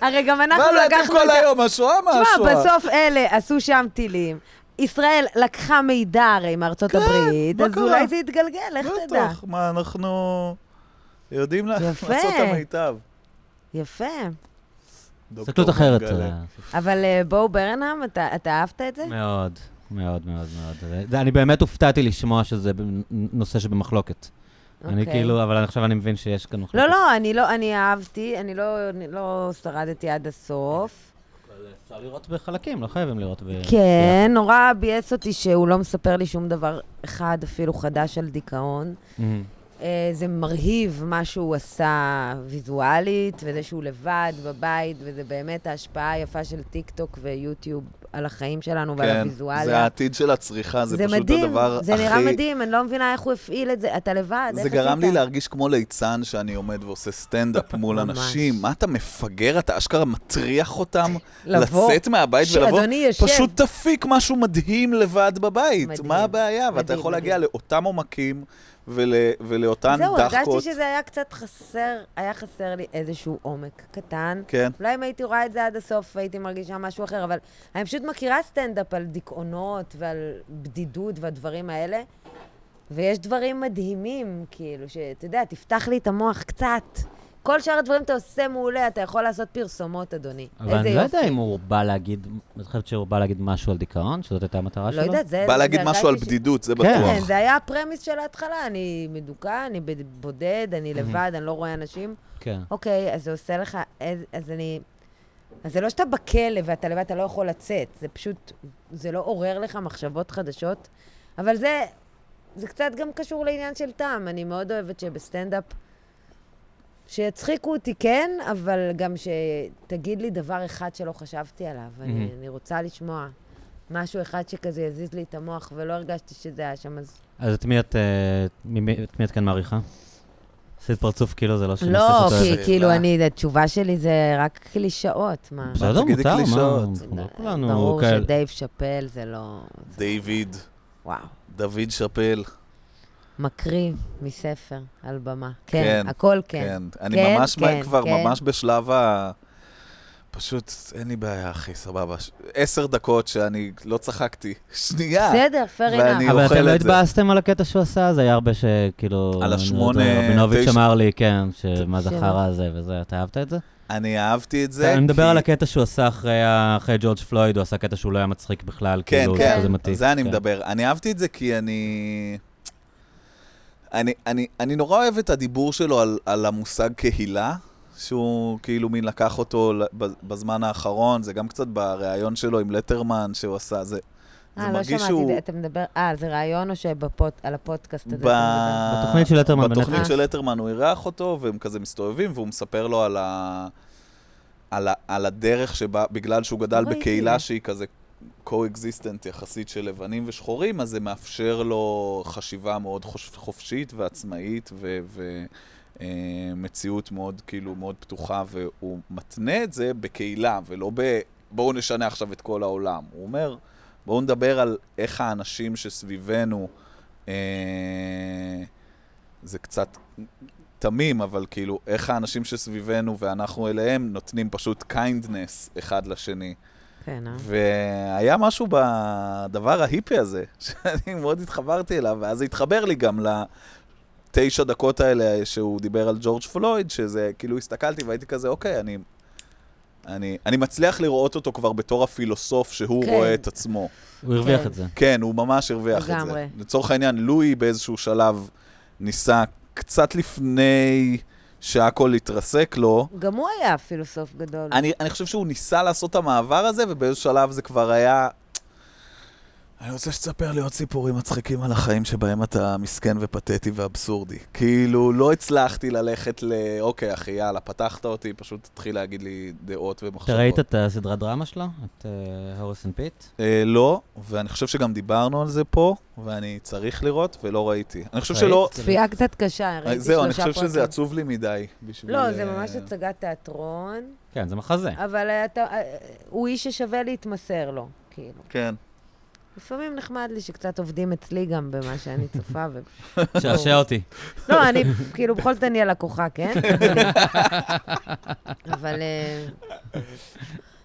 הרי גם אנחנו וואלה, אתם לקחנו לא כל את ה... היום, השואה מהשואה. תשמע, בסוף אלה עשו שם טילים. ישראל לקחה מידע הרי מארצות כן, הברית, מה אז קרה? אולי זה יתגלגל, לך תדע. בטח, מה, אנחנו יודעים לה- יפה. לעשות את המיטב. יפה. הסתכלות דוקטור אחרת. מנגלה. אה, אבל אה, בואו ברנהאם, אתה אתה אהבת את זה? מאוד, מאוד, מאוד, מאוד. זה- אני באמת הופתעתי לשמוע שזה ב- נושא שבמחלוקת. אני אוקיי. כאילו, אבל עכשיו אני מבין שיש כאן מחלוקת. לא, לא, אני לא, אני אהבתי, אני לא- אני לא שרדתי עד הסוף. אבל אפשר לראות בחלקים, לא חייבים לראות ב... כן, נורא ביאס אותי שהוא לא מספר לי שום דבר אחד אפילו חדש על דיכאון. מהמם. אה, זה מרהיב מה שהוא עשה ויזואלית, וזה שהוא לבד בבית, וזה באמת ההשפעה היפה של טיק טוק ויוטיוב על החיים שלנו ועל כן, זה הוויזואליה. העתיד של הצריכה, זה זה פשוט מדהים, הדבר הכי... זה נראה מדהים, אני לא מבינה איך הוא הפעיל את זה, אתה לבד, איך זה גרם לי עשית? להרגיש כמו ליצן שאני עומד ועושה סטנדאפ מול ממש. אנשים. מה אתה מפגר? אתה אשכרה מטריח אותם לבוא. לצאת מהבית ולבוא? שאדוני ישב. פשוט תפיק משהו מדהים לבד בבית. מדהים. מה הבעיה? ואתה מדהים, יכול מדהים. להגיע לאותם עומקים ול- ולאותן זהו, הרגשתי דחקות. שזה היה קצת חסר, היה חסר לי איזשהו עומק קטן. כן. אולי אם הייתי רואה את זה עד הסוף, הייתי מרגישה משהו אחר, אבל אני פשוט מכירה סטנדאפ על דיכאונות ועל בדידות והדברים האלה, ויש דברים מדהימים, כאילו, שאתה יודע, תפתח לי את המוח קצת. כל שאר הדברים אתה עושה מעולה, אתה יכול לעשות פרסומות, אדוני. אבל אני לא יודע אם הוא בא להגיד, את חושבת שהוא בא להגיד משהו על דיכאון, שזאת הייתה המטרה שלו? לא יודעת, זה... בא זה להגיד משהו על הרגשתי ש- בדידות, זה כן. בטוח. כן, זה היה הפרמיס של ההתחלה, אני מדוכא, אני בד- בודד, אני לבד, אני לא רואה אנשים. כן. אוקיי, אז זה עושה לך, אז, אז אני... אז זה לא שאתה בכלא ואתה לבד, אתה לא יכול לצאת. זה פשוט, זה לא עורר לך מחשבות חדשות. אבל זה, זה קצת גם קשור לעניין של טעם. אני מאוד אוהבת שבסטנדאפ, שיצחיקו אותי, כן, אבל גם שתגיד לי דבר אחד שלא חשבתי עליו. אני, Mhm. אני רוצה לשמוע משהו אחד שכזה יזיז לי את המוח, ולא הרגשתי שזה היה שם, אז... אז את מי את, אה, ממי- את מי את כאן מעריכה? עשית פרצוף כאילו, זה לא שאני לא, עושה כי שאלה. כאילו, אני, התשובה שלי זה רק קלישאות, מה? בסדר, תגידי מותר, קלישאות. מה? לא כולנו ברור כאלה. שדייב שאפל זה לא... דיוויד, וואו. דוד שאפל. מקריא מספר על במה. כן, כן, הכל כן. כן. כן, אני ממש כן, כבר כן. ממש בשלב ה... פשוט, אין לי בעיה, אחי, סבבה. ש- עשר דקות שאני לא צחקתי. [laughs] שנייה. בסדר, fair ואני- enough. אבל אוכל אתם לא את זה. התבאסתם על הקטע שהוא עשה? זה היה הרבה שכאילו... על השמונה, רבינוביץ' תשע. אמר לי, כן, שמה זה תשע. חרא הזה וזה, אתה אהבת את זה? אני אהבתי את זה. אני מדבר כי- על הקטע שהוא עשה אחרי ה- אחרי ג'ורג' פלויד, הוא עשה קטע שהוא לא היה מצחיק בכלל, כן, כאילו, כן, כזה מטיף. על זה אני כן. מדבר. אני אהבתי את זה כי אני... אני, אני, אני נורא אוהב את הדיבור שלו על, על המושג קהילה, שהוא כאילו מין לקח אותו ל- ב- בזמן האחרון, זה גם קצת בריאיון שלו עם לטרמן שהוא עשה, זה, זה אה, לא מרגיש שמעתי, שהוא... אתה מדבר, אה, זה רעיון או שעל הפודקאסט הזה? אתה ב- מדבר? בתוכנית של לטרמן בתוכנית בנטפליקס. של לטרמן הוא אירח אותו, והם כזה מסתובבים, והוא מספר לו על, ה... על, ה... על הדרך שבה, בגלל שהוא גדל ראיתי. בקהילה שהיא כזה קו-אקזיסטנט יחסית של לבנים ושחורים, אז זה מאפשר לו חשיבה מאוד חוש... חופשית ועצמאית, ו... ו... אה, מציאות מאוד, כאילו, מאוד פתוחה, והוא מתנה את זה בקהילה, ולא ב... בואו נשנה עכשיו את כל העולם. הוא אומר, בואו נדבר על איך האנשים שסביבנו, אה, זה קצת תמים, אבל כאילו, איך האנשים שסביבנו ואנחנו אליהם נותנים פשוט קיינדנס אחד לשני. כן, אה. והיה משהו בדבר ההיפי הזה, [laughs] שאני מאוד התחברתי אליו, ואז זה התחבר לי גם לתשע דקות האלה שהוא דיבר על ג'ורג' פלויד, שזה כאילו הסתכלתי והייתי כזה, אוקיי, אני... אני, אני מצליח לראות אותו כבר בתור הפילוסוף שהוא כן. כן. רואה את עצמו. הוא הרוויח כן. את זה. כן, הוא ממש הרוויח את לגמרי. זה. לצורך העניין, לואי באיזשהו שלב ניסה קצת לפני שהכל התרסק לו. גם הוא היה פילוסוף גדול. אני, אני חושב שהוא ניסה לעשות את המעבר הזה, ובאיזשהו שלב זה כבר היה... אני רוצה שתספר לי עוד סיפורים מצחיקים על החיים שבהם אתה מסכן ופתטי ואבסורדי. כאילו, לא הצלחתי ללכת ל... אוקיי, אחי, יאללה, פתחת אותי, פשוט תתחיל להגיד לי דעות ומחשבות. אתה ראית את הסדרת דרמה שלו? את הוריסון פיט? אה, לא, ואני חושב שגם דיברנו על זה פה, ואני צריך לראות, ולא ראיתי. אני חושב ראית? שלא... צפייה קצת קשה, ראיתי שלושה אה, זהו, פרקים. אני חושב שזה עצוב לי מדי. בשביל, לא, זה אה, ממש הצגת תיאטרון, כן, זה [laughs] מחזה. אבל אה, אתה- אה, הוא איש ששווה להתמסר לו, כאילו. כן. לפעמים נחמד לי שקצת עובדים אצלי גם במה שאני צופה. ו... שעשע אותי. לא, אני, כאילו, בכל זאת אני הלקוחה, כן? אבל... אה,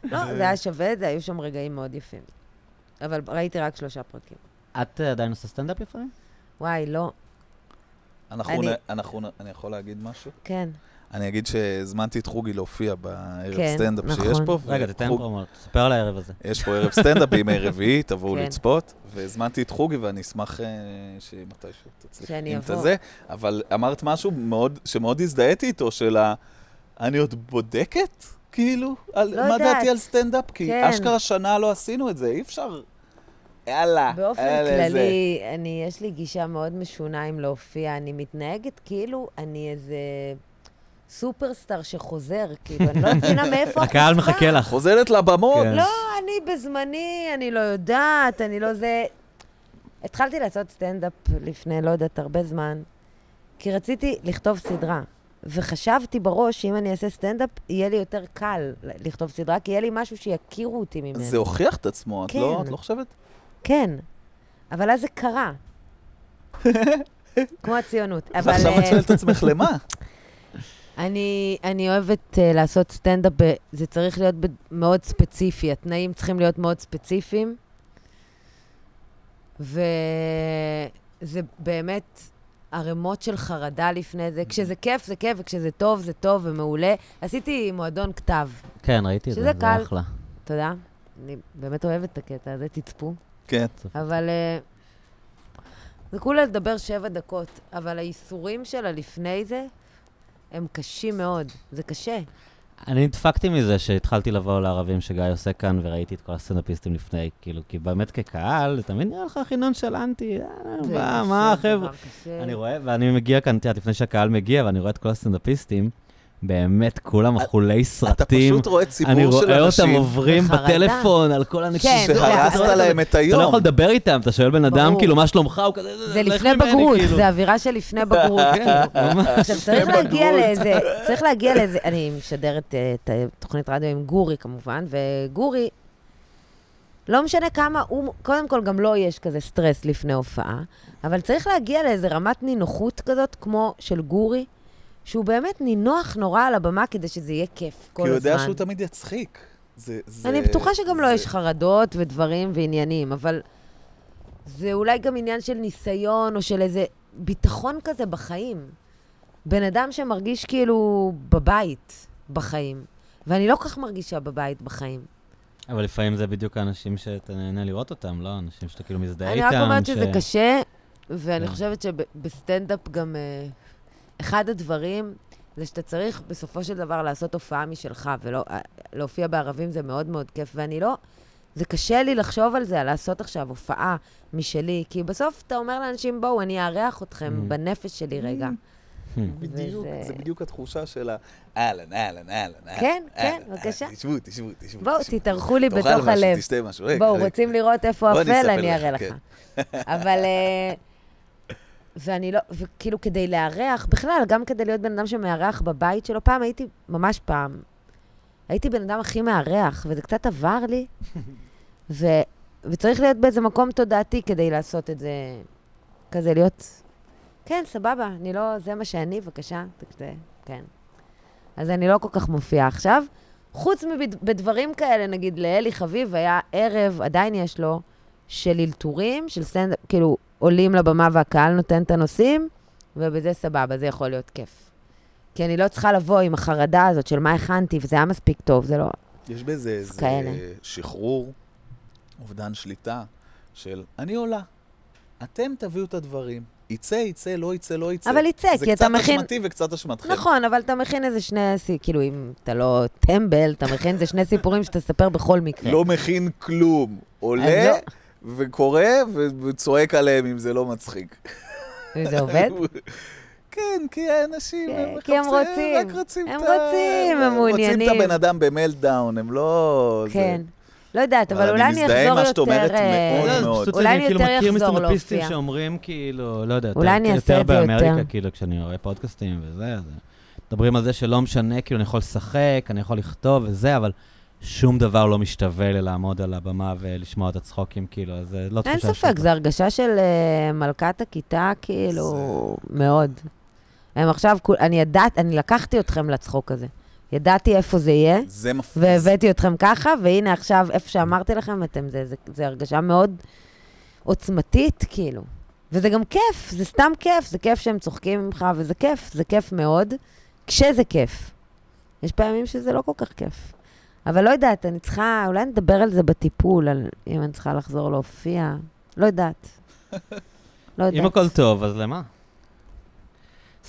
לא, זה היה שווה את זה, היו שם רגעים מאוד יפים. אבל ראיתי רק שלושה פרקים. את אה, עדיין עושה סטנדאפ לפעמים? וואי, לא, אנחנו, אני- אני... אנחנו, נ- אני יכול להגיד משהו? כן. אני אגיד שהזמנתי את חוגי להופיע בערב כן, סטנדאפ נכון. שיש פה. רגע, תתן וחוג- פרומות, ספר על הערב הזה. יש פה ערב סטנדאפ [laughs] בימי רביעי, תבואו כן. לצפות. והזמנתי את חוגי, ואני אשמח אה, שמתישהו תצליח. שאני אם אבוא. תזה, אבל אמרת משהו מאוד, שמאוד הזדהיתי איתו, של ה... אני עוד בודקת? כאילו, על, לא מה יודעת. דעתי על סטנדאפ? כי כן. אשכרה שנה לא עשינו את זה, אי אפשר... יאללה. באופן יאללה, זה. כללי, אני, יש לי גישה מאוד משונה עם להופיע. אני מתנהגת כאילו אני איזה סופרסטאר שחוזר, כאילו, אני לא מבינה מאיפה החוצפה. הקהל מחכה לך. חוזרת לבמות. כן. לא, אני בזמני, אני לא יודעת, אני לא זה... התחלתי לעשות סטנדאפ לפני, לא יודעת, הרבה זמן, כי רציתי לכתוב סדרה. וחשבתי בראש שאם אני אעשה סטנדאפ, יהיה לי יותר קל לכתוב סדרה, כי יהיה לי משהו שיכירו אותי ממנו. זה הוכיח את עצמו, את לא לא, כן. את לא חושבת? כן, אבל אז זה קרה. [laughs] כמו הציונות. אבל ועכשיו את אה, שואלת את עצמך למה? אני, אני אוהבת uh, לעשות סטנדאפ, ב- זה צריך להיות ב- מאוד ספציפי, התנאים צריכים להיות מאוד ספציפיים. וזה באמת ערימות של חרדה לפני זה. כשזה כיף, זה כיף, וכשזה טוב, זה טוב ומעולה. עשיתי מועדון כתב, כן, ראיתי את זה, שזה זה קל. אחלה. תודה. אני באמת אוהבת את הקטע הזה, תצפו. כן. אבל אה, זה כולה לדבר שבע דקות, אבל הייסורים שלה לפני זה, הם קשים מאוד. זה קשה. אני נדפקתי מזה שהתחלתי לבוא לערבים שגיא עושה כאן, וראיתי את כל הסטנדאפיסטים לפני, כאילו, כי באמת כקהל, זה תמיד נראה לך הכי נונשלנטי, אה, זה מה, קשה, מה, זה חבר'ה? דבר קשה. אני רואה, ואני מגיע כאן, תראה, לפני שהקהל מגיע, ואני רואה את כל הסטנדאפיסטים, באמת כולם אכולי אתה סרטים. פשוט רואה אני ציבור של רואה אותם אנשים עוברים בחרדה. בטלפון על כל הנקשים. כן, שהרסת אתה לא- להם את אתה לא היום. יכול לדבר איתם, אתה שואל בן אדם, ברור. כאילו, מה שלומך? הוא כזה, זה "לך לפני ממני", בגרות, כאילו. זה אווירה של לפני בגרות. [laughs] כן, ממש. עכשיו, צריך לפני להגיע בגרות. לאיזה, צריך להגיע לאיזה, אה, אני משדרת אה, את התוכנית רדיו עם גורי כמובן, וגורי, לא משנה כמה הוא, קודם כל גם לו יש כזה סטרס לפני הופעה, אבל צריך להגיע לאיזה רמת נינוחות כזאת, כמו של גורי, שהוא באמת נינוח נורא על הבמה כדי שזה יהיה כיף כל כי הוא הזמן. יודע שהוא תמיד יצחיק. זה, זה, אני בטוחה שגם לו זה- יש חרדות ודברים ועניינים, אבל זה אולי גם עניין של ניסיון או של איזה ביטחון כזה בחיים. בן אדם שמרגיש כאילו בבית בחיים, ואני לא כל כך מרגישה בבית בחיים. אבל לפעמים זה בדיוק האנשים שאתה נהנה לראות אותם, לא? אנשים שאתה כאילו מזדהה אני איתם. רק אומרת שזה ש- קשה, ואני כן. חושבת שבסטנדאפ גם... אה, אחד הדברים זה שאתה צריך בסופו של דבר לעשות הופעה משלך, ולא... אה, להופיע בערבים זה מאוד מאוד כיף, ואני לא... זה קשה לי לחשוב על זה, על לעשות עכשיו הופעה משלי, כי בסוף אתה אומר לאנשים, בואו, אני אארח אתכם Mm. בנפש שלי רגע. Mm-hmm. Hmm. בדיוק, וזה- זה בדיוק התחושה של ה... אהלן, אהלן, אהלן. אהלן, כן, כן, אהלן, בבקשה. אהלן, תשבו, תשבו, תשבו. בואו, תשבו. תתארחו לי תאכל בתוך אה, משהו, הלב. תשתה משהו. רגע, בואו, רגע. רוצים לראות איפה בוא, אני אפל? אספר אני לך, אראה לך. כן. [laughs] אבל... אה, ואני לא, וכאילו כדי לארח, בכלל, גם כדי להיות בן אדם שמארח בבית שלו, פעם הייתי, ממש פעם, הייתי בן אדם הכי מארח, וזה קצת עבר [laughs] לי, ו, וצריך להיות באיזה מקום תודעתי כדי לעשות את זה, כזה להיות, כן, סבבה, אני לא, זה מה שאני, בבקשה, זה- כן. אז אני לא כל כך מופיעה עכשיו. חוץ מבדברים כאלה, נגיד לאלי חביב היה ערב, עדיין יש לו, של אלתורים, של סטנדאפ, כאילו עולים לבמה והקהל נותן את הנושאים, ובזה סבבה, זה יכול להיות כיף. כי אני לא צריכה לבוא עם החרדה הזאת של מה הכנתי, וזה היה מספיק טוב, זה לא... יש בזה איזה כאלה. שחרור, אובדן שליטה של אני עולה, אתם תביאו את הדברים. יצא, יצא, לא יצא, לא יצא. אבל יצא, כי אתה מכין- זה קצת אשמתי וקצת אשמתכם. נכון, אבל אתה מכין איזה שני... סי- כאילו, אם אתה לא טמבל, אתה מכין איזה שני סיפורים שאתה תספר בכל מקרה. לא מכין כלום. עולה לא. וקורא ו- וצועק עליהם אם זה לא מצחיק. וזה עובד? [laughs] לא, כן, כי האנשים, כן, הם כי הם מחפשים, רוצים. רק רוצים הם את ה- רוצים, הם רוצים את מעוניינים. הבן אדם במלדאון, הם לא... זה- כן. לא יודעת, אבל אבל אולי אני אני מזדהה עם אחזור מה שאת אומרת יותר... אה, מאוד לא, מאוד. פשוט אולי אני כאילו יותר מכיר אחזור מסטנדאפיסטים להופיע. שאומרים כאילו, לא יודע, אולי יותר- אני אעשה יותר את זה יותר. באמריקה, כאילו, כשאני רואה פודקאסטים וזה, אז מדברים על זה שלא משנה, כאילו, אני יכול לשחק, אני יכול לכתוב וזה, אבל שום דבר לא משתווה ללעמוד על הבמה ולשמוע את הצחוקים, כאילו, אז זה לא תחושה אין של- ספק, זו הרגשה של אה, מלכת הכיתה, כאילו, מאוד. הם עכשיו, כול- אני ידעת, אני לקחתי אתכם לצחוק הזה. ידעתי איפה זה יהיה, זה מפחיד. והבאתי אתכם ככה, והנה עכשיו, איפה שאמרתי לכם, אתם זה. זה- זה הרגשה מאוד עוצמתית, כאילו. וזה גם כיף, זה סתם כיף, זה כיף שהם צוחקים ממך, וזה כיף, זה כיף מאוד, כשזה כיף. יש פעמים שזה לא כל כך כיף. אבל לא יודעת, אני צריכה, אולי נדבר על זה בטיפול, על אם אני צריכה לחזור להופיע. לא יודעת. לא יודעת. אם הכל טוב, אז למה?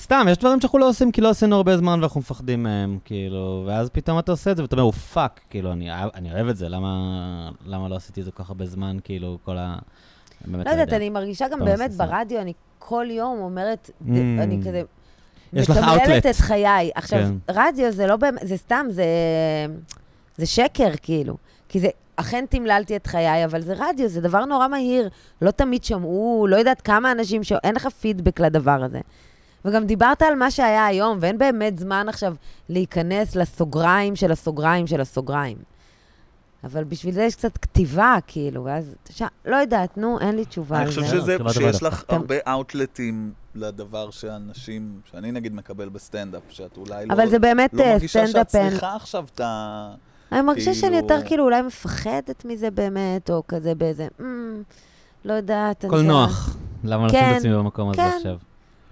סתם, יש דברים שאנחנו לא עושים כי לא עשינו הרבה זמן ואנחנו מפחדים מהם, כאילו, ואז פתאום אתה עושה את זה ואתה אומר, פאק, כאילו, אני, אוהב- אני אוהב את זה, למה, למה לא עשיתי את זה כל כך הרבה זמן, כאילו, כל ה... באמת לא יודעת, אני מרגישה גם טוב, באמת זה- ברדיו, אני כל יום אומרת, ד- Mm. אני כזה... יש לך מתמללת outlet. את חיי. עכשיו, כן. רדיו זה לא באמת, זה סתם, זה... זה שקר, כאילו. כי זה, אכן תמללתי את חיי, אבל זה רדיו, זה דבר נורא מהיר. לא תמיד שמעו, לא יודעת כמה אנשים ש... אין לך פידבק לדבר הזה. וגם דיברת על מה שהיה היום, ואין באמת זמן עכשיו להיכנס לסוגריים של הסוגריים של הסוגריים. אבל בשביל זה יש קצת כתיבה, כאילו, ואז... ש... לא יודעת, נו, אין לי תשובה אני על זה. חושב שזה, לא, שיש דווקא. לך הרבה אאוטלטים לדבר שאנשים, שאני נגיד מקבל בסטנדאפ, שאת אולי לא... אבל זה באמת לא אה, מרגישה שאת סטנדאפ אין. צריכה עכשיו את ה... אני מרגישה שאני כאילו- יותר כאילו אולי מפחדת מזה באמת, או כזה באיזה, "אמ, לא יודעת. אני הכל זה- נוח. למה לשים כן, את עצמי במקום הזה כן. עכשיו?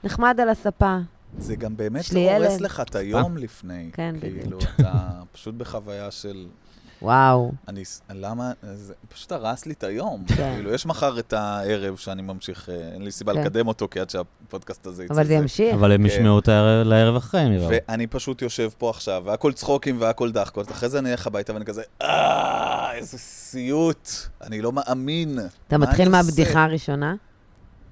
נחמד על הספה. זה גם באמת יש לא לי הורס ילד. לך את היום לפני. כן, כאילו, בדיוק. אתה פשוט בחוויה של... וואו. אני... ס- למה? זה פשוט הרס לי את היום. כן. כאילו, יש מחר את הערב שאני ממשיך, אה, אין לי סיבה כן. לקדם אותו, כי עד שהפודקאסט הזה יצא. אבל זה ימשיך. אבל הם ישמעו את הערב- לערב אחרי, הם יראו. ואני פשוט יושב פה עכשיו, והכל צחוקים והכל דחקות, אחרי זה אני אלך הביתה ואני כזה, אה, איזה סיוט, אני לא מאמין. אתה מה מתחיל אני עושה?" מהבדיחה הראשונה?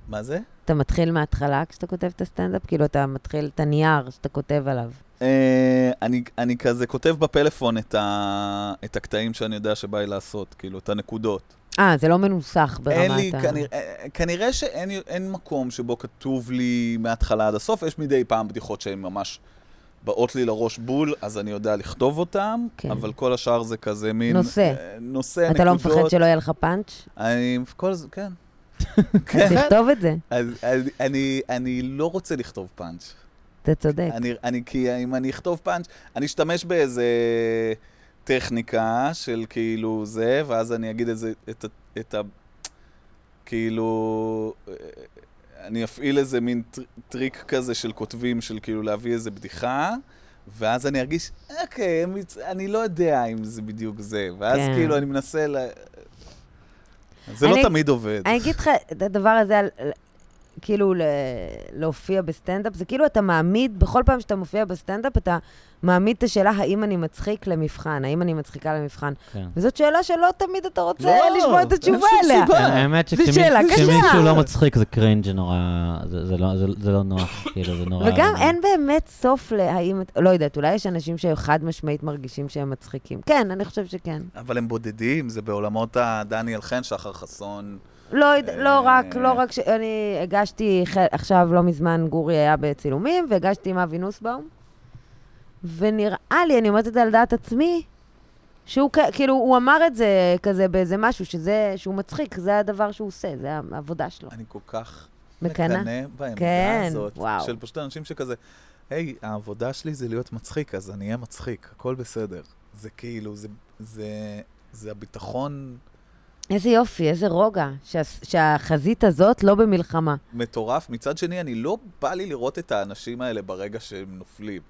מה זה? אתה מתחיל מההתחלה כשאתה כותב את הסטנדאפ? כאילו, אתה מתחיל את הנייר שאתה כותב עליו. אה, אני, אני כזה כותב בפלאפון את, ה, את הקטעים שאני יודע שבא לי לעשות, כאילו, את הנקודות. אה, זה לא מנוסח ברמת ה... אין לי, כנראה, כנראה שאין אין מקום שבו כתוב לי מההתחלה עד הסוף, יש מדי פעם בדיחות שהן ממש באות לי לראש בול, אז אני יודע לכתוב אותם, כן. אבל כל השאר זה כזה מין... נושא. אה, נושא, אתה לא נקודות. מפחד שלא יהיה לך פאנץ'? אני... כל זה, כן. אז תכתוב את זה, אז אז אני- אני לא רוצה לכתוב פאנץ'. אתה צודק. אני, אני, כי אם אני אכתוב פאנץ', אני אשתמש באיזה טכניקה של כאילו זה, ואז אני אגיד את זה, את, ה- את ה... כאילו... אה, אני אפעיל איזה מין טר, טריק כזה של כותבים, של כאילו להביא איזה בדיחה, ואז אני ארגיש, אוקיי, הם יצ... אני לא יודע אם זה בדיוק זה, ואז כן. כן. כאילו אני מנסה ל... זה אני... אני- לא תמיד עובד. אני אגיד לך את הדבר הזה על... על- כאילו ל- להופיע בסטנדאפ, זה כאילו אתה מעמיד, בכל פעם שאתה מופיע בסטנדאפ, אתה מעמיד את השאלה האם אני מצחיק למבחן, האם אני מצחיקה למבחן. כן. וזאת שאלה שלא תמיד אתה רוצה לא, לשמוע את אין התשובה שום עליה. סיבה. האמת זו שאלה קשה. שכשמישהו לא מצחיק זה קרינג' נורא, זה- זה לא- זה- זה לא נוח, כאילו, זה נורא... וגם אין באמת סוף להאם, את- לא יודעת, אולי יש אנשים שחד משמעית מרגישים שהם מצחיקים. כן, אני חושב שכן. אבל הם בודדים, זה בעולמות הדניאל חן, שחר חסון. לא, יודע- לא אה. רק, לא רק ש... אני הגשתי, ח- עכשיו לא מזמן גורי היה בצילומים, והגשתי עם אבי נוסבאום, ונראה לי, אני אומרת את זה על דעת עצמי, שהוא כ- כאילו, הוא אמר את זה כזה באיזה משהו, שזה, שהוא מצחיק, זה הדבר שהוא עושה, זה העבודה שלו. אני כל כך מקנא. מקנא בעמדה כן, הזאת. וואו. של פשוט אנשים שכזה, היי, העבודה שלי זה להיות מצחיק, אז אני אהיה מצחיק, הכל בסדר. זה כאילו, זה, זה, זה הביטחון איזה יופי, איזה רוגע, שה- שהחזית הזאת לא במלחמה. מטורף. מצד שני, אני לא בא לי לראות את האנשים האלה ברגע שהם [laughs] נופלים.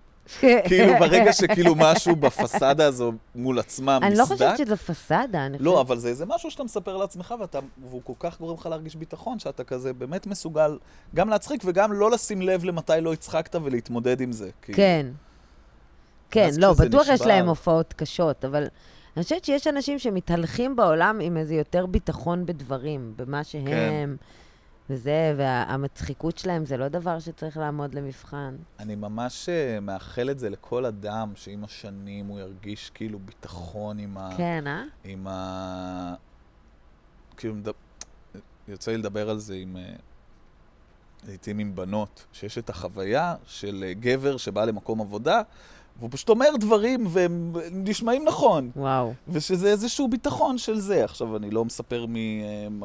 כאילו, ברגע שכאילו משהו בפסאדה הזו מול עצמם אני נסדק. לא חושבת שזו פסאדה, אני לא, חושבת... אבל זה איזה משהו שאתה מספר לעצמך, ואתה, והוא כל כך גורם לך להרגיש ביטחון, שאתה כזה באמת מסוגל גם להצחיק וגם לא לשים לב למתי לא הצחקת ולהתמודד עם זה. כאילו. כן. כן, אז לא, כשזה בטוח יש נשבר- להם הופעות קשות, אבל אני חושבת שיש אנשים שמתהלכים בעולם עם איזה יותר ביטחון בדברים, במה שהם, כן. וזה, והמצחיקות שלהם זה לא דבר שצריך לעמוד למבחן. אני ממש אה, מאחל את זה לכל אדם, שעם השנים הוא ירגיש כאילו ביטחון עם ה... כן, אה? עם ה... כאילו, מד... יוצא לי לדבר על זה עם... אה, לעתים עם בנות, שיש את החוויה של אה, גבר שבא למקום עבודה, והוא פשוט אומר דברים והם נשמעים נכון. וואו. ושזה איזשהו ביטחון של זה. עכשיו, אני לא מספר מ, אה, מ-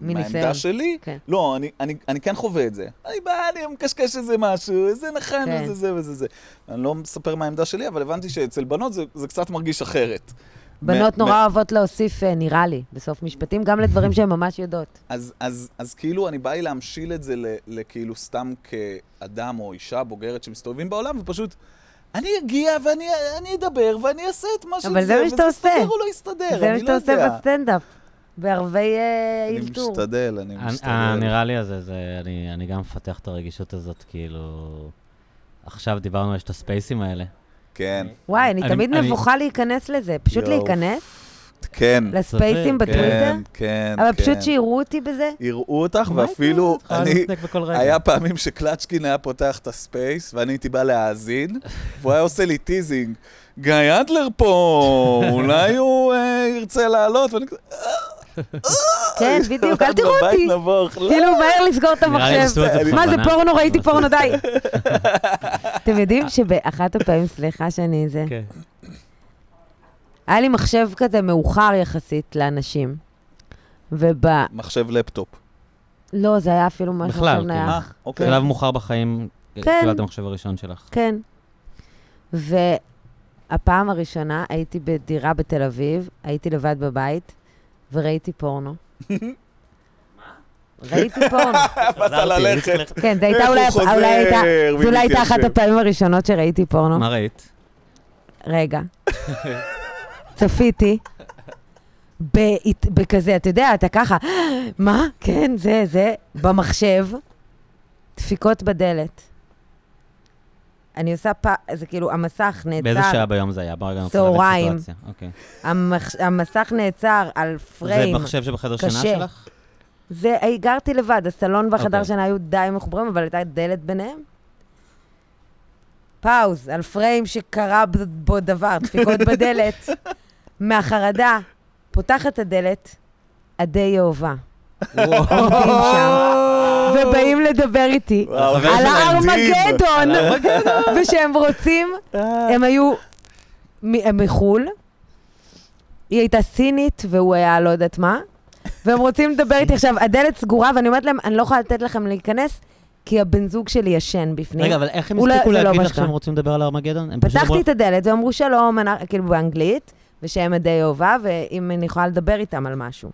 מניסיון. מהעמדה שלי. כן. לא, אני, אני, אני כן חווה את זה. אני בא, אני מקשקש איזה משהו, איזה נחן, כן. כן. איזה זה וזה זה. אני לא מספר מהעמדה שלי, אבל הבנתי שאצל בנות זה, זה קצת מרגיש אחרת. בנות מ- נורא מ- אוהבות להוסיף אה, נראה לי, בסוף משפטים, גם לדברים שהן [laughs] ממש יודעות. אז, אז, אז כאילו, אני בא לי להמשיל את זה ל- לכאילו סתם כאדם או אישה בוגרת שמסתובבים בעולם, ופשוט... אני אגיע ואני אני אדבר ואני אעשה את מה שזה, אבל זה מה שאתה עושה. וזה יסתדר או לא יסתדר, זה אני מה לא שאתה עושה יודע. בסטנדאפ, בערבי אה, אני אלתור. משתדל, אני ה- משתדל. הנראה אה, לי הזה, זה, אני, אני גם מפתח את הרגישות הזאת, כאילו... עכשיו דיברנו, יש את הספייסים האלה. כן. וואי, אני אני- תמיד אני- נבוכה להיכנס לזה, פשוט יואו. להיכנס כן, לספייסים צודק, בטוויטר. כן, כן. אבל כן. פשוט שיראו אותי בזה. [laughs] יראו אותך, מה אה, ואפילו, את יכולה אני... לצדק בכל רגע. היה פעמים שקלצ'קין היה פותח את הספייס, ואני הייתי בא להאזין, והוא היה עושה לי טיזינג. גיא אדלר פה, אולי הוא אה, ירצה לעלות, ואני כזה, כן, בדיוק, אל "אחד תראו אותי. לא, בבית נבוך. לא, כאילו, מהר לסגור את נראה לי המחשב. עשו את זה מה זה בכוונה. פורנו? ראיתי [laughs] פורנו, די. אתם יודעים שבאחת הפעמים, סליחה שאני זה, כן. היה לי מחשב כזה מאוחר יחסית לאנשים. וב... מחשב לפטופ. לא, זה היה אפילו משהו בכלל, עכשיו כאילו. אה, נייח. אוקיי. שלב מאוחר בחיים, כן. קיבלת המחשב הראשון שלך. כן. והפעם הראשונה הייתי בדירה בתל אביב, הייתי לבד בבית, וראיתי [laughs] פורנו. ראיתי פורנו. באת ללכת. כן, זו איך הייתה הוא אולי, חוזר אולי הייתה, זו אולי לא הייתה ומתיישב. אחת הפעמים הראשונות שראיתי פורנו. כן. מה ראית? [laughs] רגע. צפיתי. בהת- בכזה, אתה יודע, אתה ככה, מה? כן, זה, זה, במחשב, דפיקות בדלת. אני עושה פ... זה כאילו, המסך נעצר. באיזה שעה ביום זה היה? בוא רגע, נוצר צהריים. סיטואציה. אוקיי. המח... המסך נעצר על פריים. זה מחשב שבחדר שינה קשה. שלך? זה, אה, גרתי לבד, הסלון והחדר אוקיי. שינה היו די מחוברים, אבל הייתה דלת ביניהם. פאוז, על פריים שקרה ב- בו דבר, [laughs] דפיקות בדלת, מהחרדה, [laughs] [laughs] אוקיי. פותחת הדלת, עדי יהובה. עומדים שם, ובאים לדבר איתי וואו, החבר על שלהם, הארמגדון, על [laughs] הארמגדון. ושהם רוצים, אה, הם היו מ- הם מחו"ל, היא הייתה סינית והוא היה לא יודעת מה, והם רוצים לדבר איתי עכשיו, הדלת סגורה, ואני אומרת להם, אני לא יכולה לתת לכם להיכנס, כי הבן זוג שלי ישן בפנים. רגע, אבל איך הם אולי- הספיקו זה לא להגיד מה לך שקרה. שהם רוצים לדבר על ארמגדון? הם פשוט אמרו- פתחתי את הדלת ואמרו שלום, אנ- כאילו באנגלית, ושהם עדי אהובה, ואם אני יכולה לדבר איתם על משהו.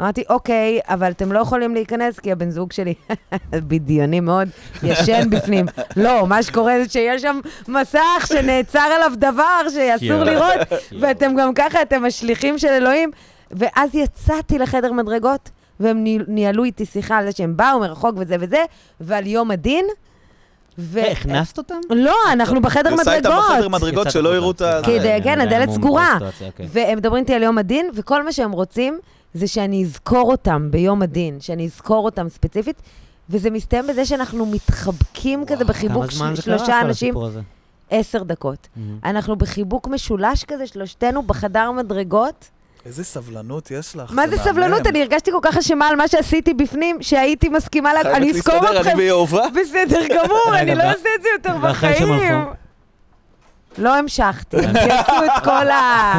אמרתי, אוקיי, אבל אתם לא יכולים להיכנס, כי הבן זוג שלי, [laughs] בדיוני מאוד, ישן [laughs] בפנים. לא, מה שקורה זה שיש שם מסך שנעצר עליו דבר שאסור יואו. [laughs] לראות, לא. ואתם גם ככה, אתם השליחים של אלוהים. ואז יצאתי לחדר מדרגות, והם ניל- ניהלו איתי שיחה על זה שהם באו מרחוק וזה וזה, ועל יום הדין. ו- אה, הכנסת אותם? לא, אנחנו בחדר היא עושה איתם בחדר מדרגות. מדרגות יצאת שלא החוצה. יראו את ה... כי זה- אה, כן, אני הדלת מום סגורה. בסיטואציה, אוקיי. והם מדברים איתי על יום הדין, וכל מה שהם רוצים זה שאני אזכור אותם ביום הדין, שאני אזכור אותם ספציפית, וזה מסתיים בזה שאנחנו מתחבקים כזה בחיבוק כמה זמן של- זה קרה, שלושה כל אנשים, הסיפור הזה? עשר דקות. אנחנו בחיבוק משולש כזה, שלושתנו בחדר מדרגות. איזה סבלנות יש לך. מה זה מהמם. סבלנות? אני הרגשתי כל כך אשמה על מה שעשיתי בפנים, שהייתי מסכימה, לה- חייבת אני אזכור להסתדר, אתכם. אני ביובה. בסדר גמור, רגע, אני לא וה- אעשה את זה יותר ואחרי שהם בחיים. הלכו? לא המשכתי, הם עשו את כל ה...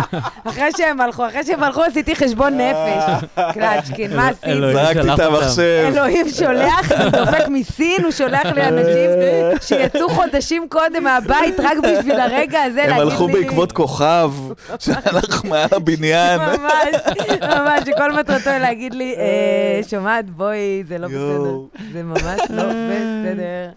אחרי שהם הלכו, אחרי שהם הלכו עשיתי חשבון אה, נפש. אה, לא, קלצ'קין, מה עשית? אלוהים. [laughs] זרקתי שלח את אותם. המחשב. אלוהים שולח, הוא דופק מסין, הוא שולח לי אנשים שיצאו חודשים קודם מהבית רק בשביל הרגע הזה הם להגיד לי... הלכו בעקבות [laughs] כוכב שהלך מעל הבניין. ממש, ממש, שכל מטרתו היא להגיד לי, אה, שומעת, בואי, זה לא בסדר. יואו. זה ממש לא בסדר.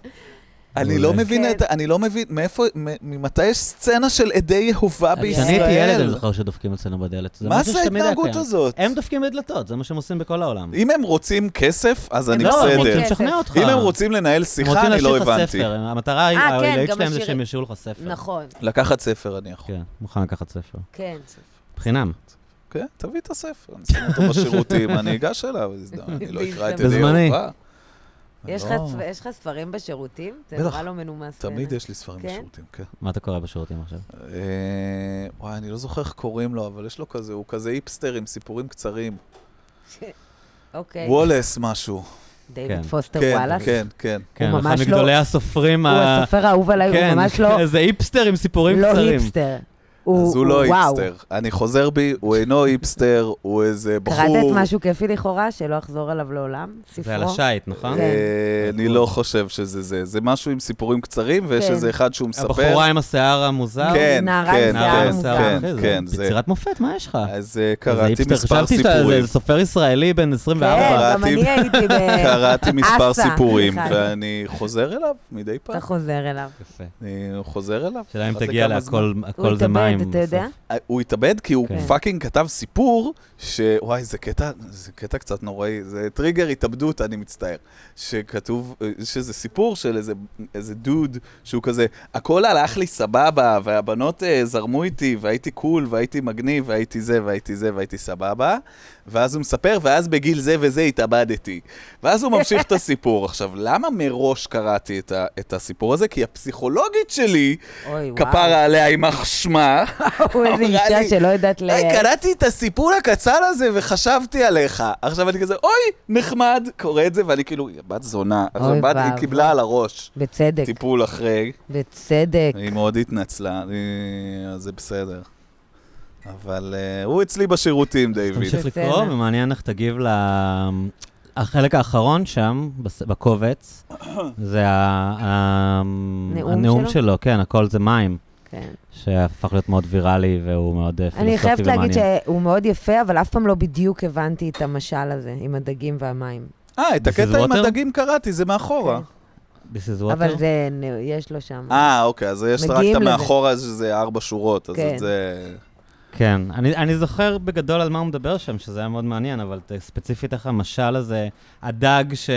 אני לא מבין את ה... אני לא מבין מאיפה... מ- ממתי יש סצנה של עדי יהובה אני- כשאני הייתי ילד, אני בישראל? זוכר שדופקים אצלנו בדלת. מה נכון? משהו זה שתמיד היה ההתנהגות קיים. הזאת? הם דופקים בדלתות, זה מה שהם עושים בכל העולם. אם הם רוצים כסף, אז אני לא, לא, הם בסדר. רוצים לשכנע אותך. אם הם רוצים לנהל הם רוצים שיחה, אני לא להשאיר לך הבנתי. ספר, הם- המטרה היא- אה, כן, העילאית גם שלהם זה השאיר- שהם ישאירו לך ספר. נכון, לקחת ספר אני יכול. כן, מוכן לקחת ספר. כן. בחינם. כן, תביא את הספר, אני [laughs] שם אותו בשירותים, אני אגש אליו, הזדמנות, אני לא אקרא את ידי בזמני. יהובה. יש לך לא, צ- יש לך ספרים בשירותים? זה בטח. נורא לא מנומס. תמיד בעיניי. יש לי ספרים כן? בשירותים, כן. מה אתה קורא בשירותים עכשיו? אה, וואי, אני לא זוכר איך קוראים לו, אבל יש לו כזה, הוא כזה היפסטר עם סיפורים קצרים. [laughs] אוקיי. וולס משהו. דייוויד כן. פוסטר כן, וואלאס. כן, כן. כן, אחד ממש לא- מגדולי הסופרים הוא ה... כן, הסופר האהוב עליי, הוא [laughs] ממש לא איזה היפסטר עם סיפורים לא קצרים. היפסטר. אז הוא לא וואו. היפסטר. אני חוזר בי, הוא אינו היפסטר, הוא איזה בחור. קראת את משהו כיפי לכאורה, שלא אחזור עליו לעולם? ספרו? זה על השייט, נכון? כן. אה, אני לא חושב שזה זה. זה משהו עם סיפורים קצרים, ויש כן. איזה אחד שהוא מספר. הבחורה עם השיער המוזר? כן, נערה עם כן, שיער כן, מוזר. כן, אחי, זה כן, זה. יצירת מופת, מה יש לך? אז אה, זה קראתי היפסטר. מספר חשבתי שאתה סיפורים. איזה סופר ישראלי בן 24. כן, גם קראתי- אני הייתי ב... [laughs] קראתי מספר אסה, סיפורים, אחד. ואני חוזר אליו מדי אתה פעם. חוזר אליו. יפה. אני חוזר אליו. שאלה אם אחת תגיע לכמה זמן. להכל הוא הכל זה מים. התאבד, אתה יודע? בסוף. אה, הוא התאבד כי הוא כן. פאקינג כתב סיפור, שוואי, זה קטע, זה קטע קצת נוראי, זה טריגר התאבדות, אני מצטער. שכתוב, אה, שזה סיפור של איזה, איזה דוד, שהוא כזה, הכל הלך לי סבבה, והבנות אה, זרמו איתי, והייתי קול, והייתי מגניב, והייתי זה, והייתי זה, והייתי סבבה. ואז הוא מספר, ואז בגיל זה וזה התאבדתי. ואז הוא ממשיך את הסיפור. עכשיו, למה מראש קראתי את, ה, את הסיפור הזה? כי הפסיכולוגית שלי, אוי, וואו. כפרה עליה, יימח שמה, [laughs] הוא איזה אמרה לי, אישה שלא יודעת ל... היי, קראתי את הסיפור הקצר הזה וחשבתי עליך. עכשיו אני כזה, אוי, נחמד, קורא את זה, ואני כאילו, "יא, בת זונה. עכשיו, אוי בת, היא ואבוי. קיבלה על הראש בצדק, טיפול אחרי, בצדק. היא מאוד התנצלה, אני- אז זה בסדר. אבל אה, הוא אצלי בשירותים, דיוויד. תמשיך לקרוא, בסצנה. ומעניין איך תגיב ל... החלק האחרון שם, בס- בקובץ, זה ה- ה- נאום הנאום שלו? שלו, כן, הכל זה מים, כן. שהפך להיות מאוד ויראלי והוא מאוד אה, פילוסופי אני ומעניין. חייבת להגיד שהוא מאוד יפה, אבל אף פעם לא בדיוק הבנתי את המשל הזה, עם הדגים והמים. אה, את This is הקטע עם water? הדגים קראתי, זה מאחורה. כן. This is water? אבל זה, נ- יש לו שם. אה, אוקיי, אז יש רק מגיעים את לזה. המאחורה, שזה ארבע שורות, אז כן. את זה... כן, אני, אני זוכר בגדול על מה הוא מדבר שם, שזה היה מאוד מעניין, אבל ת- ספציפית איך המשל הזה, הדג ש...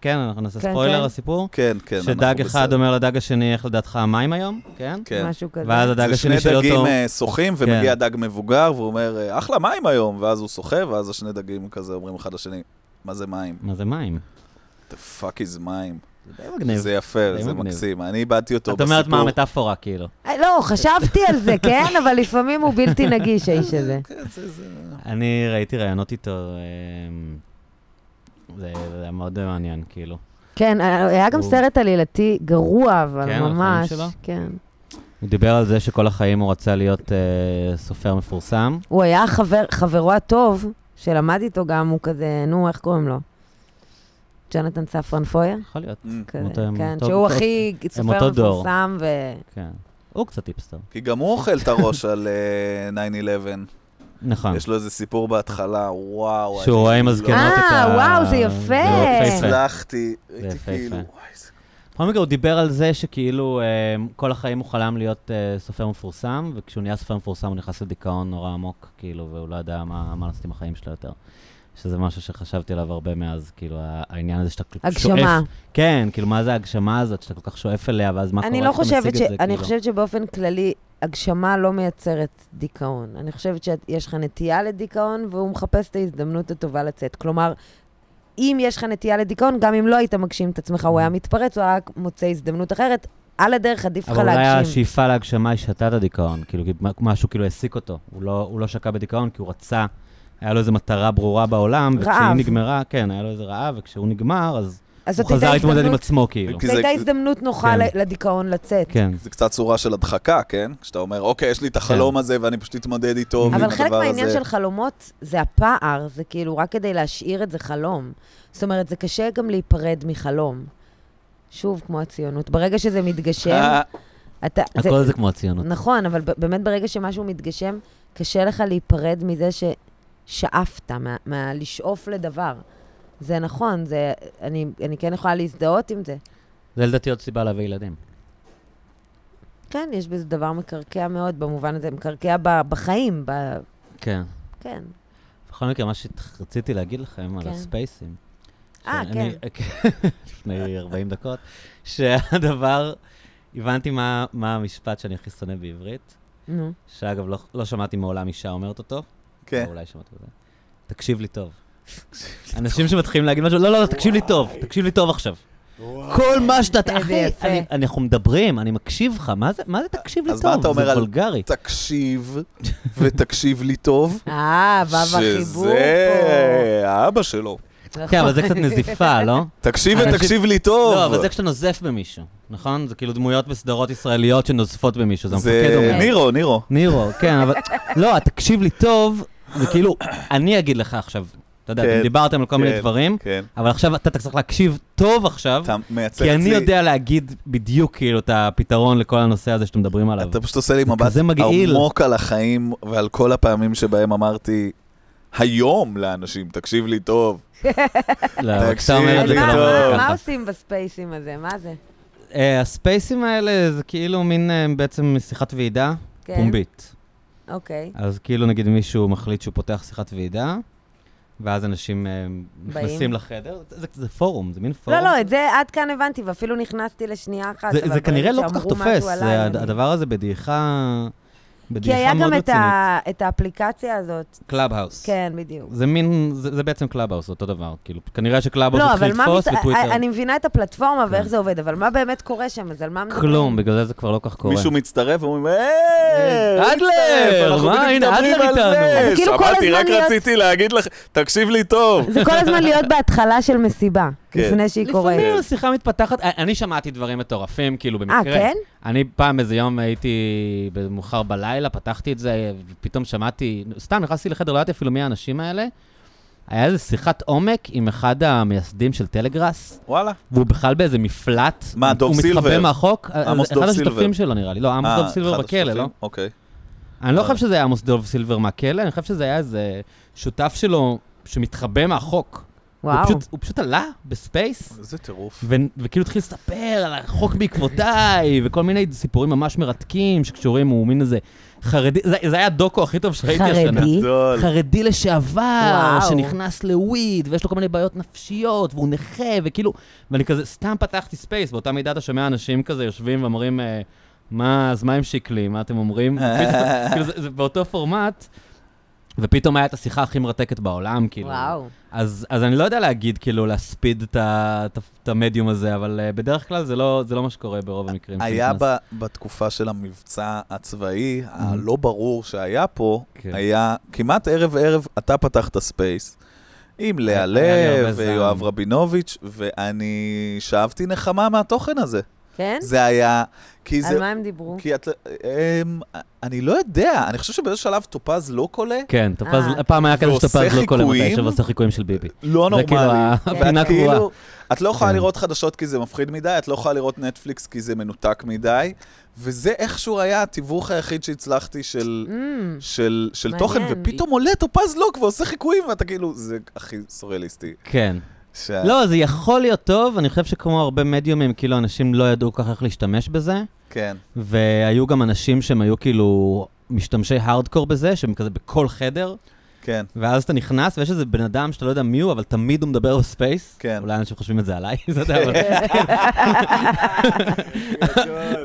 כן, אנחנו נעשה כן, ספוילר כן. לסיפור. כן, כן, אנחנו שדג אחד בסדר. אומר לדג השני, איך לדעתך המים היום? כן? כן. משהו כזה. ואז הדג זה שני השני של דגים אותו... כן. אה, שוחים, ומגיע דג מבוגר, והוא אומר, אה, אחלה מים היום, ואז הוא שוחה, ואז השני דגים כזה אומרים אחד לשני, מה זה מים? מה זה מים? The fuck is מים? זה די מגניב. זה יפה, די זה מגניב. מקסים. אני איבדתי אותו את אומרת מה בסיפור. המטאפורה, כאילו. אה, לא, חשבתי על זה, כן? [laughs] אבל לפעמים הוא בלתי נגיש, האיש הזה. כן, זה- זה- אני ראיתי ראיונות איתו, אמ, זה זה היה מאוד מעניין, כאילו. כן, היה גם הוא- סרט עלילתי גרוע, אבל כן, על החיים ממש. שלו? כן. הוא דיבר על זה שכל החיים הוא רצה להיות אה, סופר מפורסם. הוא היה חבר, חברו הטוב, שלמד איתו גם, הוא כזה, נו, איך קוראים לו? ג'ונתן ספרן פויר? יכול להיות, Mm. כזה, אותו- הם כן, אותו- שהוא אותו- הכי הם אותו סופר דור. מפורסם, ו... כן. הוא קצת היפסטר. כי גם הוא אוכל את הראש על אה, 9-11. נכון. יש לו איזה סיפור בהתחלה, וואו. שהוא אני רואה עם לא- הזקנות את ה... אה, וואו, זה יפה. זה לא אה. יפהפה. הצלחתי, הייתי יפהפה. כאילו, וואי, איזה בכל מקרה, הוא דיבר על זה שכאילו אה, כל החיים הוא חלם להיות אה, סופר מפורסם, וכשהוא נהיה סופר מפורסם הוא נכנס לדיכאון נורא עמוק, כאילו, והוא לא ידע מה מה לעשות עם החיים שלו יותר. שזה משהו שחשבתי עליו הרבה מאז, כאילו, ה- העניין הזה שאתה כל כך שואף. הגשמה. כן, כאילו, מה זה ההגשמה הזאת שאתה כל כך שואף אליה, ואז מה קורה אני לא כשאתה חושבת משיג ש... את זה, אני כאילו? חושבת שבאופן כללי, הגשמה לא מייצרת דיכאון. אני חושבת שיש לך נטייה לדיכאון, והוא מחפש את ההזדמנות הטובה לצאת. כלומר, אם יש לך נטייה לדיכאון, גם אם לא היית מגשים את עצמך, Mm-hmm. הוא היה מתפרץ, הוא היה מוצא הזדמנות אחרת. על הדרך עדיף לך אבל אולי להגשים. השאיפה להגשמה היא שתה את הדיכאון, כאילו, כי מה- משהו כאילו העסיק אותו. הוא לא, הוא לא שקע בדיכאון כי הוא רצה, היה לו איזו מטרה ברורה בעולם, וכשהיא רעב. נגמרה, כן, היה לו איזה רעב, וכשהוא נגמר, אז אז הוא זאת הייתה חזר להתמודד עם הזדמנות, עצמו, כאילו. כי זו זה- הייתה הזדמנות נוחה כן. ל- לדיכאון לצאת. כן. זה קצת צורה של הדחקה, כן? כשאתה אומר, אוקיי, יש לי את כן. החלום הזה ואני פשוט אתמודד איתו, ועם הדבר אבל הזה. חלק מהעניין של חלומות זה הפער, זה כאילו רק כדי להשאיר את זה חלום. זאת אומרת, זה קשה גם להיפרד מחלום. שוב, כמו הציונות. ברגע שזה מתגשם, אה, אתה... זה- הכל זה כמו הציונות. נכון, אבל ב- באמת ברגע שמשהו מתגשם, קשה לך להיפרד מזה ששאפת, מה- מהלשאוף לדבר. זה נכון, זה... אני אני כן יכולה להזדהות עם זה. זה לדעתי עוד סיבה להביא ילדים. כן, יש בזה דבר מקרקע מאוד, במובן הזה, מקרקע ב- בחיים, ב- כן. כן. בכל מקרה, מה שרציתי להגיד לכם על כן. הספייסים. אה, שאני- [laughs] לפני 40 דקות, שהדבר, הבנתי מה מה המשפט שאני הכי שונא בעברית, נו. שאגב, לא- לא שמעתי מעולם אישה אומרת אותו. [laughs] כן. או אולי שמעת את זה. תקשיב לי טוב. אנשים שמתחילים להגיד משהו, לא, לא, לא, תקשיב לי טוב, תקשיב לי טוב עכשיו. כל מה שאתה, איזה אחי, יפה. אני- אנחנו מדברים, אני מקשיב לך, מה זה- מה זה תקשיב לי אז מה טוב? אתה אומר זה על- וולגרי. תקשיב ותקשיב לי טוב. אה, וו החיבור שזה האבא שלו. פה. כן, אבל [laughs] זה קצת נזיפה, לא? תקשיב אנשים- ותקשיב לי טוב. לא, אבל זה כשאתה נוזף במישהו, נכון? זה כאילו דמויות בסדרות ישראליות שנוזפות במישהו, זה המפקד זה אומר. נירו, נירו. נירו, כן, אבל... לא, תקשיב לי טוב, זה כאילו, אני אגיד לך עכשיו, אתה יודע, כן, אתם דיברתם על כל מיני כן, דברים, כן. אבל עכשיו אתה צריך להקשיב טוב עכשיו, אתה מייצר כי אני אצלי- יודע להגיד בדיוק כאילו את הפתרון לכל הנושא הזה שאתם מדברים עליו. אתה פשוט עושה לי מבט כזה מגעיל. עמוק על החיים ועל כל הפעמים שבהם אמרתי היום לאנשים, תקשיב לי טוב. לא, אבל תקשיב כשאתה אומר את אז זה, לי אתה מה- לא טוב. אומר מה- מה ככה. עושים בספייסים הזה? מה זה? אה, הספייסים האלה זה כאילו מין אה, בעצם שיחת ועידה כן, פומבית. אוקיי. אז כאילו נגיד מישהו מחליט שהוא פותח שיחת ועידה, ואז אנשים אה, נכנסים לחדר, זה- זה- זה פורום, זה מין פורום. לא, לא, את זה עד כאן הבנתי, ואפילו נכנסתי לשנייה אחת. זה- אבל זה ברגע כנראה לא כל כך שאמרו תופס, משהו עליי, זה אני- הד- הדבר הזה בדעיכה, כי היה בדעיכה מאוד גם את, רצינית. ה... את האפליקציה הזאת. קלאב האוס. כן, בדיוק. זה מין, זה זה בעצם קלאב האוס, אותו דבר. כאילו, כנראה שקלאב האוס לא, התחיל אבל מה... לתפוס מת- וטוויטר. אני מבינה את הפלטפורמה כן. ואיך זה עובד, אבל מה באמת קורה שם? אז על מה מדברים? כלום, בגלל זה זה כבר לא כך קורה. מישהו מצטרף ואומרים, היי, אה, אדלר, אנחנו מה, בדיוק הנה, מדברים אדלר על איתנו." זה. אז כאילו כל שמעתי, הזמן רק להיות- רציתי להגיד לך, תקשיב לי טוב. זה כל הזמן להיות בהתחלה של מסיבה, כן. לפני שהיא קורית. לפעמים השיחה מתפתחת, א- אני שמעתי דברים מטורפים, כאילו במקרה. אה, כן? אני פעם איזה יום הייתי מאוחר בלילה, פתחתי את זה, ופתאום שמעתי, סתם נכנסתי לחדר, לא ידעתי אפילו מי האנשים האלה. היה איזה שיחת עומק עם אחד המייסדים של טלגראס, וואלה. והוא בכלל באיזה מפלט. מה, דוב הוא סילבר? מתחבא מהחוק. אה, עמוס זה דוב אחד סילבר. השותפים שלו נראה לי. לא, עמוס אה, דוב סילבר אחד בכלא, לא? השותפים? אוקיי. אני לא אה. וואלה. חושב שזה היה עמוס דוב סילבר מהכלא, אני חושב שזה היה איזה שותף שלו שמתחבא מהחוק. הוא וואו. פשוט- הוא פשוט עלה בספייס. איזה טירוף. ו- וכאילו התחיל לספר על החוק בעקבותיי, וכל מיני סיפורים ממש מרתקים שקשורים, הוא מין איזה חרדי, זה, זה היה הדוקו הכי טוב שראיתי השנה. חרדי? גדול. חרדי לשעבר, וואו. שנכנס לוויד, ויש לו כל מיני בעיות נפשיות, והוא נכה, וכאילו, ואני כזה, סתם פתחתי ספייס, באותה מידה אתה שומע אנשים כזה יושבים ואומרים, אה, מה, אז מה עם שיקלי, מה אתם אומרים? ופתאום- כאילו, זה, זה באותו פורמט, ופתאום היה את השיחה הכי מרתקת בעולם, כאילו. וואו. אז, אז אני לא יודע להגיד, כאילו, להספיד את ה- את ה- את המדיום הזה, אבל אה, בדרך כלל זה לא, זה לא מה שקורה ברוב המקרים. היה שנכנס. ב- בתקופה של המבצע הצבאי, הלא ברור שהיה פה, Mhm. כן. היה כמעט ערב-ערב, אתה פתחת ספייס. עם לאה היה לי הרבה לב זעם. ויואב רבינוביץ', ואני שאבתי נחמה מהתוכן הזה. כן? זה היה... כי זה... על מה הם דיברו? כי את... אמ, אני לא יודע, אני חושב שבאיזשהו שלב טופז לא קולה, כן, טופז, אה. פעם היה כזה ועושה שטופז לא קולה חיקויים? מתי שעושה חיקויים של ביבי. לא זה כאילו נורמלי. הפינה ואת הקבועה. כאילו, את לא יכולה כן. לראות חדשות כי זה מפחיד מדי, את לא יכולה לראות נטפליקס כי זה מנותק מדי, וזה איכשהו היה התיווך היחיד שהצלחתי של... אמ, של, של תוכן, מעניין. ופתאום עולה טופז לוק ועושה חיקויים, ואתה כאילו, זה הכי סוריאליסטי. כן. ש... לא, זה יכול להיות טוב, אני חושב שכמו הרבה מדיומים, כאילו, אנשים לא ידעו כל כך איך להשתמש בזה, כן. והיו גם אנשים שהם היו כאילו משתמשי הארדקור בזה, שהם כזה בכל חדר, כן, ואז אתה נכנס, ויש איזה בן אדם שאתה לא יודע מי הוא, אבל תמיד הוא מדבר בספייס. כן. אולי אנשים חושבים את זה עליי, [laughs] לא יודע, אבל...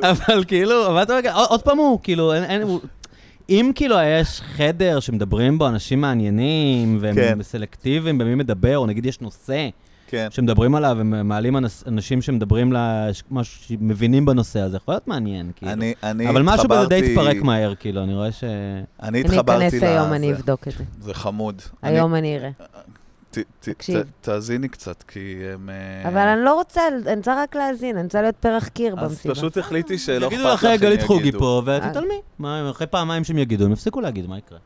אבל כאילו, אבל אתה רגע, עוד עוד פעם הוא, כאילו, אין, אין, הוא... אם כאילו יש חדר שמדברים בו אנשים מעניינים, והם כן. סלקטיביים במי מדבר, או נגיד יש נושא כן. שמדברים עליו, ומעלים אנשים שמדברים, לש... משהו שמבינים בנושא, אז זה יכול להיות מעניין, כאילו. אני, אני אבל משהו בזה די התחברתי- אה, התפרק מהר, כאילו, אני רואה ש... אני אני התחברתי אכנס היום, לזה. אני אבדוק את זה. זה חמוד. היום אני אראה. אני, ת, ת, תקשיב. ת, תאזיני קצת, כי הם... אה, אבל אני לא רוצה, אני צריכה רק להאזין, אני רוצה להיות פרח קיר אז במסיבה. פשוט החליטתי שלא לא אכפת לך יגידו לך "אה, אם גלית חוגי יגידו. פה, אה. ותתעלמי. מה, אחרי פעמיים שהם יגידו, הם יפסיקו להגיד, מה יקרה?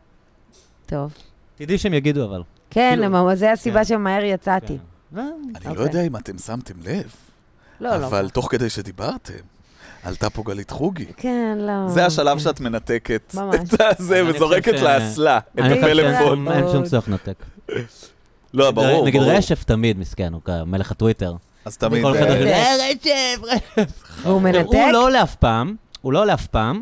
טוב. תדעי שהם יגידו, אבל. כן, כאילו- הם- זה הסיבה כן. שמהר יצאתי. כן. אה, אני לא אוקיי. יודע אם אתם שמתם לב, לא, לא. אבל תוך כדי שדיברתם, עלתה פה גלית חוגי. כן, לא. זה השלב כן. שאת מנתקת ממש. את הזה אני חושב וזורקת ש- לאסלה את אני חושב הפלאפון. שאין- אין שום צורך לנתק. לא, ברור, נגיד ברור. רשף תמיד, מסכן, הוא כ- מלך הטוויטר. אז תמיד... כל אה, חדר כזה, מנתק. "אה, רשף, רשף. כן. והוא הוא מנתק? לא עולה אף פעם, הוא לא עולה אף פעם.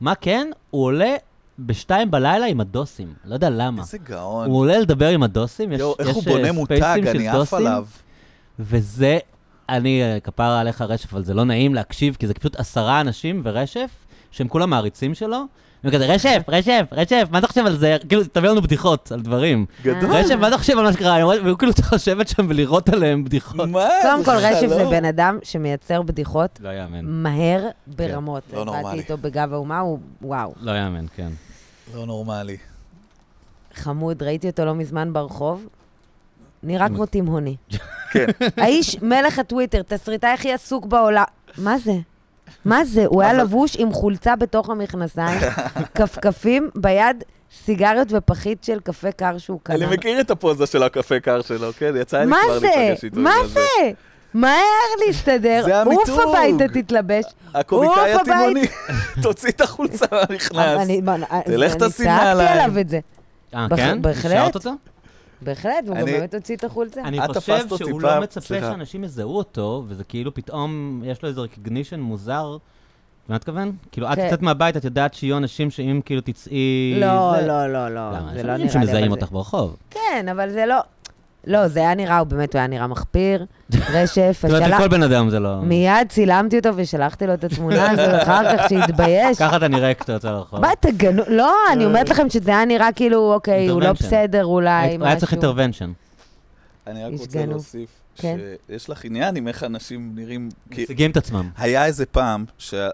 מה כן? הוא עולה בשתיים בלילה עם הדוסים. לא יודע למה. איזה גאון. הוא עולה לדבר עם הדוסים, יש יואו, איך יש, הוא אה, בונה מותג, ספייסים של אני עף דוסים, עליו. אה. וזה, אני אה, כפרה עליך רשף, אבל זה לא נעים להקשיב, כי זה פשוט עשרה אנשים ורשף, שהם כולם מעריצים שלו. הם כזה, רשף, רשף, רשף, מה אתה חושב על זה? כאילו, תביא לנו בדיחות על דברים. אה. גדול. רשף, מה אתה חושב על מה שקרה? היום? והוא כאילו צריך לשבת שם ולראות עליהם בדיחות. מה? קודם זה לא- כל, רשף זה חלום. בן אדם שמייצר בדיחות לא יאמן. מהר ברמות. כן. לא נורמלי. באתי איתו בגב האומה, הוא וואו. לא יאמן, כן. לא נורמלי. חמוד, ראיתי אותו לא מזמן ברחוב. נראה כמו תימהוני. כן. האיש, מלך הטוויטר, תסריטאי הכי עסוק בעולם. מה זה? מה זה? הוא היה לבוש עם חולצה [laughs] בתוך המכנסיים, כפכפים ביד, סיגריות ופחית של קפה קר שהוא אני קנה. מכיר את הפוזה של הקפה קר שלו, כן? יצא לי מה כבר זה? להיפגש איתו. מה עם הזה. זה? מהר להסתדר, זה עוף המיתוג. הביתה תתלבש. הקומיקאי עוף הבית. התימוני, [laughs] תוציא את החולצה מהנכנס. אני- מה, תלך אני תשים צעקתי נעליים. עליו את זה. אה, בח- כן? בהחלט. השארת אותו? בהחלט, והוא גם אני- באמת הוציא את החולצה. אני את חושב תפסת אותי שהוא פעם- לא מצפה סליחה. שאנשים יזהו אותו, וזה כאילו פתאום, יש לו איזה רקגנישן מוזר. מה את כוון? כאילו, את כן. יוצאת מהבית, את יודעת שיהיו אנשים שאם כאילו תצאי... לא, זה- לא, לא, לא, למה? זה יש לא נראה לי. אנשים שמזהים אבל זה- אותך ברחוב. כן, אבל זה לא... לא, זה היה נראה, הוא באמת, הוא היה נראה [laughs] מחפיר, רשף, זאת אומרת, השלח... לכל בן אדם זה לא... מיד צילמתי אותו ושלחתי לו את התמונה הזאת, אחר כך [laughs] שהתבייש. ככה אתה נראה כשאתה יוצא לרחוב. מה, אתה גנוב? לא, אני אומרת לכם שזה היה נראה כאילו, אוקיי, הוא לא Intervention. בסדר אולי, היה- משהו. היה צריך אינטרוונשן. אני רק איש רוצה גנוב. להוסיף, כן. שיש לך עניין עם איך אנשים נראים. כי מציגים את עצמם. היה איזה פעם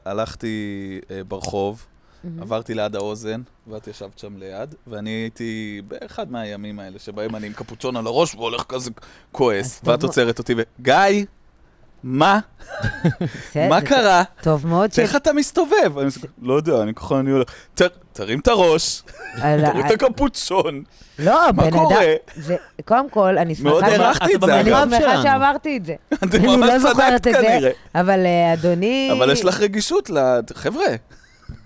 שהלכתי אה, ברחוב, מהמם. עברתי ליד האוזן, ואת ישבת שם ליד, ואני הייתי באחד מהימים האלה שבהם אני עם קפוצ'ון על הראש והולך כזה אז כועס, טוב ואת מאוד. עוצרת אותי ו... גיא, מה? בסדר, מה כן, זה קרה? טוב כן. מאוד ש... איך אתה מסתובב? אני מסתובב, לא יודע, אני ככה אני הולך, "ת- תרים את הראש, [laughs] על ה- תרים את הקפוצ'ון, לא, מה בן קורה? לא, אה, [laughs] אדם... זה- קודם כל, אני מאוד שמחה... הערכתי הערכתי את אתה זה, אני במרחב אגב. שמחה שלנו. שאמרתי את זה, אני אני ממש לא זוכרת צדקת את זה. כנראה. אבל אה, אדוני... אבל יש לך רגישות ל... חבר'ה,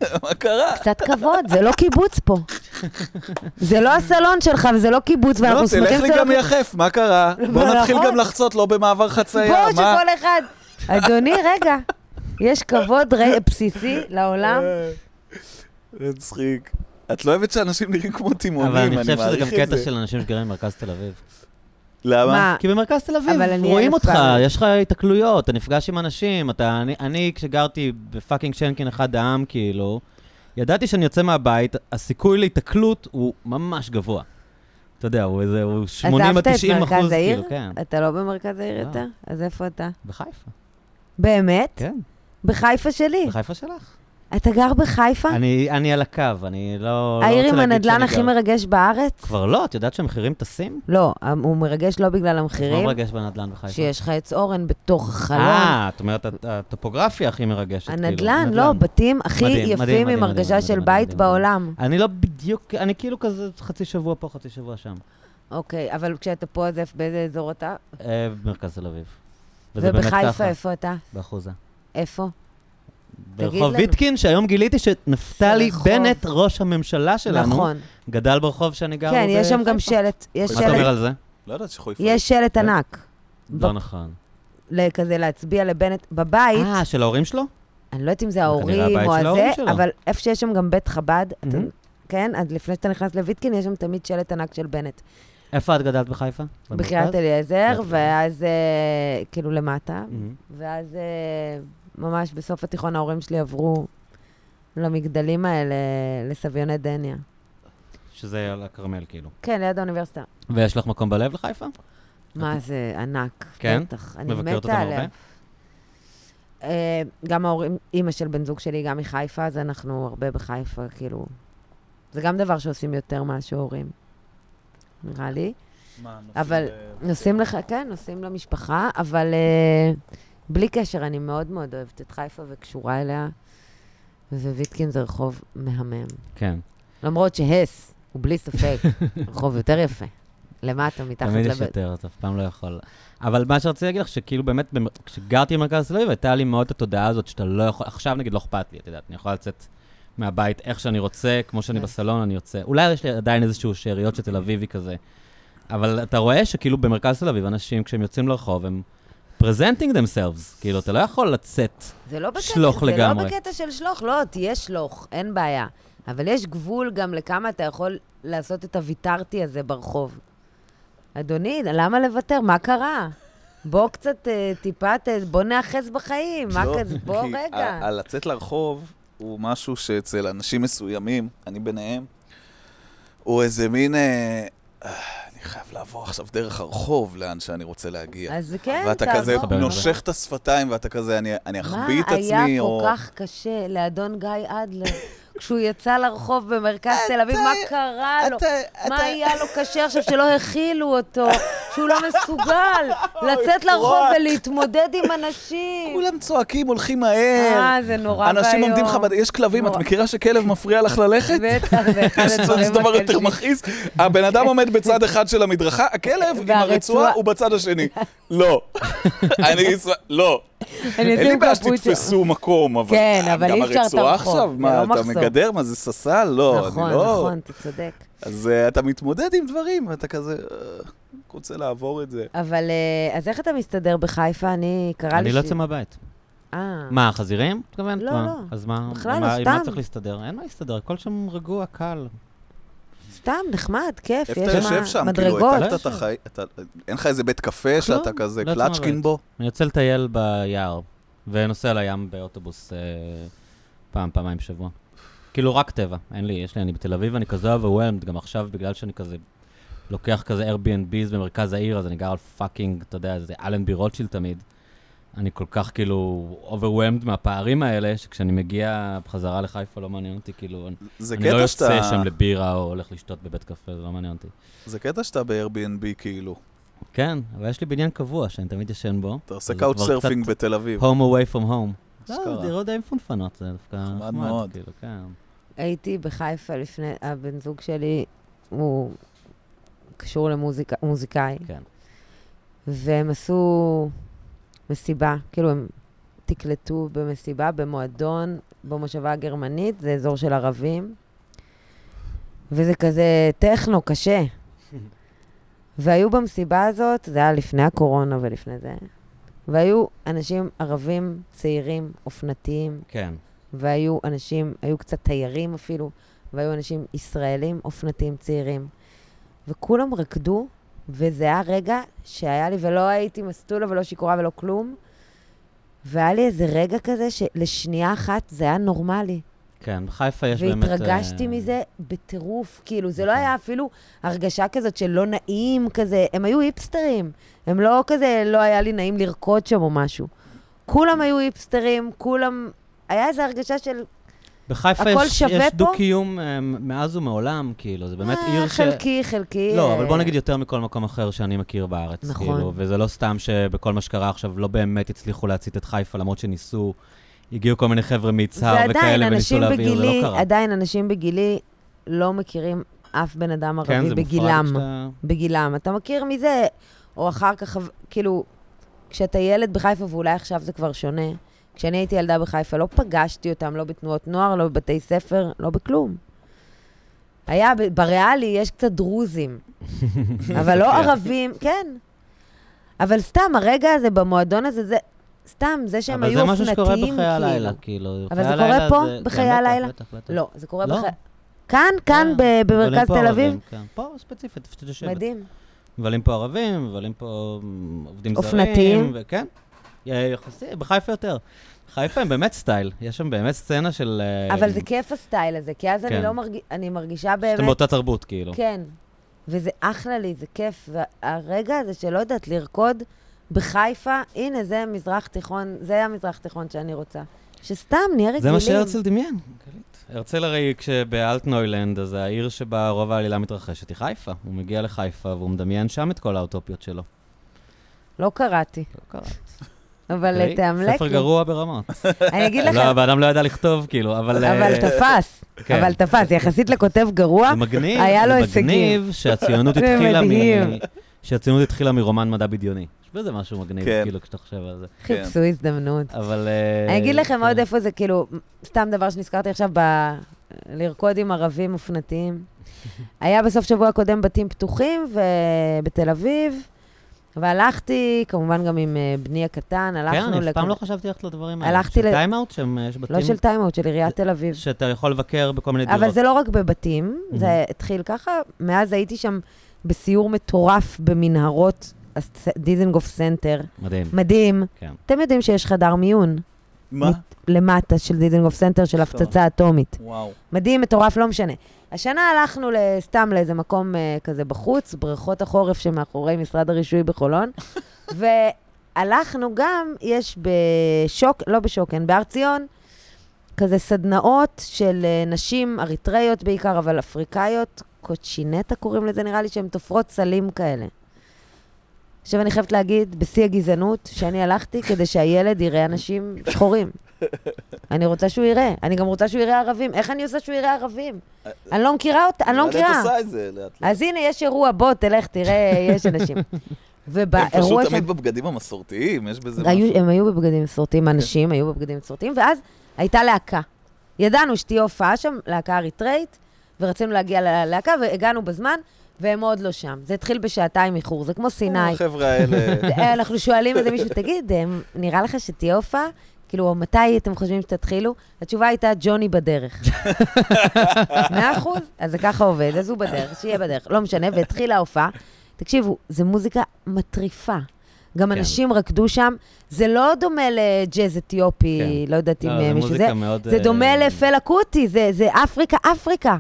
[laughs] מה קרה? קצת כבוד, זה לא קיבוץ פה. זה לא הסלון שלך וזה לא קיבוץ, לא, ואנחנו תלך שמחים לי שאתה גם לא- יחף, מה קרה? בוא [laughs] מה, נתחיל נכון? גם לחצות, לא במעבר חצייה, בוא, מה? שכל אחד... אדוני, רגע, יש כבוד ר- בסיסי לעולם? זה אה, מצחיק. את לא אוהבת שאנשים נראים כמו תימונים, אבל אני מעריך אני את זה. חושב שזה גם קטע של אנשים שגרים במרכז תל אביב. למה? מה? אה, כי במרכז תל אביב אבל אני רואים אלף אותך, פעם- יש לך התקלויות, אתה נפגש עם אנשים, אתה... אני- אני, כשגרתי בפאקינג שנקין אחד העם, כאילו, ידעתי שאני יוצא מהבית, הסיכוי להיתקלות הוא ממש גבוה. אתה יודע, הוא איזה, הוא 80 עד עזבת את 90 מרכז אחוז, העיר? כאילו, כן. אתה לא במרכז העיר לא. יותר? אז איפה אתה? בחיפה, באמת? כן. בחיפה שלי. בחיפה שלך. אתה גר בחיפה? אני, אני על הקו, אני לא... העיר לא עם רוצה להגיד הנדלן שאני הכי גר- מרגש בארץ? כבר לא, את יודעת שהמחירים טסים? לא, הוא מרגש לא בגלל מה המחירים, מרגש בנדלן בחיפה? שיש לך עץ אורן בתוך החלון. אה, את אומרת, הט- הטופוגרפיה הכי מרגשת, כאילו. הנדלן, לא, בתים הכי מדהים, מדהים, מדהים, יפים עם מדהים, הרגשה מדהים, של מדהים, בית מדהים. בעולם. אני לא בדיוק, אני כאילו כזה חצי שבוע פה, חצי שבוע שם. אוקיי, אבל כשאתה פה, אז איפה- באיזה אזור אתה? אה, במרכז תל אביב. וזה באמת ובחיפה, ככה, איפה אתה? באחוזה. איפה? ברחוב לנו. ויטקין, שהיום גיליתי שנפתלי רחוב. בנט, ראש הממשלה שלנו, נכון. גדל ברחוב שאני גר בו. כן, יש שם גם בחיפה. שלט, יש מה אתה אומר שלט, על זה? לא ידעת שחיפה. יש שלט ענק. לא ב- נכון. ל- כזה להצביע לבנט בבית, אה, של ההורים שלו? אני לא יודעת אם זה כנראה ההורים הבית או של ההורים הזה, שלו. אבל איפה שיש שם גם בית חב"ד, אתה- מהמם. כן, אז לפני שאתה נכנס לויטקין, יש שם תמיד שלט ענק של בנט. איפה את גדלת בחיפה? במרכז? בקריית אליעזר, בקריית ואז אה, כאילו למטה, מהמם. ואז אה, ממש בסוף התיכון ההורים שלי עברו למגדלים האלה, לסביוני דניה. שזה על הכרמל, כאילו. כן, ליד האוניברסיטה. ויש לך מקום בלב לחיפה? מה זה, ענק. אוקיי. כן? בטח, אני מבקרת אותם מתה עליה. הרבה? אה, גם ההורים, אימא של בן זוג שלי, גם מחיפה, אז אנחנו הרבה בחיפה, כאילו... זה גם דבר שעושים יותר מאשר הורים, נראה לי. מה, אבל- נוסעים ב- נוסעים לך, כן, נוסעים למשפחה, אבל אה, בלי קשר, אני מאוד מאוד אוהבת את חיפה וקשורה אליה, וויטקין זה רחוב מהמם. כן. למרות שהס הוא בלי [laughs] ספק רחוב יותר יפה. למטה, מתחת תמיד יש לבית. יותר, אתה אף פעם לא יכול. אבל מה שרציתי להגיד לך, שכאילו באמת, במ- כשגרתי במרכז תל אביב, הייתה לי מאוד התודעה הזאת שאתה לא יכול, עכשיו נגיד לא אכפת לי, את יודעת, אני יכול לצאת מהבית איך שאני רוצה, כמו שאני כן. בסלון, אני יוצא. אולי יש לי עדיין איזשהו שאריות של תל אביבי כזה. אבל אתה רואה שכאילו במרכז תל אביב, אנשים, כשהם יוצאים לרחוב, הם presenting themselves. כאילו, אתה לא יכול לצאת. זה לא בקטע, שלוך זה לגמרי. לא בקטע של שלוך, לא, תהיה שלוך, אין בעיה. אבל יש גבול גם לכמה אתה יכול לעשות את הוויתרתי הזה ברחוב. אדוני, למה לוותר? מה קרה? בוא קצת, אה, טיפה, ת- בוא נאחז בחיים. מה לא, כזה? בוא כי אה, רגע. ה- הלצאת לרחוב הוא משהו שאצל אנשים מסוימים, אני ביניהם, הוא איזה מין... אה, "אה, אני חייב לעבור עכשיו דרך הרחוב לאן שאני רוצה להגיע. אז כן, אה, ואתה כזה תעבור. בוא. נושך את השפתיים, ואתה כזה, "אני- אני אחביא את מה עצמי, היה או... כל כך קשה לאדון גיא אדלר כשהוא יצא לרחוב במרכז תל אביב? מה קרה לו? אתה- מה אתה- היה לו קשה עכשיו שלא הכילו אותו, שהוא לא [laughs] מסוגל לצאת לרחוב פרוק. ולהתמודד עם אנשים? כולם צועקים, הולכים מהר. אה, זה נורא ואיום. אנשים עומדים לך, בד- יש כלבים, את נורא. מכירה שכלב מפריע לך [laughs] ללכת? בטח, [laughs] זה אחד יש הדברים דבר יותר הקשים. מכעיס. הבן אדם עומד בצד אחד של המדרכה, הכלב עם והרצועה- הרצועה הוא בצד השני. [laughs] לא. אני... אשמח- לא. אני אין לי אשים בעיה קפוצ'ו. שתתפסו מקום, אבל... כן, אבל אי אפשר את גם הרצועה הרחוב, עכשיו, זה מה, לא אתה מחסום. מגדר? מה, זה ססל? לא, אני נכון, לא... נכון, אתה צודק. אז אה, אתה מתמודד עם דברים, ואתה כזה... אה, רוצה לעבור את זה. אבל אה, אז איך אתה מסתדר בחיפה? אני, קרה לי אני ש... לא יוצא מהבית. אה, מה, החזירים? את מתכוונת? לא, מה? לא. אז מה, בכלל, מה- לא, עם מה סתם. צריך להסתדר? אין מה להסתדר, הכל שם רגוע, קל. סתם, נחמד, כיף, איפה יש אתה יושב שם שם? מדרגות. כאילו, הטלת לא את החיים, אתה- אין לך איזה בית קפה שאתה כזה לא יוצא קלצ'קין מהבית. בו? אני יוצא לטייל ביער, ונוסע לים באוטובוס אה, פעם, פעמיים בשבוע. כאילו, רק טבע, אין לי, יש לי, אני בתל אביב, אני כזה overwhelmed, גם עכשיו, בגלל שאני כזה לוקח כזה Airbnbs במרכז העיר, אז אני גר על פאקינג, אתה יודע, זה אלנבי רוטשילד תמיד. אני כל כך כאילו overwhelmed מהפערים האלה, שכשאני מגיע בחזרה לחיפה לא מעניין אותי, כאילו, אני- זה אני לא קטע שאתה... יוצא שם לבירה או הולך לשתות בבית קפה, זה לא מעניין אותי. זה קטע שאתה ב-Airbnb כאילו. כן, אבל יש לי בניין קבוע שאני תמיד ישן בו. אתה עושה אז זה כבר קאוט סרפינג קצת בתל אביב. home away from home. אשכרה. לא, זה דירות די מפונפנות, זה דווקא נחמד נחמד, מאוד. כאילו, כן. הייתי בחיפה לפני, הבן זוג שלי הוא קשור למוזיקאי, כן. והם עשו מסיבה, כאילו הם תקלטו במסיבה במועדון במושבה הגרמנית, זה אזור של ערבים, וזה כזה טכנו, קשה. והיו במסיבה הזאת, זה היה לפני הקורונה ולפני זה, והיו אנשים ערבים צעירים, אופנתיים, כן. והיו אנשים, היו קצת תיירים אפילו, והיו אנשים ישראלים, אופנתיים צעירים. וכולם רקדו, וזה היה רגע שהיה לי, ולא הייתי מסטולה ולא שיכורה ולא כלום, והיה לי איזה רגע כזה שלשנייה אחת זה היה נורמלי. כן, בחיפה יש באמת... והתרגשתי אה, מזה בטירוף, כאילו, זה לא נכון. היה אפילו הרגשה כזאת של לא נעים כזה, הם היו היפסטרים, הם לא כזה, לא היה לי נעים לרקוד שם או משהו. כולם היו היפסטרים, כולם, היה איזו הרגשה של בחיפה הכל יש, שווה יש פה? דו-קיום אה, מאז ומעולם, כאילו, זה באמת אה, עיר חלקי, חלקי. לא, אבל בוא אה, נגיד יותר מכל מקום אחר שאני מכיר בארץ. נכון. כאילו, וזה לא סתם שבכל מה שקרה עכשיו לא באמת הצליחו להצית את חיפה, למרות שניסו, הגיעו כל מיני חבר'ה מיצהר ועדיין, וכאלה וניסו אנשים להעביר, זה לא בגילי, קרה. עדיין אנשים בגילי לא מכירים אף בן אדם כן, ערבי זה מופרך בגילם. שאתה- בגילם. אתה מכיר מזה, או אחר כך, אבל- כאילו, כשאתה ילד בחיפה, ואולי עכשיו זה כבר שונה, כשאני הייתי ילדה בחיפה, לא פגשתי אותם, לא בתנועות נוער, לא בבתי ספר, לא בכלום. היה, ב- בריאלי יש קצת דרוזים, [laughs] [laughs] אבל לא ערבים, כן. אבל סתם, הרגע הזה במועדון הזה, זה... סתם, זה שהם אבל היו זה אופנתיים, משהו שקורה בחיי כאילו. הלילה, כאילו. אבל חיי זה קורה הלילה פה, זה- כן, בחיי בטח, הלילה? בטח, בטח. לא, זה קורה לא. בחיי... כאן, כאן, כן. ב- במרכז אבל אין תל פה אביב? ערבים, כן. פה ספציפית, איפה שאת יושבת. מדהים. מבלים פה ערבים, מבלים פה מ, עובדים אופנתיים. זרים. וכן. יחסי, בחיפה יותר. חיפה הם באמת סטייל, יש שם באמת סצנה של... אה, אבל זה כיף הסטייל הזה, כי אז אני כן. לא מרגישה, אני מרגישה שאתם באמת, באותה תרבות, כאילו. כן. וזה אחלה לי, זה כיף. והרגע הזה שלא יודעת לרקוד בחיפה, הנה, זה מזרח תיכון, זה המזרח תיכון שאני רוצה. שסתם נהיה רגילים. זה מה שהרצל דמיין. הרצל הרי כשבאלטנוילנד, אז העיר שבה רוב העלילה מתרחשת היא חיפה. הוא מגיע לחיפה והוא מדמיין שם את כל האוטופיות שלו. לא קראתי, לא קרה. אבל תראי, אה, תאמלק אוקיי. ספר לי. [laughs] גרוע ברמות. אני [laughs] אגיד לך, לא, האדם לא ידע לכתוב, כאילו, אבל... אה, אבל תפס, כן. אבל תפס. יחסית לכותב גרוע, זה מגניב, היה לו זה הישגים. מגניב [laughs] שהציונות זה התחילה מ... מדהים. שהציונות התחילה מרומן מדע בדיוני. יש בזה משהו מגניב, כן. כאילו, כשאתה חושב על זה. חיפשו הזדמנות. אבל... אה, אני אגיד לכם כן. עוד איפה זה, כאילו, סתם דבר שנזכרתי עכשיו, ב... לרקוד עם ערבים [laughs] אופנתיים. היה בסוף שבוע קודם בתים פתוחים ו- בתל אביב, והלכתי, כמובן גם עם אה, בני הקטן, כן, הלכנו... אני אף לכ- פעם לא חשבתי ללכת לדברים האלה. הלכתי של ל- טיימאוט, שהם, אה, יש בתים לא של טיימאוט, של עיריית תל אביב. שאתה יכול לבקר בכל מיני דירות. Mm-hmm. אבל זה לא רק בבתים, זה מהמם. התחיל ככה. מאז הייתי שם בסיור מטורף במנהרות הס- דיזנגוף סנטר. מדהים, מדהים. כן. אתם יודעים שיש חדר מיון מה? למטה של דיזנגוף סנטר של טוב. הפצצה אטומית. וואו. מדהים, מטורף, לא משנה. השנה הלכנו ל- סתם לאיזה מקום אה, כזה בחוץ, בריכות החורף שמאחורי משרד הרישוי בחולון, והלכנו גם, יש בשוק, לא בשוקן, בהר ציון, כזה סדנאות של אה, נשים אריתראיות בעיקר, אבל אפריקאיות, קוצ'ינטה קוראים לזה, נראה לי שהן תופרות סלים כאלה. עכשיו אני חייבת להגיד, בשיא הגזענות, שאני הלכתי כדי שהילד יראה אנשים שחורים. אני רוצה שהוא יראה. אני גם רוצה שהוא יראה ערבים. איך אני עושה שהוא יראה ערבים? אני לא מכירה אותה, אני לא את מכירה. עושה את זה לאט לאט. אז הנה, יש אירוע, בוא, תלך, תראה, יש אנשים. הם פשוט ובאירוע שם... תמיד בבגדים המסורתיים, יש בזה היו- משהו. הם היו בבגדים מסורתיים, הנשים היו בבגדים מסורתיים, ואז הייתה להקה. ידענו שתהיה הופעה שם, להקה אריתראית, ורצינו להגיע ללהקה, והגענו בזמן, והם עוד לא שם. זה התחיל בשעתיים איחור, זה כמו סיני. החבר'ה [laughs] האלה. אה, אנחנו שואלים איזה מישהו, תגיד, אמ, נראה לך שתהיה הופעה? כאילו, מתי אתם חושבים שתתחילו? התשובה הייתה, ג'וני בדרך. מאה אחוז, אז זה ככה עובד, אז הוא בדרך, שיהיה בדרך. לא משנה, והתחילה ההופעה. תקשיבו, זו מוזיקה מטריפה. גם כן. אנשים רקדו שם, זה לא דומה לג'אז אתיופי, לא יודעת אם לא, זה אה, מישהו זה. מוזיקה מאוד... זה אה, דומה לפלה קוטי, זה, זה אפריקה, אפריקה.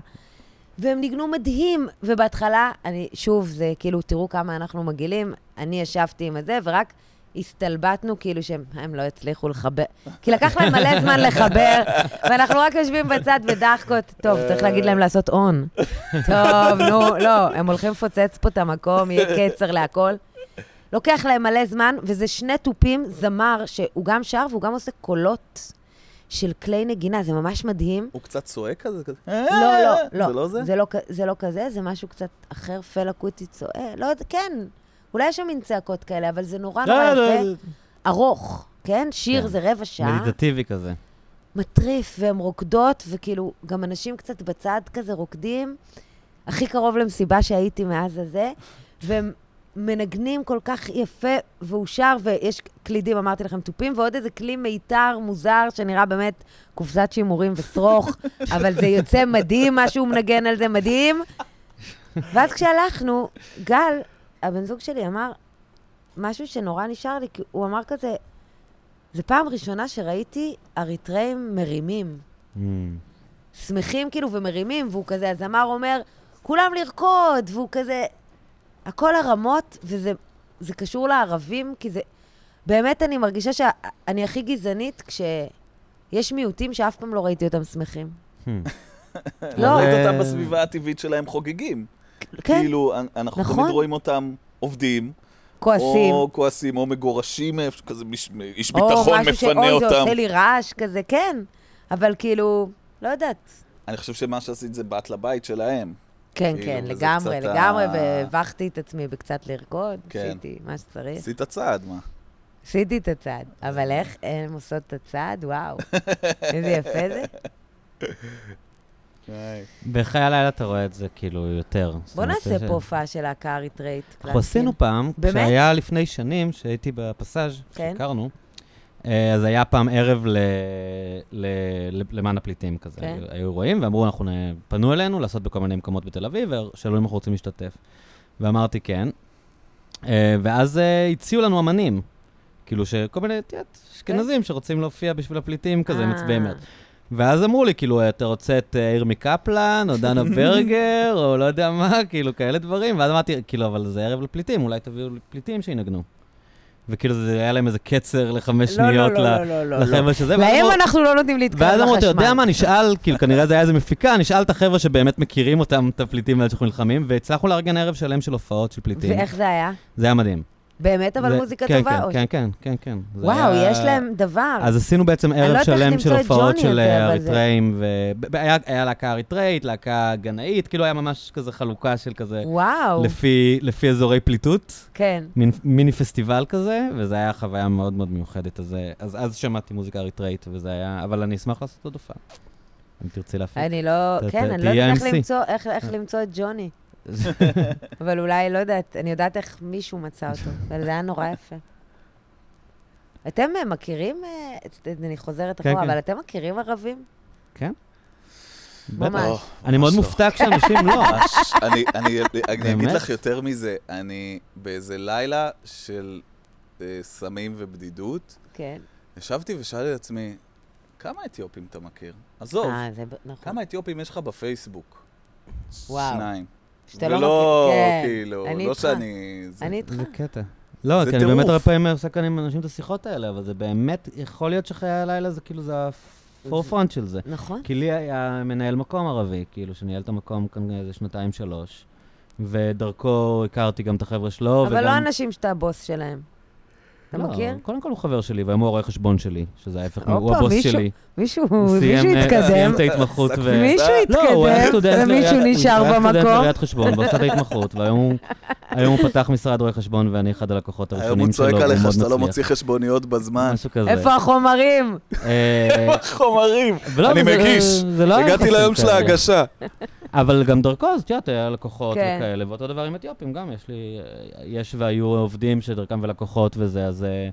והם ניגנו מדהים, ובהתחלה, אני, שוב, זה כאילו, תראו כמה אנחנו מגעילים, אני ישבתי עם הזה, ורק הסתלבטנו, כאילו שהם הם לא יצליחו לחבר, כי לקח להם מלא זמן לחבר, ואנחנו רק יושבים בצד ודחקות, טוב, צריך להגיד להם לעשות און. טוב, נו, לא, הם הולכים לפוצץ פה את המקום, יהיה קצר להכל. לוקח להם מלא זמן, וזה שני תופים, זמר, שהוא גם שר והוא גם עושה קולות של כלי נגינה, זה ממש מדהים. הוא קצת צועק כזה? כזה, לא, לא, לא. זה לא זה? זה לא, כ- זה לא כזה, זה משהו קצת אחר, פלה קוטי צועה. לא יודע, כן. אולי יש שם מין צעקות כאלה, אבל זה נורא נורא לא, לא, יפה. לא, ארוך, כן? שיר כן. זה רבע שעה. מדיטטיבי כזה. מטריף, והן רוקדות, וכאילו, גם אנשים קצת בצד כזה רוקדים, הכי קרוב למסיבה שהייתי מאז הזה, והם מנגנים כל כך יפה, והוא שר, ויש קלידים, אמרתי לכם, תופים, ועוד איזה כלי מיתר מוזר, שנראה באמת קופסת שימורים ושרוך, אבל זה יוצא מדהים, מה שהוא מנגן על זה מדהים. ואז כשהלכנו, גל, הבן זוג שלי, אמר משהו שנורא נשאר לי, כי הוא אמר כזה, זו פעם ראשונה שראיתי אריתראים מרימים. Mm. שמחים כאילו ומרימים, והוא כזה, הזמר אומר, כולם לרקוד, והוא כזה... הכל הרמות, וזה זה קשור לערבים, כי זה... באמת, אני מרגישה שאני הכי גזענית כש... יש מיעוטים שאף פעם לא ראיתי אותם שמחים. hmm. לא. לא. ראית אה, אותם בסביבה הטבעית שלהם חוגגים. כן, כאילו, אנ- אנחנו נכון. תמיד רואים אותם עובדים, כועסים. או כועסים, או מגורשים מאיפה, כזה מיש- איש או ביטחון משהו מפנה שאוי, זה אותם. עושה לי רעש כזה, כן. אבל כאילו, לא יודעת. אני חושב שמה שעשית זה באת לבית שלהם. כן, כאילו, כן, וזה לגמרי, קצת ה- לגמרי, והבכתי את עצמי בקצת לרקוד, כן. עשיתי מה שצריך. עשית צעד, מה? עשיתי את הצעד, אבל איך הן עושות את הצעד? וואו, איזה יפה [laughs] זה. בחיי הלילה אתה רואה את זה כאילו יותר. זאת בוא אומרת, נעשה זה- פה הופעה של הקארי ריטרייט. אנחנו עשינו פעם, כן. באמת? שהיה לפני שנים, שהייתי בפסאז', כן. שהכרנו, אה, אז היה פעם ערב ל- ל- ל- למען הפליטים כזה. כן. היו- היו רואים ואמרו, אנחנו נ- פנו אלינו לעשות בכל מיני מקומות בתל אביב, ושאלו אם אנחנו רוצים להשתתף. ואמרתי כן. אה, ואז אה, הציעו לנו אמנים, כאילו שכל מיני, את יודעת, כן. אשכנזים שרוצים להופיע בשביל הפליטים אה. כזה, מצביעי מרץ. לא, ואז אמרו לי, כאילו, אתה רוצה את אה, ירמי קפלן, או [laughs] דנה ברגר, או לא יודע מה, כאילו, כאלה דברים. ואז אמרתי, כאילו, אבל זה ערב לפליטים, אולי תביאו לי פליטים שינגנו. וכאילו, זה היה להם איזה קצר לחמש לא, שניות לא, ל- לא, לא, לא, לא. לחבר'ה שזה. ואז להם אמרו- אנחנו לא נותנים להתקרב לחשמל. ואז אמרו, אתה יודע מה, נשאל, כאילו, כנראה זה היה איזה מפיקה, נשאל את החבר'ה שבאמת מכירים אותם, את הפליטים האלה שאנחנו נלחמים, והצלחנו לארגן ערב שלם של הופעות של פליטים. ואיך זה היה? זה היה מדהים. באמת, אבל זה- מוזיקה כן, טובה? כן, או- כן, כן, כן, כן. זה וואו, היה- יש להם דבר. אז עשינו בעצם לא ערב יודעת איך שלם למצוא של את הופעות ג'וני של אה, הזה, אבל זה- אריתראים, והיה להקה אריתראית, להקה גנאית, כאילו היה ממש כזה חלוקה של כזה, וואו, לפי- לפי אזורי פליטות, כן. מין- מיני פסטיבל כזה, וזה היה חוויה מאוד מאוד מיוחדת. אז, אה, אז אז שמעתי מוזיקה אריתראית, וזה היה, אבל אני אשמח לעשות עוד הופעה. אם תרצי להפיק. אני לא, ת- כן, ת- אני לא תהיה יודעת איך MC. למצוא- איך- איך למצוא את [laughs] ג'וני. אבל אולי, לא יודעת, אני יודעת איך מישהו מצא אותו, אבל זה היה נורא יפה. אתם אה, מכירים, אה, אני חוזרת כן, אחורה, כן. אבל אתם מכירים ערבים? בטח. ממש. לא, אה, אני מאוד ממש לא. מופתע כשאנשים [laughs] לא. ממש. אני- אני אני אגיד באמת? לך יותר מזה, אני באיזה לילה של אה, סמים ובדידות, כן. ישבתי ושאלתי את עצמי, כמה אתיופים אתה מכיר? עזוב, אה, זה ב- נכון. כמה אתיופים יש לך בפייסבוק? וואו. שניים. שאתה לא ולא, מכיר, כן. כאילו, אני לא איתך. שאני... זה- אני איתך. זה קטע. לא, זה כי אני באמת טירוף. הרבה פעמים עושה כאן עם אנשים את השיחות האלה, אבל זה באמת, יכול להיות שחיי הלילה זה כאילו, זה הפורפרונט של זה. נכון. כי לי היה מנהל מקום ערבי, כאילו, שניהל את המקום כאן איזה שנתיים-שלוש, ודרכו הכרתי גם את החבר'ה שלו, אבל לא וגם- אנשים שאתה הבוס שלהם. אתה לא, מכיר? קודם כל הוא חבר שלי, והיום הוא הרואה חשבון שלי, שזה ההפך, הופה, הוא הבוס מישהו- שלי. מישהו הוא סיים, מישהו אה, התקדם, סיים את ההתמחות ו... מישהו לא, הוא היה סטודנט התקדם, ומישהו לראיית- נשאר הוא היה סטודנט במקום. לראיית חשבון, ועושה את ההתמחות, והיום הוא- היום הוא פתח משרד רואי חשבון, ואני אחד הלקוחות הראשונים שלו, היום הוא צועק והוא עליך מאוד שאתה לא מצליח. מוציא חשבוניות בזמן. משהו כזה. איפה החומרים? אה, חומרים. ולא, אני זה- מגיש. זה לא היה הגעתי יחסים ליום של כאלה. ההגשה. אבל גם דרכו, אז את יודעת, היה לקוחות כן. וכאלה, ואותו דבר עם אתיופים גם, יש לי, יש והיו עובדים שדרכם ולקוחות וזה, אז אה,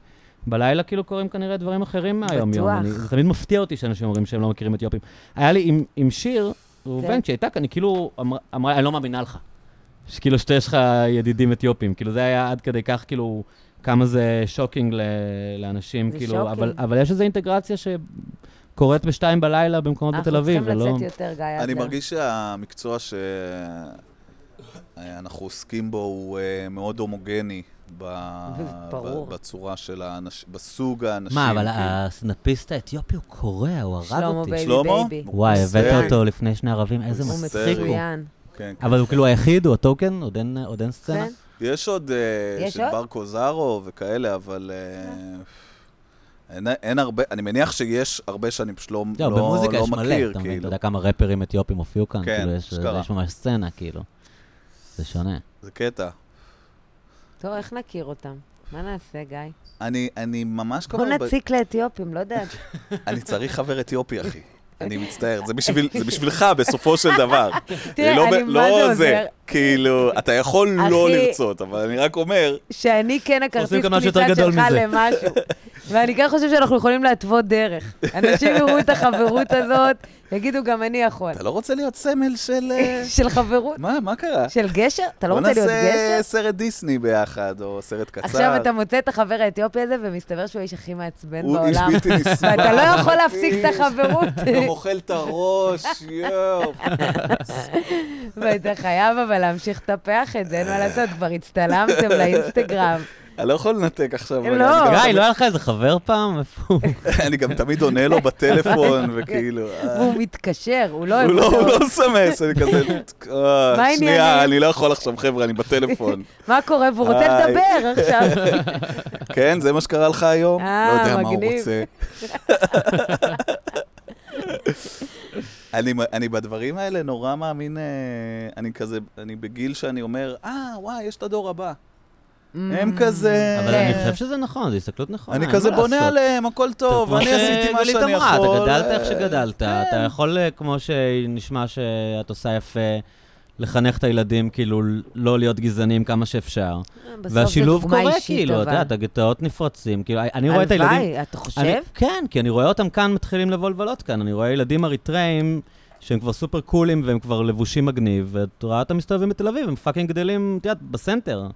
בלילה כאילו קורים כנראה דברים אחרים מהיום-יום. בטוח. אני- זה תמיד מפתיע אותי שאנשים אומרים שהם לא מכירים אתיופים. היה לי עם, עם שיר, כן. ראובן, שהייתה כאן, היא כאילו אמר- אמרה, אני לא מאמינה לך. שכאילו שיש לך ידידים אתיופים, כאילו זה היה עד כדי כך, כאילו, כמה זה שוקינג ל- לאנשים, זה כאילו, אבל, שוקינג. אבל יש איזו אינטגרציה שקורית בשתיים בלילה במקומות בתל אביב, לא- אנחנו ולא... צריכים לצאת יותר, גיא. אני אדלר. מרגיש שהמקצוע שאנחנו עוסקים בו הוא אה, מאוד הומוגני. [laughs] ב- ברור. ב- בצורה של האנשים, בסוג האנשים. מה, אבל אה, כאילו. הסנאפיסט האתיופי הוא קורע, הוא הרג שלמה אותי. בייבי שלמה? בייבי. הוא וואי, היסטרי. הבאת אותו לפני שני ערבים, איזה הוא הוא מצחיק מצחיק הוא. מצוין. כן, כן. אבל הוא כאילו היחיד, הוא הטוקן, עוד אין- עוד אין סצנה. כן? יש עוד, אה, יש של עוד? ברקו זארו וכאלה, אבל... אה, אין- אין הרבה, אני מניח שיש הרבה שאני פשוט לא לא, לא- במוזיקה לא יש מלא, מכיר, אתה מבין, אתה כאילו. יודע כמה ראפרים אתיופים הופיעו כאן, כן, כאילו, יש- אשכרה. יש ממש סצנה, כאילו. זה שונה. זה קטע. טוב, איך נכיר אותם? מה נעשה, גיא? אני, אני ממש כל בוא כך ב- נציק לאתיופים, [laughs] לא יודעת. אני צריך חבר אתיופי, אחי. אני מצטער, זה, [laughs] בשביל, זה בשבילך בסופו של דבר. תראה, לא, אני- ב- מה לא זה עוזר? כאילו, אתה יכול לא אחי- לרצות, אבל אני רק אומר, שאני כן הכרטיס עושים כאן משהו יותר כניסה גדול שלך מזה. למשהו. [laughs] ואני כן חושב שאנחנו יכולים להתוות דרך. אנשים יראו את החברות הזאת, יגידו, גם אני יכול. אתה לא רוצה להיות סמל של... [laughs] אה, של חברות, מה, מה קרה? של גשר? אתה לא בוא רוצה להיות גשר? נעשה סרט דיסני ביחד, או סרט קצר. עכשיו אתה מוצא את החבר האתיופי הזה, ומסתבר שהוא האיש הכי מעצבן הוא איש בעולם. בלתי נסבל. [laughs] [laughs] ואתה לא יכול להפסיק את החברות. הוא אוכל את הראש, יואו. ואתה חייב אבל להמשיך לטפח את זה, אין מה לעשות, כבר הצטלמתם לאינסטגרם. אני לא יכול לנתק עכשיו. לא. רגע, אני גם- גיא, לא היה לך איזה חבר [laughs] פעם? איפה הוא? [laughs] אני גם תמיד עונה לו בטלפון, וכאילו... אה, והוא מתקשר, הוא לא... הוא לא- הוא לא מסמס, אני [laughs] כזה... אה, מה העניינים? שנייה, אני לא יכול עכשיו, חבר'ה, אני [laughs] בטלפון. מה קורה? והוא רוצה היי. לדבר עכשיו. כן, זה מה שקרה לך היום? אה, לא יודע מה הוא מגניב. [laughs] רוצה. אני, אני בדברים האלה נורא מאמין, אה, אני כזה, אני בגיל שאני אומר, אה, וואי, יש את הדור הבא. [laughs] הם כזה... אבל אני חושב שזה נכון, זו הסתכלות נכונה. אני אין כזה מה בונה לעשות. עליהם, הכל טוב, כמו אני עשיתי מה שגלית שאני אמרה, יכול. אתה גדלת איך אה, שגדלת, אתה יכול, אה, כמו שנשמע שאת עושה יפה, לחנך את הילדים, כאילו, לא להיות גזענים כמה שאפשר. אה, והשילוב קורה, כאילו, אתה יודע, את הגטאות נפרצים, כאילו, אני רואה את הילדים... הלוואי, אתה אני, חושב? כן, כי אני רואה אותם כאן מתחילים לבוא לבלות כאן. אני רואה ילדים אריתראים שהם כבר סופר קולים והם כבר לבושים מגניב, ואת רואה אותם מסתובבים בתל אביב, הם פאקינג גדלים, את יודעת, בסנטר.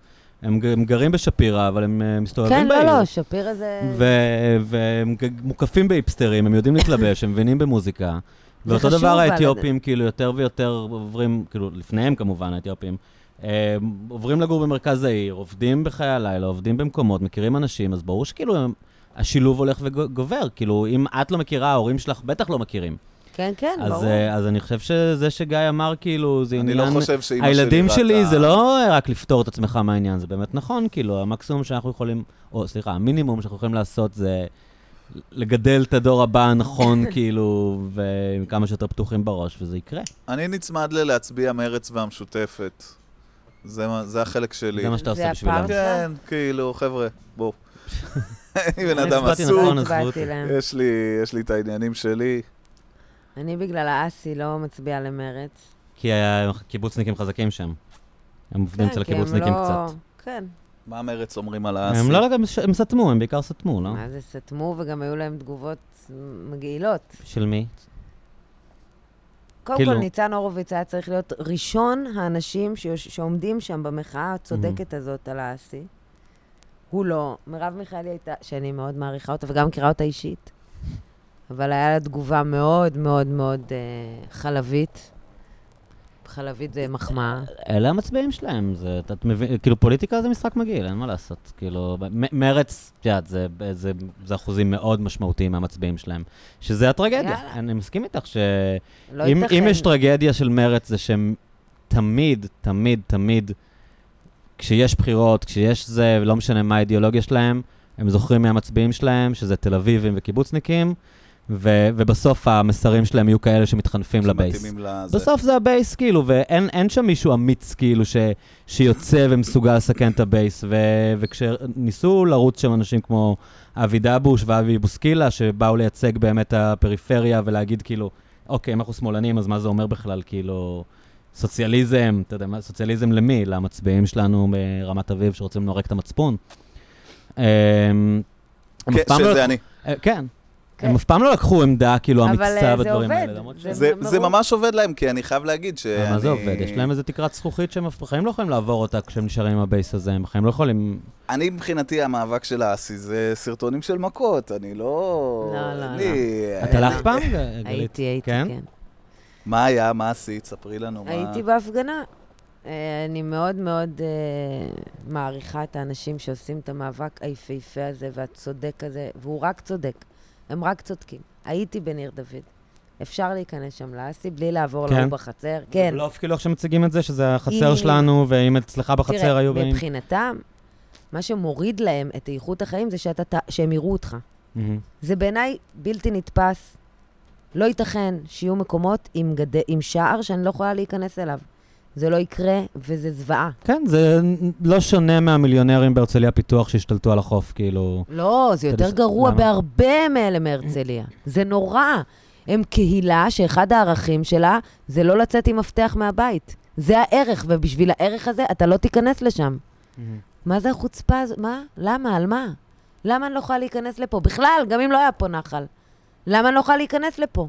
הם, ג- הם גרים בשפירא, אבל הם אה, מסתובבים כן, בעיר. לא, לא, שפירא זה... ו- והם ג- מוקפים באיפסטרים, הם יודעים להתלבש, הם מבינים במוזיקה. זה ואותו חשוב, דבר אבל- האתיופים, כאילו, יותר ויותר עוברים, כאילו, לפניהם כמובן, האתיופים, אה, עוברים לגור במרכז העיר, עובדים בחיי הלילה, עובדים במקומות, מכירים אנשים, אז ברור שכאילו הם- השילוב הולך וגובר. כאילו, אם את לא מכירה, ההורים שלך בטח לא מכירים. כן, כן, אז, ברור. אה, אז אני חושב שזה שגיא אמר, כאילו, זה אני עניין... לא חושב שאימא שלי הילדים שלי ראתה- זה לא רק לפתור את עצמך מהעניין, זה באמת נכון, כאילו, המקסימום שאנחנו יכולים, או סליחה, המינימום שאנחנו יכולים לעשות זה לגדל את הדור הבא [laughs] הנכון, כאילו, ועם כמה שיותר פתוחים בראש, וזה יקרה. אני נצמד ללהצביע מרץ והמשותפת. זה מה- זה החלק שלי. זה מה שאתה זה עושה בשבילם. הפער. כן, כאילו, חבר'ה, [laughs] בואו. אני בן אני אדם הצבעתי עסוק, נכון, עזבו לא הצבעתי אותי. להם. יש לי- יש לי את העניינים שלי. אני בגלל האסי לא מצביעה למרץ. כי הקיבוצניקים חזקים שם. הם עובדים כן, אצל כי הם הקיבוצניקים לא- קצת. כן. מה מרץ אומרים על האסי? הם לא, הם ס- הם סתמו, הם בעיקר סתמו, לא? מה זה, סתמו וגם היו להם תגובות מגעילות. של מי? קודם כאילו- כל, ניצן הורוביץ היה צריך להיות ראשון האנשים שיוש- שעומדים שם במחאה Mm-hmm. הצודקת הזאת על האסי. הוא לא. מרב מיכאלי הייתה, שאני מאוד מעריכה אותה וגם מכירה אותה אישית, אבל היה לה תגובה מאוד מאוד מאוד אה, חלבית. חלבית זה מחמאה. אלה המצביעים שלהם, זה, את- את מבין, כאילו פוליטיקה זה משחק מגעיל, אין מה לעשות, כאילו, מ- מרץ, את יודעת, זה, זה, זה אחוזים מאוד משמעותיים מהמצביעים שלהם, שזה הטרגדיה. יאללה. יאללה. אני מסכים איתך ש... לא אם, ייתכן. אם יש טרגדיה של מרץ זה שהם תמיד, תמיד, תמיד, כשיש בחירות, כשיש זה, לא משנה מה האידיאולוגיה שלהם, הם זוכרים מהמצביעים שלהם, שזה תל אביבים וקיבוצניקים, ו, ובסוף המסרים שלהם יהיו כאלה שמתחנפים לבייס. שמתאימים לזה. בסוף זה הבייס, כאילו, ואין אין שם מישהו אמיץ, כאילו, ש, שיוצא ומסוגל לסכן את הבייס. ו, וכשניסו לרוץ שם אנשים כמו אבי דבוש ואבי בוסקילה, שבאו לייצג באמת הפריפריה ולהגיד, כאילו, אוקיי, אם אנחנו שמאלנים, אז מה זה אומר בכלל, כאילו, סוציאליזם, אתה יודע מה, סוציאליזם למי? למצביעים שלנו מרמת אביב שרוצים לנורק את המצפון. אמ, הם אף כן, פעם לא שזה לקחו- אני. אה, כן. כן. הם אף פעם לא לקחו עמדה, כאילו, אבל, אה, אמיצה זה בדברים האלה. עובד, למרות ש- זה זה- מרוב- זה ממש עובד להם, כי אני חייב להגיד שאני... אבל מה זה עובד? יש להם איזו תקרת זכוכית שהם אף בחיים לא יכולים לעבור אותה כשהם נשארים עם הבייס הזה, הם בחיים לא יכולים... אני מבחינתי, המאבק של האסי זה סרטונים של מכות, אני לא... לא, לא, אין לא. לי- את הלכת פעם, גלית? הייתי, הייתי, כן? כן. מה היה, מה עשית? ספרי לנו מה... הייתי בהפגנה. אה, אני מאוד מאוד אה, מעריכה את האנשים שעושים את המאבק היפהפה הזה והצודק הזה, והוא רק צודק. הם רק צודקים. הייתי בניר דוד. אפשר להיכנס שם לאסי בלי לעבור כן. כן. להוא בחצר. כן. לא, כאילו איך שמציגים את זה, שזה החצר אם- שלנו, ואם אצלך בחצר היו תראה, באים. מבחינתם, מה שמוריד להם את איכות החיים זה שאתה, ת- שהם יראו אותך. מהמם. זה בעיניי בלתי נתפס. לא ייתכן שיהיו מקומות עם, גד... עם שער שאני לא יכולה להיכנס אליו. זה לא יקרה, וזה זוועה. כן, זה לא שונה מהמיליונרים בהרצליה פיתוח שהשתלטו על החוף, כאילו... לא, זה אתה יותר יודע, גרוע למה? בהרבה מאלה מהרצליה. זה נורא. הם קהילה שאחד הערכים שלה זה לא לצאת עם מפתח מהבית. זה הערך, ובשביל הערך הזה אתה לא תיכנס לשם. מה זה החוצפה הזו? מה? למה? על מה? למה אני לא יכולה להיכנס לפה? בכלל, גם אם לא היה פה נחל. למה אני לא יכולה להיכנס לפה?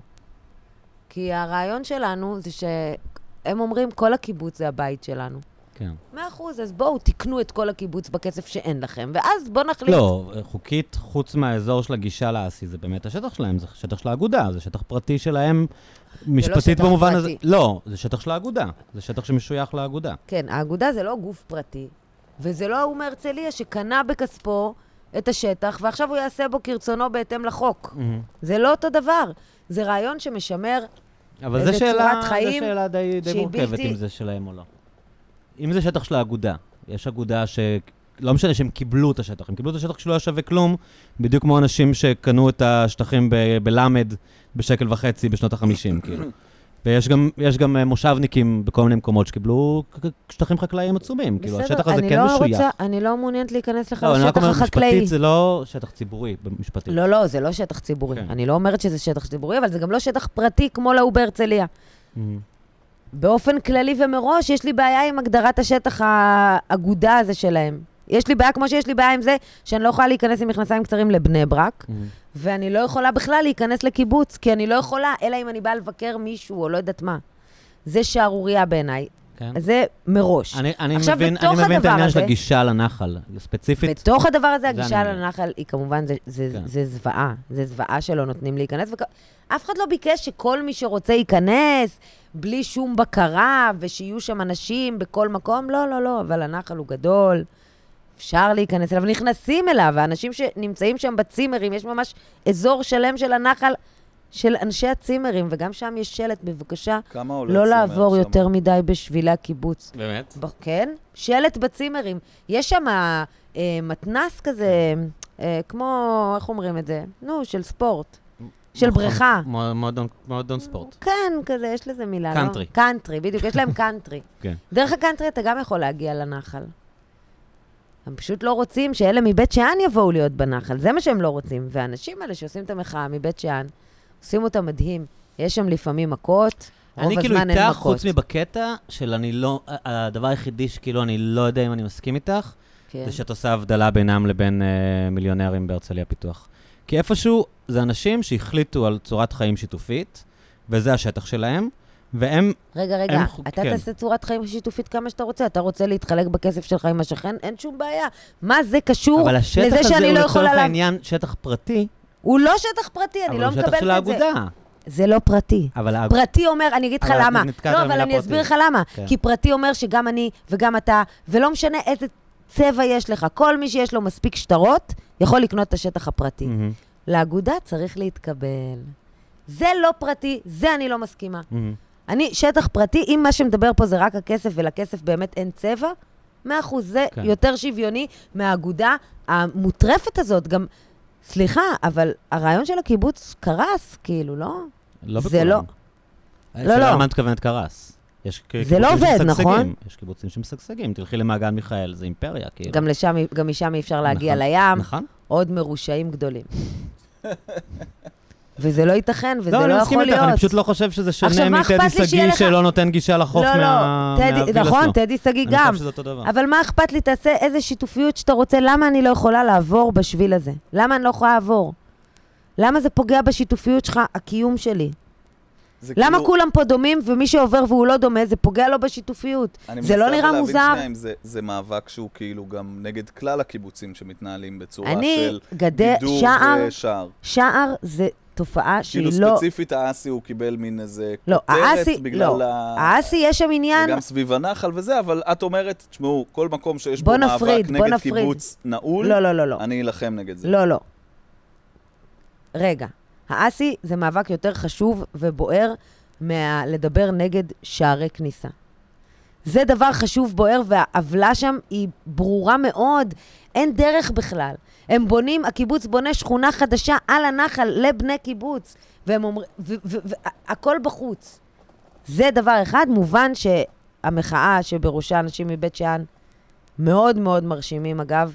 כי הרעיון שלנו זה שהם אומרים, כל הקיבוץ זה הבית שלנו. כן. מאה אחוז, אז בואו תקנו את כל הקיבוץ בכסף שאין לכם, ואז בואו נחליט. לא, חוקית, חוץ מהאזור של הגישה לאסי, זה באמת השטח שלהם, זה שטח של האגודה, זה שטח פרטי שלהם, משפטית לא שטח במובן הזה. פרטי. לא, זה שטח של האגודה, זה שטח שמשוייך לאגודה. כן, האגודה זה לא גוף פרטי. וזה לא ההוא מהרצליה שקנה בכספו את השטח, ועכשיו הוא יעשה בו כרצונו בהתאם לחוק. מהמם. זה לא אותו דבר. זה רעיון שמשמר אבל איזה זו שאלה, צורת זו חיים שאלה די, די שהיא מורכבת, בלתי- אם זה שלהם או לא. אם זה שטח של האגודה, יש אגודה ש... לא משנה שהם קיבלו את השטח, הם קיבלו את השטח כשלא היה שווה כלום, בדיוק כמו אנשים שקנו את השטחים ב- בלמד בשקל וחצי בשנות החמישים, כאילו. ויש גם, יש גם אה, מושבניקים בכל מיני מקומות שקיבלו כ- כ- שטחים חקלאיים עצומים, כאילו, השטח הזה אני כן לא משוייך. רוצה, אני לא מעוניינת להיכנס לך לא, אני לשטח רק אומר, החקלאי. משפטית זה לא שטח ציבורי, משפטית. לא, לא, זה לא שטח ציבורי. כן. אני לא אומרת שזה שטח ציבורי, אבל זה גם לא שטח פרטי כמו להוא בהרצליה. Mm-hmm. באופן כללי ומראש, יש לי בעיה עם הגדרת השטח האגודה הזה שלהם. יש לי בעיה כמו שיש לי בעיה עם זה שאני לא יכולה להיכנס עם מכנסיים קצרים לבני ברק, Mm-hmm. ואני לא יכולה בכלל להיכנס לקיבוץ, כי אני לא יכולה, אלא אם אני באה לבקר מישהו או לא יודעת מה. זה שערורייה בעיניי. כן. זה מראש. אני, אני, עכשיו, מבין, בתוך אני מבין את הדבר העניין של הזה- הגישה לנחל, ספציפית. בתוך הדבר הזה, אני הגישה מבין. לנחל היא כמובן, זה, זה, כן. זה זוועה. זה זוועה שלא נותנים להיכנס. וכ... אף אחד לא ביקש שכל מי שרוצה ייכנס, בלי שום בקרה, ושיהיו שם אנשים בכל מקום. לא, לא, לא, אבל הנחל הוא גדול, אפשר להיכנס אליו. נכנסים אליו, האנשים שנמצאים שם בצימרים, יש ממש אזור שלם של הנחל, של אנשי הצימרים, וגם שם יש שלט, בבקשה, כמה עולה לא צימר לעבור שם? יותר מדי בשבילי הקיבוץ. באמת? ב- כן, שלט בצימרים. יש שם אה, מתנס כזה, אה, כמו, איך אומרים את זה? נו, של ספורט. של בריכה. מועדון נכון. ספורט. כן, כזה, יש לזה מילה, לא? קאנטרי. קאנטרי, בדיוק, יש להם קאנטרי. [laughs] כן. דרך הקאנטרי אתה גם יכול להגיע לנחל. הם פשוט לא רוצים שאלה מבית שאן יבואו להיות בנחל, זה מה שהם לא רוצים. והאנשים האלה שעושים את המחאה מבית שאן, עושים אותה מדהים. יש שם לפעמים מכות, רוב אני כאילו הזמן אין מכות. איתך, חוץ מבקטע של אני לא, הדבר היחידי שכאילו אני לא יודע אם אני מסכים איתך, כן. זה שאת עושה הבדלה בינם לבין אה, מיליונרים בהרצליה פיתוח. כי איפשהו זה אנשים שהחליטו על צורת חיים שיתופית, וזה השטח שלהם, והם, רגע, רגע, הם חוק- אתה כן. תעשה צורת חיים שיתופית כמה שאתה רוצה, אתה רוצה להתחלק בכסף שלך עם השכן, אין שום בעיה. מה זה קשור אבל השטח לזה הזה שאני הוא לא יכולה... לצורך לה- העניין שטח פרטי, הוא לא שטח פרטי, אני אבל לא הוא מקבלת שטח את של זה. האגודה. זה לא פרטי. אבל האג- פרטי אומר, אני אגיד לך אבל את למה. נתקעת לא, אבל במילה אני אסביר פרטי. לך למה. כן. כי פרטי אומר שגם אני וגם אתה, ולא משנה איזה צבע יש לך, כל מי שיש לו מספיק שטרות, יכול לקנות את השטח הפרטי. מהמם, לאגודה צריך להתקבל. זה לא פרטי, זה אני לא מסכימה. מהמם. אני, שטח פרטי, אם מה שמדבר פה זה רק הכסף, ולכסף באמת אין צבע, מאה אחוז, זה כן. כן. יותר שוויוני מהאגודה המוטרפת הזאת. גם, סליחה, אבל הרעיון של הקיבוץ קרס, כאילו, לא? לא אה, זה בכולם. לא. לא, השאלה לא. מה את מתכוונת קרס. יש כ- זה קיבוצים לא עובד, שמשגשגים. נכון? יש קיבוצים שמשגשגים, תלכי למעגן מיכאל, זה אימפריה, כאילו. גם לשם, גם משם אי אפשר להגיע נכון, לים, נכון? עוד מרושעים גדולים. וזה לא ייתכן, וזה לא, לא, אני מסכים יכול איתך, להיות. אני פשוט לא חושב שזה עכשיו, שונה מה אכפת מטדי לי שיהיה שגיא לך- שלא נותן גישה לחוף לא, מה- לא, מהווילה טדי, שלו. נכון, טדי שגיא אני גם. חושב שזה אותו דבר. נכון. אבל מה אכפת לי, תעשה איזה שיתופיות שאתה רוצה, למה אני לא יכולה לעבור בשביל הזה? למה אני לא יכולה לעבור? למה זה פוגע בשיתופיות שלך, הקיום שלי? זה למה כאילו- כולם פה דומים ומי שעובר והוא לא דומה, זה פוגע לו בשיתופיות? אני זה לא מנסה נראה להבין מוזר? שנייה אם זה- זה מאבק שהוא כאילו גם נגד כלל הקיבוצים שמתנהלים בצורה אני, של גדר, בידור שער, ושער. שער זה תופעה כאילו שהיא לא... ספציפית האסי הוא קיבל מין איזה לא, כותרת האסי- בגלל לא. ה... האסי יש שם עניין, וגם סביב הנחל וזה, אבל את אומרת, תשמעו, כל מקום שיש בו בוא מאבק נפריד, בוא נגד נפריד. קיבוץ נעול, לא, לא, לא, לא. אני אלחם נגד זה. לא, לא. רגע, האסי זה מאבק יותר חשוב ובוער מלדבר נגד שערי כניסה. זה דבר חשוב, בוער, והעוולה שם היא ברורה מאוד. אין דרך בכלל. הם בונים, הקיבוץ בונה שכונה חדשה על הנחל לבני קיבוץ, והם אומרים, והכל בחוץ. זה דבר אחד. מובן שהמחאה שבראשה אנשים מבית שאן מאוד מאוד מרשימים, אגב,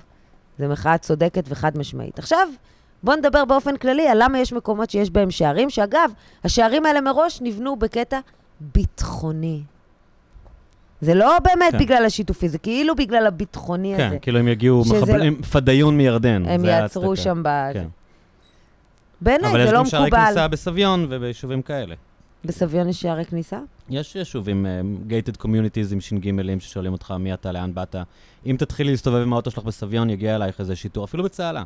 זו מחאה צודקת וחד משמעית. עכשיו, בואו נדבר באופן כללי על למה יש מקומות שיש בהם שערים, שאגב, השערים האלה מראש נבנו בקטע ביטחוני. זה לא באמת כן. כן. בגלל השיתופי, זה כאילו בגלל הביטחוני הזה. כן, כאילו הם יגיעו, שזה מחבל- לא- הם פדאיון מירדן. הם זה יעצרו ההצדקה. שם ב... כן. בעיניי אבל יש זה לא גם שערי מקובל. כניסה בסביון וביישובים כאלה. בסביון יש שערי כניסה? יש יישובים, גייטד קומיוניטיז עם ש"גים ששואלים אותך מי אתה, לאן באת. אם תתחילי להסתובב עם האוטו שלך בסביון, יגיע אלייך איזה שיטור, אפילו בצהלה.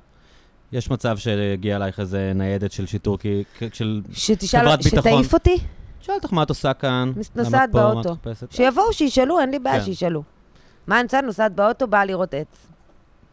יש מצב שיגיע אלייך איזה ניידת של שיטור, כי... כ- של... שתשאל, חברת ביטחון. שתעיף אותי? שואל אותך מה את עושה כאן, מס- למה את נוסעת פה, מה את באוטו. מחפשת. שיבואו, שישאלו, אין לי בעיה כן. שישאלו. מה אני עושה? נוסעת באוטו, באה לראות עץ.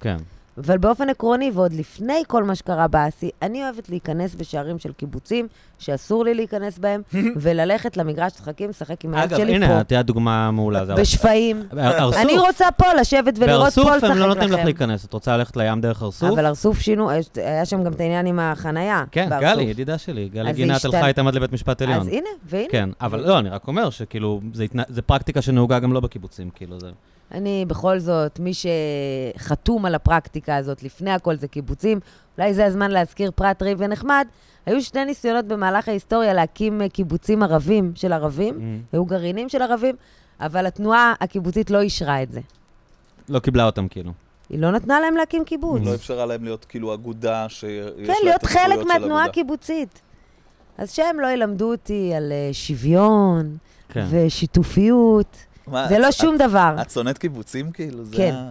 כן. אבל באופן עקרוני, ועוד לפני כל מה שקרה באסי, אני אוהבת להיכנס בשערים של קיבוצים שאסור לי להיכנס [laughs] בהם, וללכת למגרש משחקים, לשחק עם היד אגב, שלי הנה, פה, תהיה דוגמה מעולה. זה בשפיים. הר- הר- אני הר- רוצה פה לשבת ולראות בהרסוף פול לשחק לכם. הם לא נותנים לך להיכנס, את רוצה ללכת לים דרך הרסוף? אבל לא הרסוף שינו, יש- היה שם גם את העניין עם החנייה. כן, בהרסוף. גלי, ידידה שלי, גלי אז זה גינת השתנה. הלכה איתם עד לבית משפט עליון. אז הנה, והנה. כן, אבל לא, אני רק אומר שכאילו, זה התנ- זה פרקטיקה שנהוגה גם לא בקיבוצים, כאילו, זה... אני בכל זאת, מי שחתום על הפרקטיקה הזאת, לפני הכל זה קיבוצים, אולי זה הזמן להזכיר פרט טרי ונחמד. היו שני ניסיונות במהלך ההיסטוריה להקים אה, קיבוצים ערבים של ערבים, היו גרעינים של ערבים, אבל התנועה הקיבוצית לא אישרה את זה. לא קיבלה אותם, כאילו. היא לא נתנה להם להקים קיבוץ. לא אפשרה להם להיות כאילו אגודה שיש לה את כן, להיות חלק הזכויות של מהתנועה אגודה. הקיבוצית. אז שהם לא ילמדו אותי על אה, שוויון כן. ושיתופיות, מה, זה לא את- שום דבר. את שונאת קיבוצים כאילו? זה כן. ה-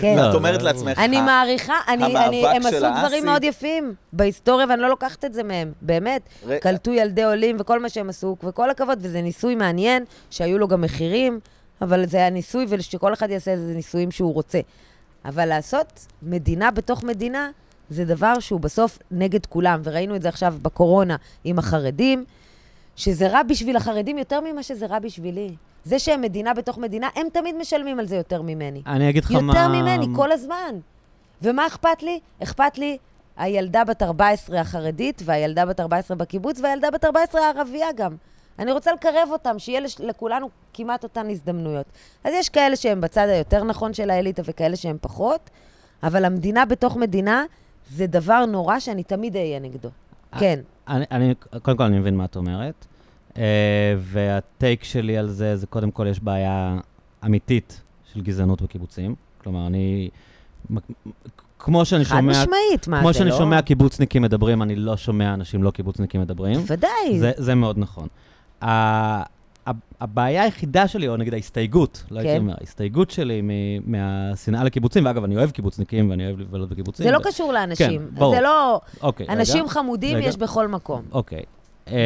כן. לא, את אומרת לא. לעצמך... אה, אני מעריכה, אני, המאבק אני, הם של עשו האסי- דברים מאוד יפים בהיסטוריה, ואני לא לוקחת את זה מהם, באמת. ר- קלטו ילדי עולים וכל מה שהם עשו, וכל הכבוד, וזה ניסוי מעניין, שהיו לו גם מחירים, אבל זה היה ניסוי, ושכל אחד יעשה איזה ניסויים שהוא רוצה. אבל לעשות מדינה בתוך מדינה, זה דבר שהוא בסוף נגד כולם, וראינו את זה עכשיו בקורונה עם החרדים, שזה רע בשביל החרדים יותר ממה שזה רע בשבילי. זה שהם מדינה בתוך מדינה, הם תמיד משלמים על זה יותר ממני. אני אגיד לך מה... יותר ממני, כל הזמן. ומה אכפת לי? אכפת לי הילדה בת 14 החרדית, והילדה בת 14 בקיבוץ, והילדה בת 14 הערבייה גם. אני רוצה לקרב אותם, שיהיה לש- לכולנו כמעט אותן הזדמנויות. אז יש כאלה שהם בצד היותר נכון של האליטה וכאלה שהם פחות, אבל המדינה בתוך מדינה זה דבר נורא שאני תמיד אהיה נגדו. אה, כן. אני, אני, קודם כל, אני מבין מה את אומרת, uh, והטייק שלי על זה, זה קודם כל, יש בעיה אמיתית של גזענות בקיבוצים. כלומר, אני... כמו שאני חד שומע... משמעית, מה זה, לא? כמו שאני שומע קיבוצניקים מדברים, אני לא שומע אנשים לא קיבוצניקים מדברים. בוודאי. זה, זה מאוד נכון. ה, ה, הבעיה היחידה שלי, או נגיד ההסתייגות, לא כן. הייתי אומר, ההסתייגות שלי מ- מהשנאה לקיבוצים, ואגב, אני אוהב קיבוצניקים ואני אוהב לבלות בקיבוצים. זה לא קשור לאנשים. כן, ברור. זה לא... אוקיי, רגע. אנשים חמודים רגע. יש בכל מקום. אוקיי.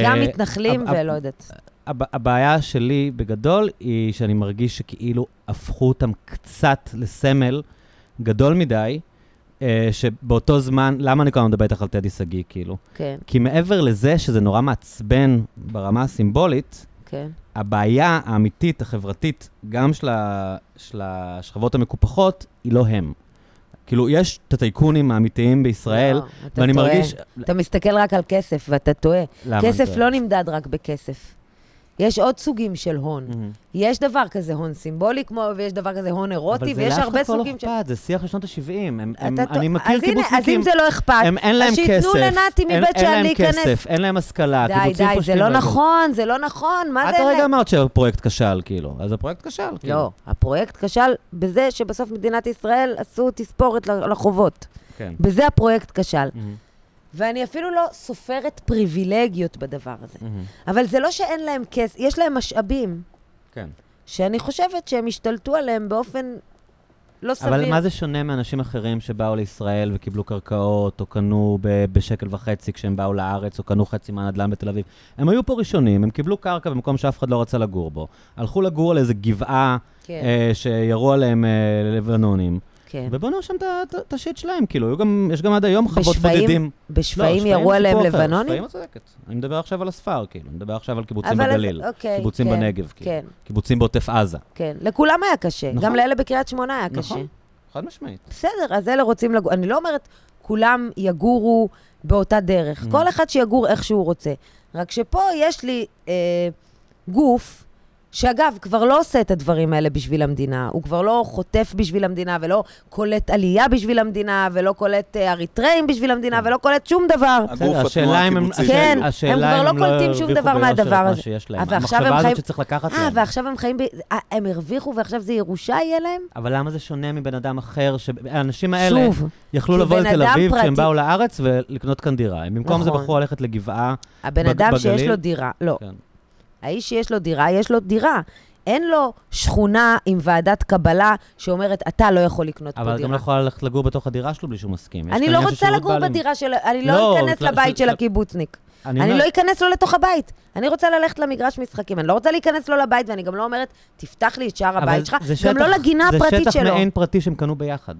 גם אה, מתנחלים אה, ולא יודעת. הב- הבעיה שלי בגדול היא שאני מרגיש שכאילו הפכו אותם קצת לסמל גדול מדי, אה, שבאותו זמן, למה אני כל הזמן מדבר איתך על טדי שגיא, כאילו? כן, כי מעבר לזה שזה נורא מעצבן ברמה הסימבולית, כן. הבעיה האמיתית, החברתית, גם של, ה, של השכבות המקופחות, היא לא הם. כאילו, יש את הטייקונים האמיתיים בישראל, לא, אתה ואני טועה. מרגיש... אתה מסתכל רק על כסף, ואתה טועה. למה אני כסף טועה? לא נמדד רק בכסף. יש עוד סוגים של הון. מהמם. יש דבר כזה הון סימבולי, כמו, ויש דבר כזה הון אירוטי, ויש הרבה סוגים אבל זה לאף אחד כבר לא אכפת, זה שיח לשנות ה-70. אתה טוע- אני מכיר אז הנה, אז קיבוצניקים, אם זה לא אכפת, הם אין להם אז כסף. שייתנו לנתי אין- מבית אין שאן להם להיכנס. כסף, אין להם השכלה, די, קיבוצים די, זה פושטים לא רגל. נכון, זה לא נכון, מה זה... את אין הרגע להם? אמרת שהפרויקט כשל, כאילו. אז הפרויקט כשל, כאילו. לא, הפרויקט כשל בזה שבסוף מדינת ישראל עשו תספורת לחובות. כן. בזה הפרויקט כשל. מהמם, ואני אפילו לא סופרת פריבילגיות בדבר הזה. מהמם. אבל זה לא שאין להם כסף, יש להם משאבים כן. שאני חושבת שהם השתלטו עליהם באופן לא סביר. אבל מה זה שונה מאנשים אחרים שבאו לישראל וקיבלו קרקעות, או קנו ב- בשקל וחצי כשהם באו לארץ, או קנו חצי מהנדל"ן בתל אביב? הם היו פה ראשונים, הם קיבלו קרקע במקום שאף אחד לא רצה לגור בו. הלכו לגור על איזה גבעה כן, אה, שירו עליהם אה, לבנונים. כן. ובנו שם את ה- את ה- את השיט שלהם, כאילו, היו גם, יש גם עד היום חוות בשפיים? בודדים. לא, בשפיים שפיים ירו זה עליהם סיפור אחר, לבנונים? שפיים את צודקת. אני מדבר עכשיו על הספר, כאילו, אני מדבר עכשיו על קיבוצים אבל אז- בגליל. אוקיי, קיבוצים כן, בנגב, כאילו. כן. קיבוצים בעוטף עזה. כן. לכולם היה קשה. נכון. גם לאלה בקריית שמונה היה קשה. נכון, חד משמעית. בסדר, אז אלה רוצים לגור. אני לא אומרת כולם יגורו באותה דרך. Mm. כל אחד שיגור איך שהוא רוצה. רק שפה יש לי אה, גוף, שאגב, כבר לא עושה את הדברים האלה בשביל המדינה. הוא כבר לא חוטף בשביל המדינה, ולא קולט עלייה בשביל המדינה, ולא קולט אה, אריתראים בשביל המדינה, ולא קולט שום דבר. הגוף, בסדר, התנועה השאלה אם הם- הקיבוצית. כן, כאילו. השאלה הם כבר אם לא הם קולטים שום הרוויחו דבר ביושר את מהדבר מה הזה. שיש להם. אבל עכשיו הם המחשבה חיים- הזאת שצריך לקחת אה, להם. ועכשיו הם חיים ב... אה, הם הרוויחו ועכשיו זה ירושה יהיה להם? אבל למה זה שונה מבן אדם אחר, שהאנשים האלה שוב. יכלו כי לבוא בן לתל אדם אביב כשהם פרטי- באו לארץ ולקנות כאן דירה. הם במקום זה נכון. בחרו ללכת לגבעה. הבן בג- אדם שיש בגליל? לו דירה, לא. כן. האיש שיש לו דירה, יש לו דירה. אין לו שכונה עם ועדת קבלה שאומרת, אתה לא יכול לקנות פה אבל את גם דירה. לא יכולה ללכת לגור בתוך הדירה שלו בלי שהוא מסכים. יש אני כאן לא עניין של רוצה שירות לגור בעלים. בדירה של... אני לא, לא אכנס של- לבית של- של הקיבוצניק. אני אומר- לא אכנס לו לתוך הבית. אני רוצה ללכת למגרש משחקים. אני לא רוצה להיכנס לו לבית, ואני גם לא אומרת, תפתח לי את שער אבל הבית שלך. זה גם לא שטח- לגינה הפרטית זה שטח שלו. מעין פרטי שהם קנו ביחד.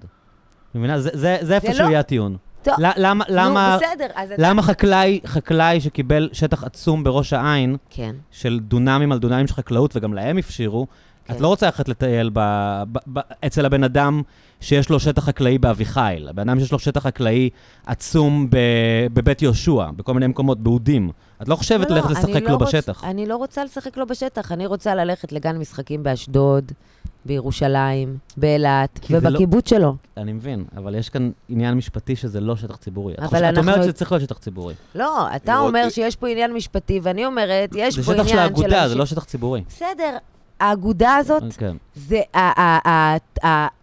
מבינה? זה- זה זה איפה לא- שהוא יהיה הטיעון. טוב, ל- למה- למה- נו, בסדר, אז אתה... למה חקלאי, חקלאי שקיבל שטח עצום בראש העין, כן. של דונמים על דונמים של חקלאות, וגם להם הפשירו, כן. את לא רוצה ללכת לטייל ב, ב, ב, אצל הבן אדם שיש לו שטח חקלאי באביחיל, הבן אדם שיש לו שטח חקלאי עצום ב, בבית יהושע, בכל מיני מקומות, באודים. את לא חושבת לא, ללכת לא, אני לשחק לא לו רוצ- בשטח. אני לא רוצה לשחק לו בשטח, אני רוצה ללכת לגן משחקים באשדוד, בירושלים, באילת, כי זה לא- ובקיבוץ שלו. אני מבין, אבל יש כאן עניין משפטי שזה לא שטח ציבורי. את אבל חושבת- את אומרת אנחנו- שזה צריך להיות שטח ציבורי. לא, אתה לראות- אומר שיש פה עניין משפטי, ואני אומרת, יש זה פה שטח עניין של של האגודה, זה אנשים- לא שטח ציבורי. בסדר, האגודה הזאת, כן. זה, ה- ה- ה-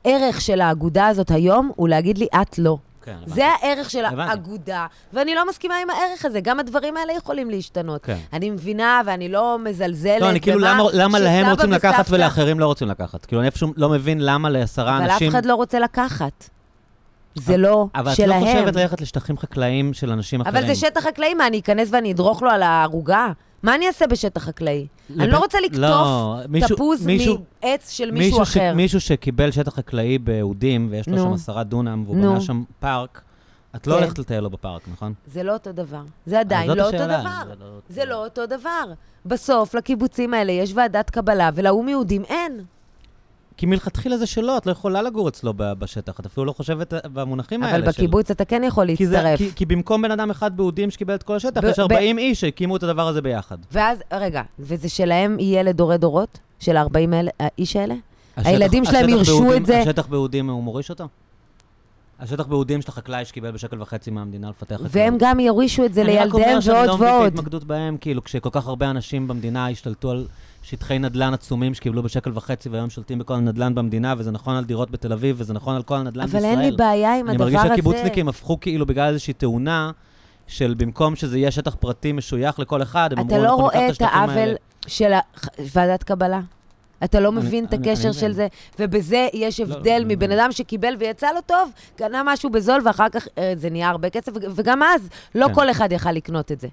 הערך של האגודה הזאת היום הוא להגיד לי, את לא. כן, הבנתי. זה הערך של הבנתי. האגודה, ואני לא מסכימה עם הערך הזה. גם הדברים האלה יכולים להשתנות. כן. אני מבינה ואני לא מזלזלת לא, אני כאילו, במה למה, למה להם שסבא רוצים לקחת וסבתא- ולאחרים לא רוצים לקחת? כאילו, אני איפשהו לא מבין למה לעשרה אבל אנשים... אף אחד לא רוצה לקחת. זה לא אבל את שלהם. לא חושבת נכון. ללכת לשטחים חקלאיים של אנשים אחרים. אבל זה שטח חקלאי, מה, אני אכנס ואני אדרוך לו על הערוגה? מה אני אעשה בשטח חקלאי? אני לב- לא רוצה לקטוף לא, מישהו- תפוז מישהו- מעץ של מישהו ש- אחר. מישהו שקיבל שטח חקלאי באודים, ויש לו נו. שם עשרה דונם, והוא נו. בנה שם פארק, את לא כן. הולכת לטייל לו בפארק, נכון? זה לא אותו דבר. זה עדיין אז לא אה, זאת אותו השאלה, דבר. זה לא- זה לא אותו דבר. בסוף, לקיבוצים האלה יש ועדת קבלה, ולאום יהודים אין. כי מלכתחילה זה שלו, את לא יכולה לגור אצלו ב- בשטח, את אפילו לא חושבת אה, במונחים האלה. אבל של- בקיבוץ אתה כן יכול כי זה- להצטרף. כי- כי במקום בן אדם אחד באודים שקיבל את כל השטח, ב- יש ב- 40 איש שהקימו את הדבר הזה ביחד. ואז, רגע, וזה שלהם יהיה לדורי דורות? של 40 האלה- האיש האלה? השטח- הילדים שלהם השטח ירשו באודים- את זה? השטח באודים, הוא מוריש אותו? השטח באודים של החקלאי שקיבל בשקל וחצי מהמדינה לפתח את והם גם יורישו את זה לילדיהם אני רק אומר שאני ועוד לא מבין את ועוד. ההתמקדות בהם, כאילו, כשכל כך הרבה אנשים במדינה השתלטו על שטחי נדל"ן עצומים שקיבלו בשקל וחצי, והיום שולטים בכל הנדל"ן במדינה, וזה נכון על דירות בתל אביב, וזה נכון על כל הנדל"ן אבל בישראל. אין לי בעיה עם הדבר אני מרגיש הזה. שהקיבוצניקים הפכו כאילו בגלל איזושהי תאונה, של במקום שזה יהיה שטח פרטי משוייך לכל אחד, הם אמרו, אתה לא "אנחנו ניקח רואה את השטחים האלה". העוול של ה- ועדת קבלה. אתה לא אני- מבין את אני- הקשר אני של מבין. זה, ובזה יש לא, הבדל אני מבן מבין. אדם שקיבל ויצא לו טוב, קנה משהו בזול ואחר כך אה, זה נהיה הרבה כסף, וג- וגם אז לא כן. כל אחד יכל לקנות את זה.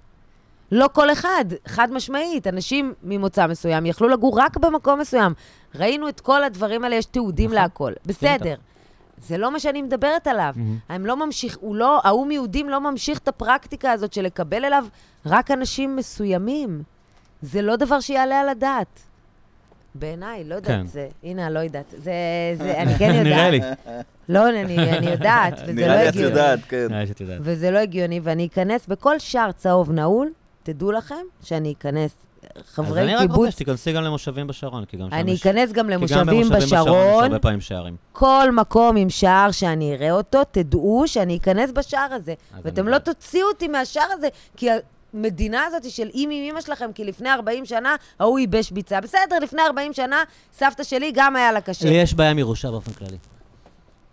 לא כל אחד, חד משמעית. אנשים ממוצא מסוים יכלו לגור רק במקום מסוים. ראינו את כל הדברים האלה, יש תיעודים נכון. להכל. בסדר. זה לא מה שאני מדברת עליו. מהמם. הם לא ממשיך, הוא לא, האום יהודים לא ממשיך את הפרקטיקה הזאת של לקבל אליו רק אנשים מסוימים. זה לא דבר שיעלה על הדעת. בעיניי, לא יודעת כן. זה. הנה, לא יודעת. זה, [laughs] זה, אני כן יודעת. נראה לי. לא, אני, [laughs] אני יודעת, וזה לא נראה לי את הגיוני. יודעת, כן. נראה לי שאת יודעת. וזה לא הגיוני, ואני אכנס בכל שער צהוב נעול, תדעו לכם שאני אכנס. אז חברי אני רק רוצה קיבוץ, שתיכנסי גם למושבים בשרון, כי גם שם אני יש... אכנס גם כי גם למושבים במושבים יש בשרון, הרבה פעמים שערים. כל מקום עם שער שאני אראה אותו, תדעו שאני אכנס בשער הזה. אז ואתם אני לא בעד. תוציאו אותי מהשער הזה, כי המדינה הזאת של אם עם אמא שלכם, כי לפני 40 שנה ההוא ייבש ביצה. בסדר, לפני 40 שנה סבתא שלי גם היה לה קשה. לי יש בעיה עם ירושה באופן כללי.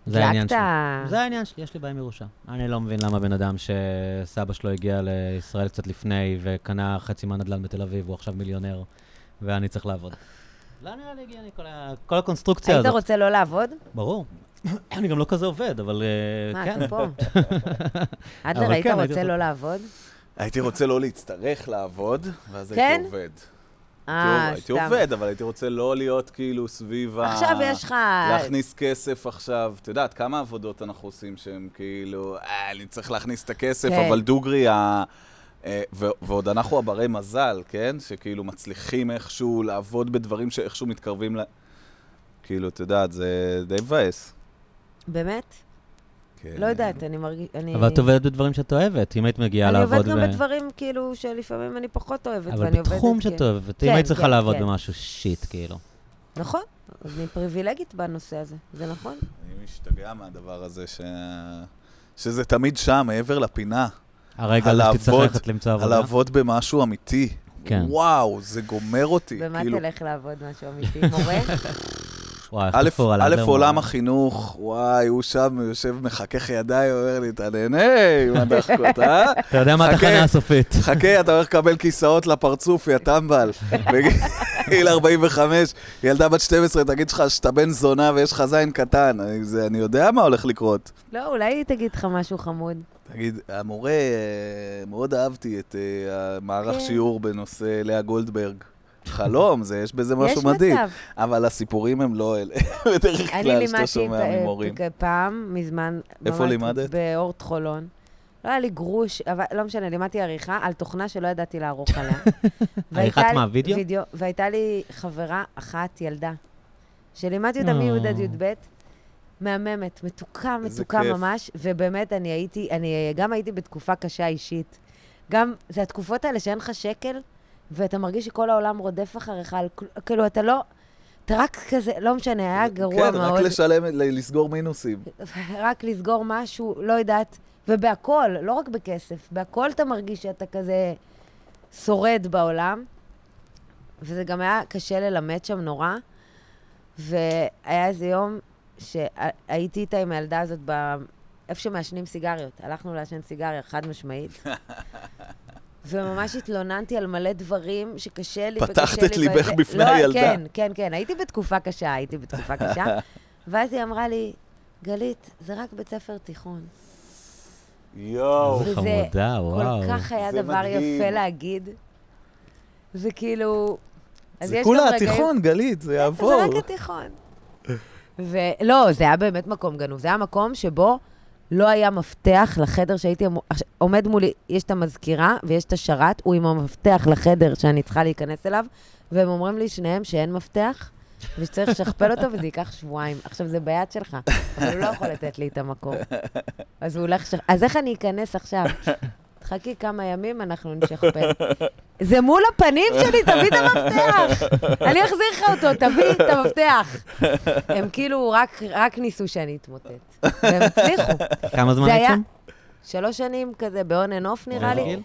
זה העניין שלי. דלקת. זה העניין שלי, יש לי בעיה עם ירושה. אני לא מבין למה בן אדם שסבא שלו הגיע לישראל קצת לפני וקנה חצי מהנדל"ן בתל אביב, הוא עכשיו מיליונר, ואני צריך לעבוד. לא נראה לי הגיוני כל ה- כל הקונסטרוקציה היית הזאת. רוצה לא לעבוד? ברור. [coughs] אני גם לא כזה עובד, אבל אה, מה, כן. אתה [laughs] פה? אדלר, אבל היית כן, רוצה הייתי רוצה. לא לעבוד? הייתי רוצה לא להצטרך לעבוד, ואז כן? הייתי עובד. אה, הייתי סתם. עובד, אבל הייתי רוצה לא להיות כאילו סביב ה... עכשיו יש לך... להכניס כסף עכשיו. את יודעת, כמה עבודות אנחנו עושים שהם כאילו, "אה, אני צריך להכניס את הכסף, כן. אבל דוגרי, ה... אה, ו- ועוד אנחנו הברי מזל, כן? שכאילו מצליחים איכשהו לעבוד בדברים שאיכשהו מתקרבים ל... כאילו, את יודעת, זה די מבאס. באמת? כן. לא יודעת, אני מרגיש... אני- אבל את עובדת בדברים שאת אוהבת, אם היית מגיעה אני לעבוד... עובדת גם ב- בדברים, כאילו, שלפעמים אני פחות אוהבת, ואני אבל עובדת... בתחום כי- שאת אוהבת, אם כן, היית צריכה כן, לעבוד כן. במשהו שיט, כאילו. נכון, אז אני פריבילגית בנושא הזה, זה נכון. אני משתגע מהדבר הזה, ש... שזה תמיד שם, מעבר לפינה. הרגע הזה שתצטרך הלעבוד- ללכת למצוא עבודה. לעבוד במשהו אמיתי. כן. וואו, זה גומר אותי. במה כאילו, תלך לעבוד משהו אמיתי, מורה? [laughs] וואי, איך א', תפור על א', האדום, עולם אה? החינוך, וואי, הוא שם, הוא יושב, מחכך ידיים, אומר לי, אתה נהנה, מה דחקות, אה? אתה יודע מה חכה. [laughs] התחנה הסופית. חכה, אתה הולך לקבל כיסאות לפרצוף, יא טמבל. גיל 45, ילדה בת 12, תגיד לך שאתה בן זונה ויש לך זין קטן. אני, זה, אני יודע מה הולך לקרות. לא, אולי היא תגיד לך משהו חמוד. תגיד, המורה, אה, מאוד אהבתי את אה, המערך כן. שיעור בנושא לאה גולדברג. חלום, זה, יש בזה משהו מדהים. יש מצב. אבל הסיפורים הם לא אלה, [laughs] בדרך אני כלל, שאתה לימדתי אה, שומע ב- ממורים. ב- פעם, מזמן. איפה ממש לימדת? באורט חולון. לא היה לי גרוש, אבל לא משנה, לימדתי עריכה על תוכנה שלא ידעתי לערוך [laughs] עליה. והייתה עריכת לי- מה, וידאו? וידאו. והייתה לי חברה אחת, ילדה, שלימדתי אותה מי' עד אה. י"ב, מהממת, מתוקה, איזה מתוקה כיף. ממש, ובאמת, אני הייתי, אני גם הייתי בתקופה קשה אישית. גם, זה התקופות האלה שאין לך שקל, ואתה מרגיש שכל העולם רודף אחריך, על כל- כאילו, אתה לא... אתה רק כזה, לא משנה, היה גרוע כן, מאוד. רק לשלם, ל- לסגור מינוסים. [laughs] רק לסגור משהו, לא יודעת, ובהכל, לא רק בכסף, בהכל אתה מרגיש שאתה כזה שורד בעולם, וזה גם היה קשה ללמד שם נורא, והיה איזה יום שהייתי איתה עם הילדה הזאת ב... איפה שמעשנים סיגריות, הלכנו לעשן סיגריה, חד [laughs] משמעית. וממש התלוננתי על מלא דברים שקשה לי פתחת וקשה לי את ליבך וזה- בפני לא, הילדה. כן, כן, כן, הייתי בתקופה קשה, הייתי [laughs] בתקופה קשה. ואז היא אמרה לי, גלית, זה רק בית ספר תיכון. יואו. וזה חמודה, וואו. כל כך היה זה דבר מדהים. יפה להגיד. זה כאילו... אז זה יש כולה גם רגעים- התיכון, גלית, זה זה יעבור. רק התיכון. ולא, לא, זה היה באמת מקום גנוב. זה היה מקום שבו לא היה מפתח לחדר שהייתי... אמור- עכשיו, עומד מולי, יש את המזכירה ויש את השרת, הוא עם המפתח לחדר שאני צריכה להיכנס אליו, והם אומרים לי שניהם שאין מפתח, ושצריך לשכפל אותו וזה ייקח שבועיים. עכשיו, זה ביד שלך, אבל הוא לא יכול לתת לי את המקור. אז הוא הולך... לשכ- אז איך אני אכנס עכשיו? חכי כמה ימים, אנחנו נשכפל. זה מול הפנים שלי, תביא את המפתח. אני אחזיר לך אותו, תביא את המפתח. הם כאילו רק, רק ניסו שאני אתמוטט. והם הצליחו. כמה זמן זה היית היה- שם? שלוש שנים כזה ב-on and off נראה באיזה לי. גיל?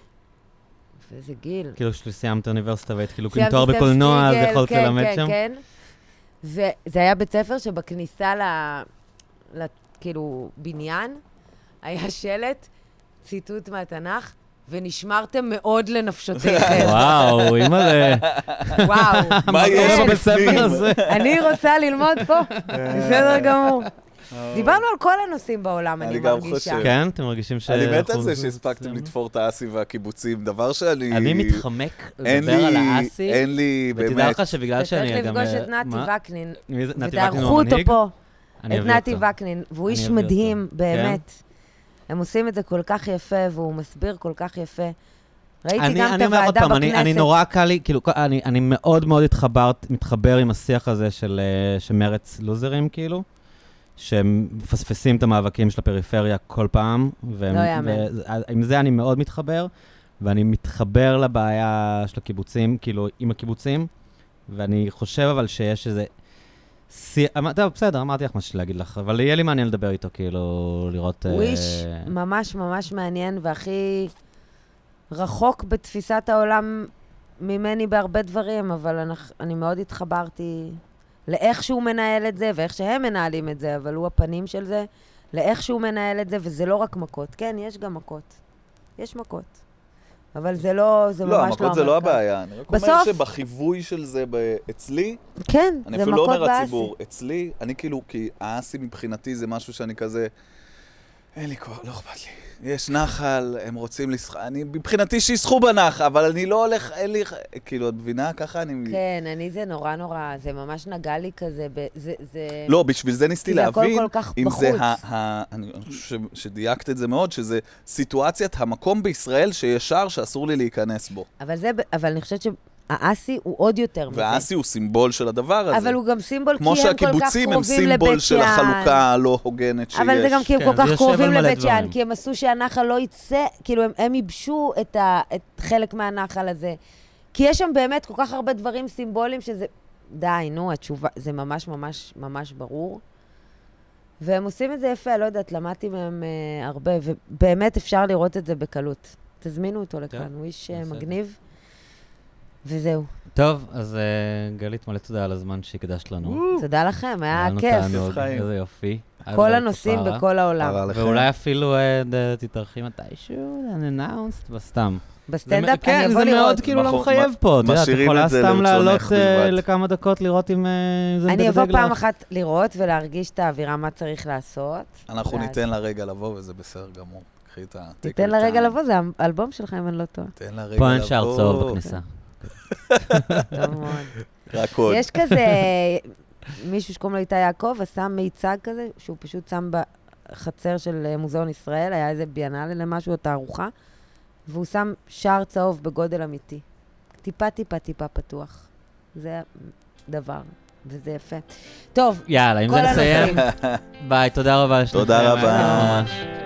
וזה גיל. כאילו שסיימת אוניברסיטה והיית כאילו עם סיימתי תואר סטף בקולנוע, אז שפיגל, יכולת כן, ללמד כן, שם? כן, וזה היה בית ספר שבכניסה ל... ל... כאילו, בניין, היה שלט, ציטוט מהתנ"ך, ונשמרתם מאוד לנפשותיכם. [laughs] [laughs] וואו, אימא'לה. וואו. מה כן. יש קורה בבית ספר הזה? אני רוצה ללמוד פה, אה, בסדר גמור. דיברנו על כל הנושאים בעולם, אה, אני אני גם מרגישה. חושב. כן, אתם מרגישים ש... אני מת על אנחנו- זה שהספקתם לתפור את האסי והקיבוצים, דבר שאני... אני מתחמק אין לדבר על לי- האסי, אין לי, ותדע באמת. לך שבגלל כן, שאני וצריך גם... אה, לפגוש את נתי מה? וקנין, מי זה? נתי וקנין ותערכו הוא אותו המנהיג? פה, אני את אביא נתי אותו. וקנין, והוא אני איש אביא אותו. מדהים, כן. באמת. הם עושים את זה כל כך יפה, והוא מסביר כל כך יפה. ראיתי אני- גם את אני אומר עוד הוועדה פעם, אני- אני בכנסת. נורא קל לי, כאילו, כל- אני אני מאוד מאוד התחברת, מתחבר עם השיח הזה של אה, שמרץ לוזרים, כאילו, שהם מפספסים את המאבקים של הפריפריה כל פעם. והם- לא יאמן. וזה- עם זה אני מאוד מתחבר, ואני מתחבר לבעיה של הקיבוצים, כאילו, עם הקיבוצים, ואני חושב אבל שיש איזה... שי- אמר- טוב, בסדר, אמרתי לך משהו להגיד לך, אבל יהיה לי מעניין לדבר איתו, כאילו, לראות... הוא אה, איש ממש ממש מעניין והכי רחוק בתפיסת העולם ממני בהרבה דברים, אבל אנחנו- אני מאוד התחברתי לאיך שהוא מנהל את זה ואיך שהם מנהלים את זה, אבל הוא הפנים של זה, לאיך שהוא מנהל את זה, וזה לא רק מכות. כן, יש גם מכות. יש מכות. אבל זה לא, זה ממש לא... לא, המכות זה לא המרכז. הבעיה. אני רק אומר בסוף- שבחיווי של זה ב- אצלי, כן, זה מכות באסי. אני אפילו לא אומר הציבור, אצלי, אני כאילו, כי האסי מבחינתי זה משהו שאני כזה, אין לי כוח, לא אכפת לי. יש נחל, הם רוצים לשח... אני, מבחינתי שישחו בנחל, אבל אני לא הולך, אין לי... כאילו, את מבינה? ככה אני... כן, אני זה נורא נורא, זה ממש נגע לי כזה, ב- זה... זה... לא, בשביל זה ניסיתי כי זה הכל להבין, כל כך אם זה בחוץ. ה... ה- אני אני חושב ש- שדייקת את זה מאוד, שזה סיטואציית המקום בישראל שישר שאסור לי להיכנס בו. אבל זה, ב- אבל אני חושבת שהאסי הוא עוד יותר מזה. והאסי הוא סימבול של הדבר הזה. אבל הוא גם סימבול, כי כמו הם כל כך שהקיבוצים הם קרובים לבית סימבול יען. של החלוקה הלא הוגנת שיש. אבל זה גם כי הם כן, כל זה כך יושב קרובים על מלא לבית יען, דברים. כי הם עשו שהנחל לא יצא, כאילו הם- הם ייבשו את ה- את חלק מהנחל הזה. כי יש שם באמת כל כך הרבה דברים סימבוליים שזה... די, נו, התשובה, זה ממש ממש ממש ברור. והם עושים את זה יפה, לא יודעת, למדתי מהם אה, הרבה, ובאמת אפשר לראות את זה בקלות. תזמינו אותו לכאן, כן, הוא איש אה, בסדר. מגניב. וזהו. טוב, אז אה, גלית, מלא תודה על הזמן שהקדשת לנו. תודה לכם, היה לנו כיף. תענוג, חיים. איזה יופי. כל איזה הנושאים כפרה. בכל העולם. אבל- עליכם. ואולי אפילו אה, ד- תתארחי מתישהו, unannounced, בסתם. בסטנדאפ, זה מ- אני כן, אבוא זה מאוד לראות. כאילו לא מכו- מחייב פה, אתה יודע, אתה נכון, משאירים יכולה את זה סתם לעלות לרצונך אה, בלבד. לכמה דקות לראות אם אה, זה אני אבוא מדגדג פעם לך. אחת לראות ולהרגיש את האווירה, מה צריך לעשות. אנחנו ואז- ניתן לה רגע לבוא, וזה בסדר גמור. קחי את ה... take תיתן your לה רגע time. לבוא, זה האלבום שלך, אם אני לא טועה. תן לה רגע לבוא. פה אין שער צהוב בכניסה. [laughs] טוב מאוד. רק עוד. יש כזה [laughs] מישהו שקוראים לו איתי יעקב, עשה מיצג כזה, שהוא פשוט שם בחצר של אה, מוזיאון ישראל, היה איזה ביאנלה למשהו, או תערוכה, והוא שם שער צהוב בגודל אמיתי. טיפה, טיפה, טיפה פתוח. זה הדבר, וזה יפה. טוב, יאללה, עם כל זה [laughs] נסיים. הנושאים. ביי, תודה רבה. לשניכם. אה, תודה רבה. ממש.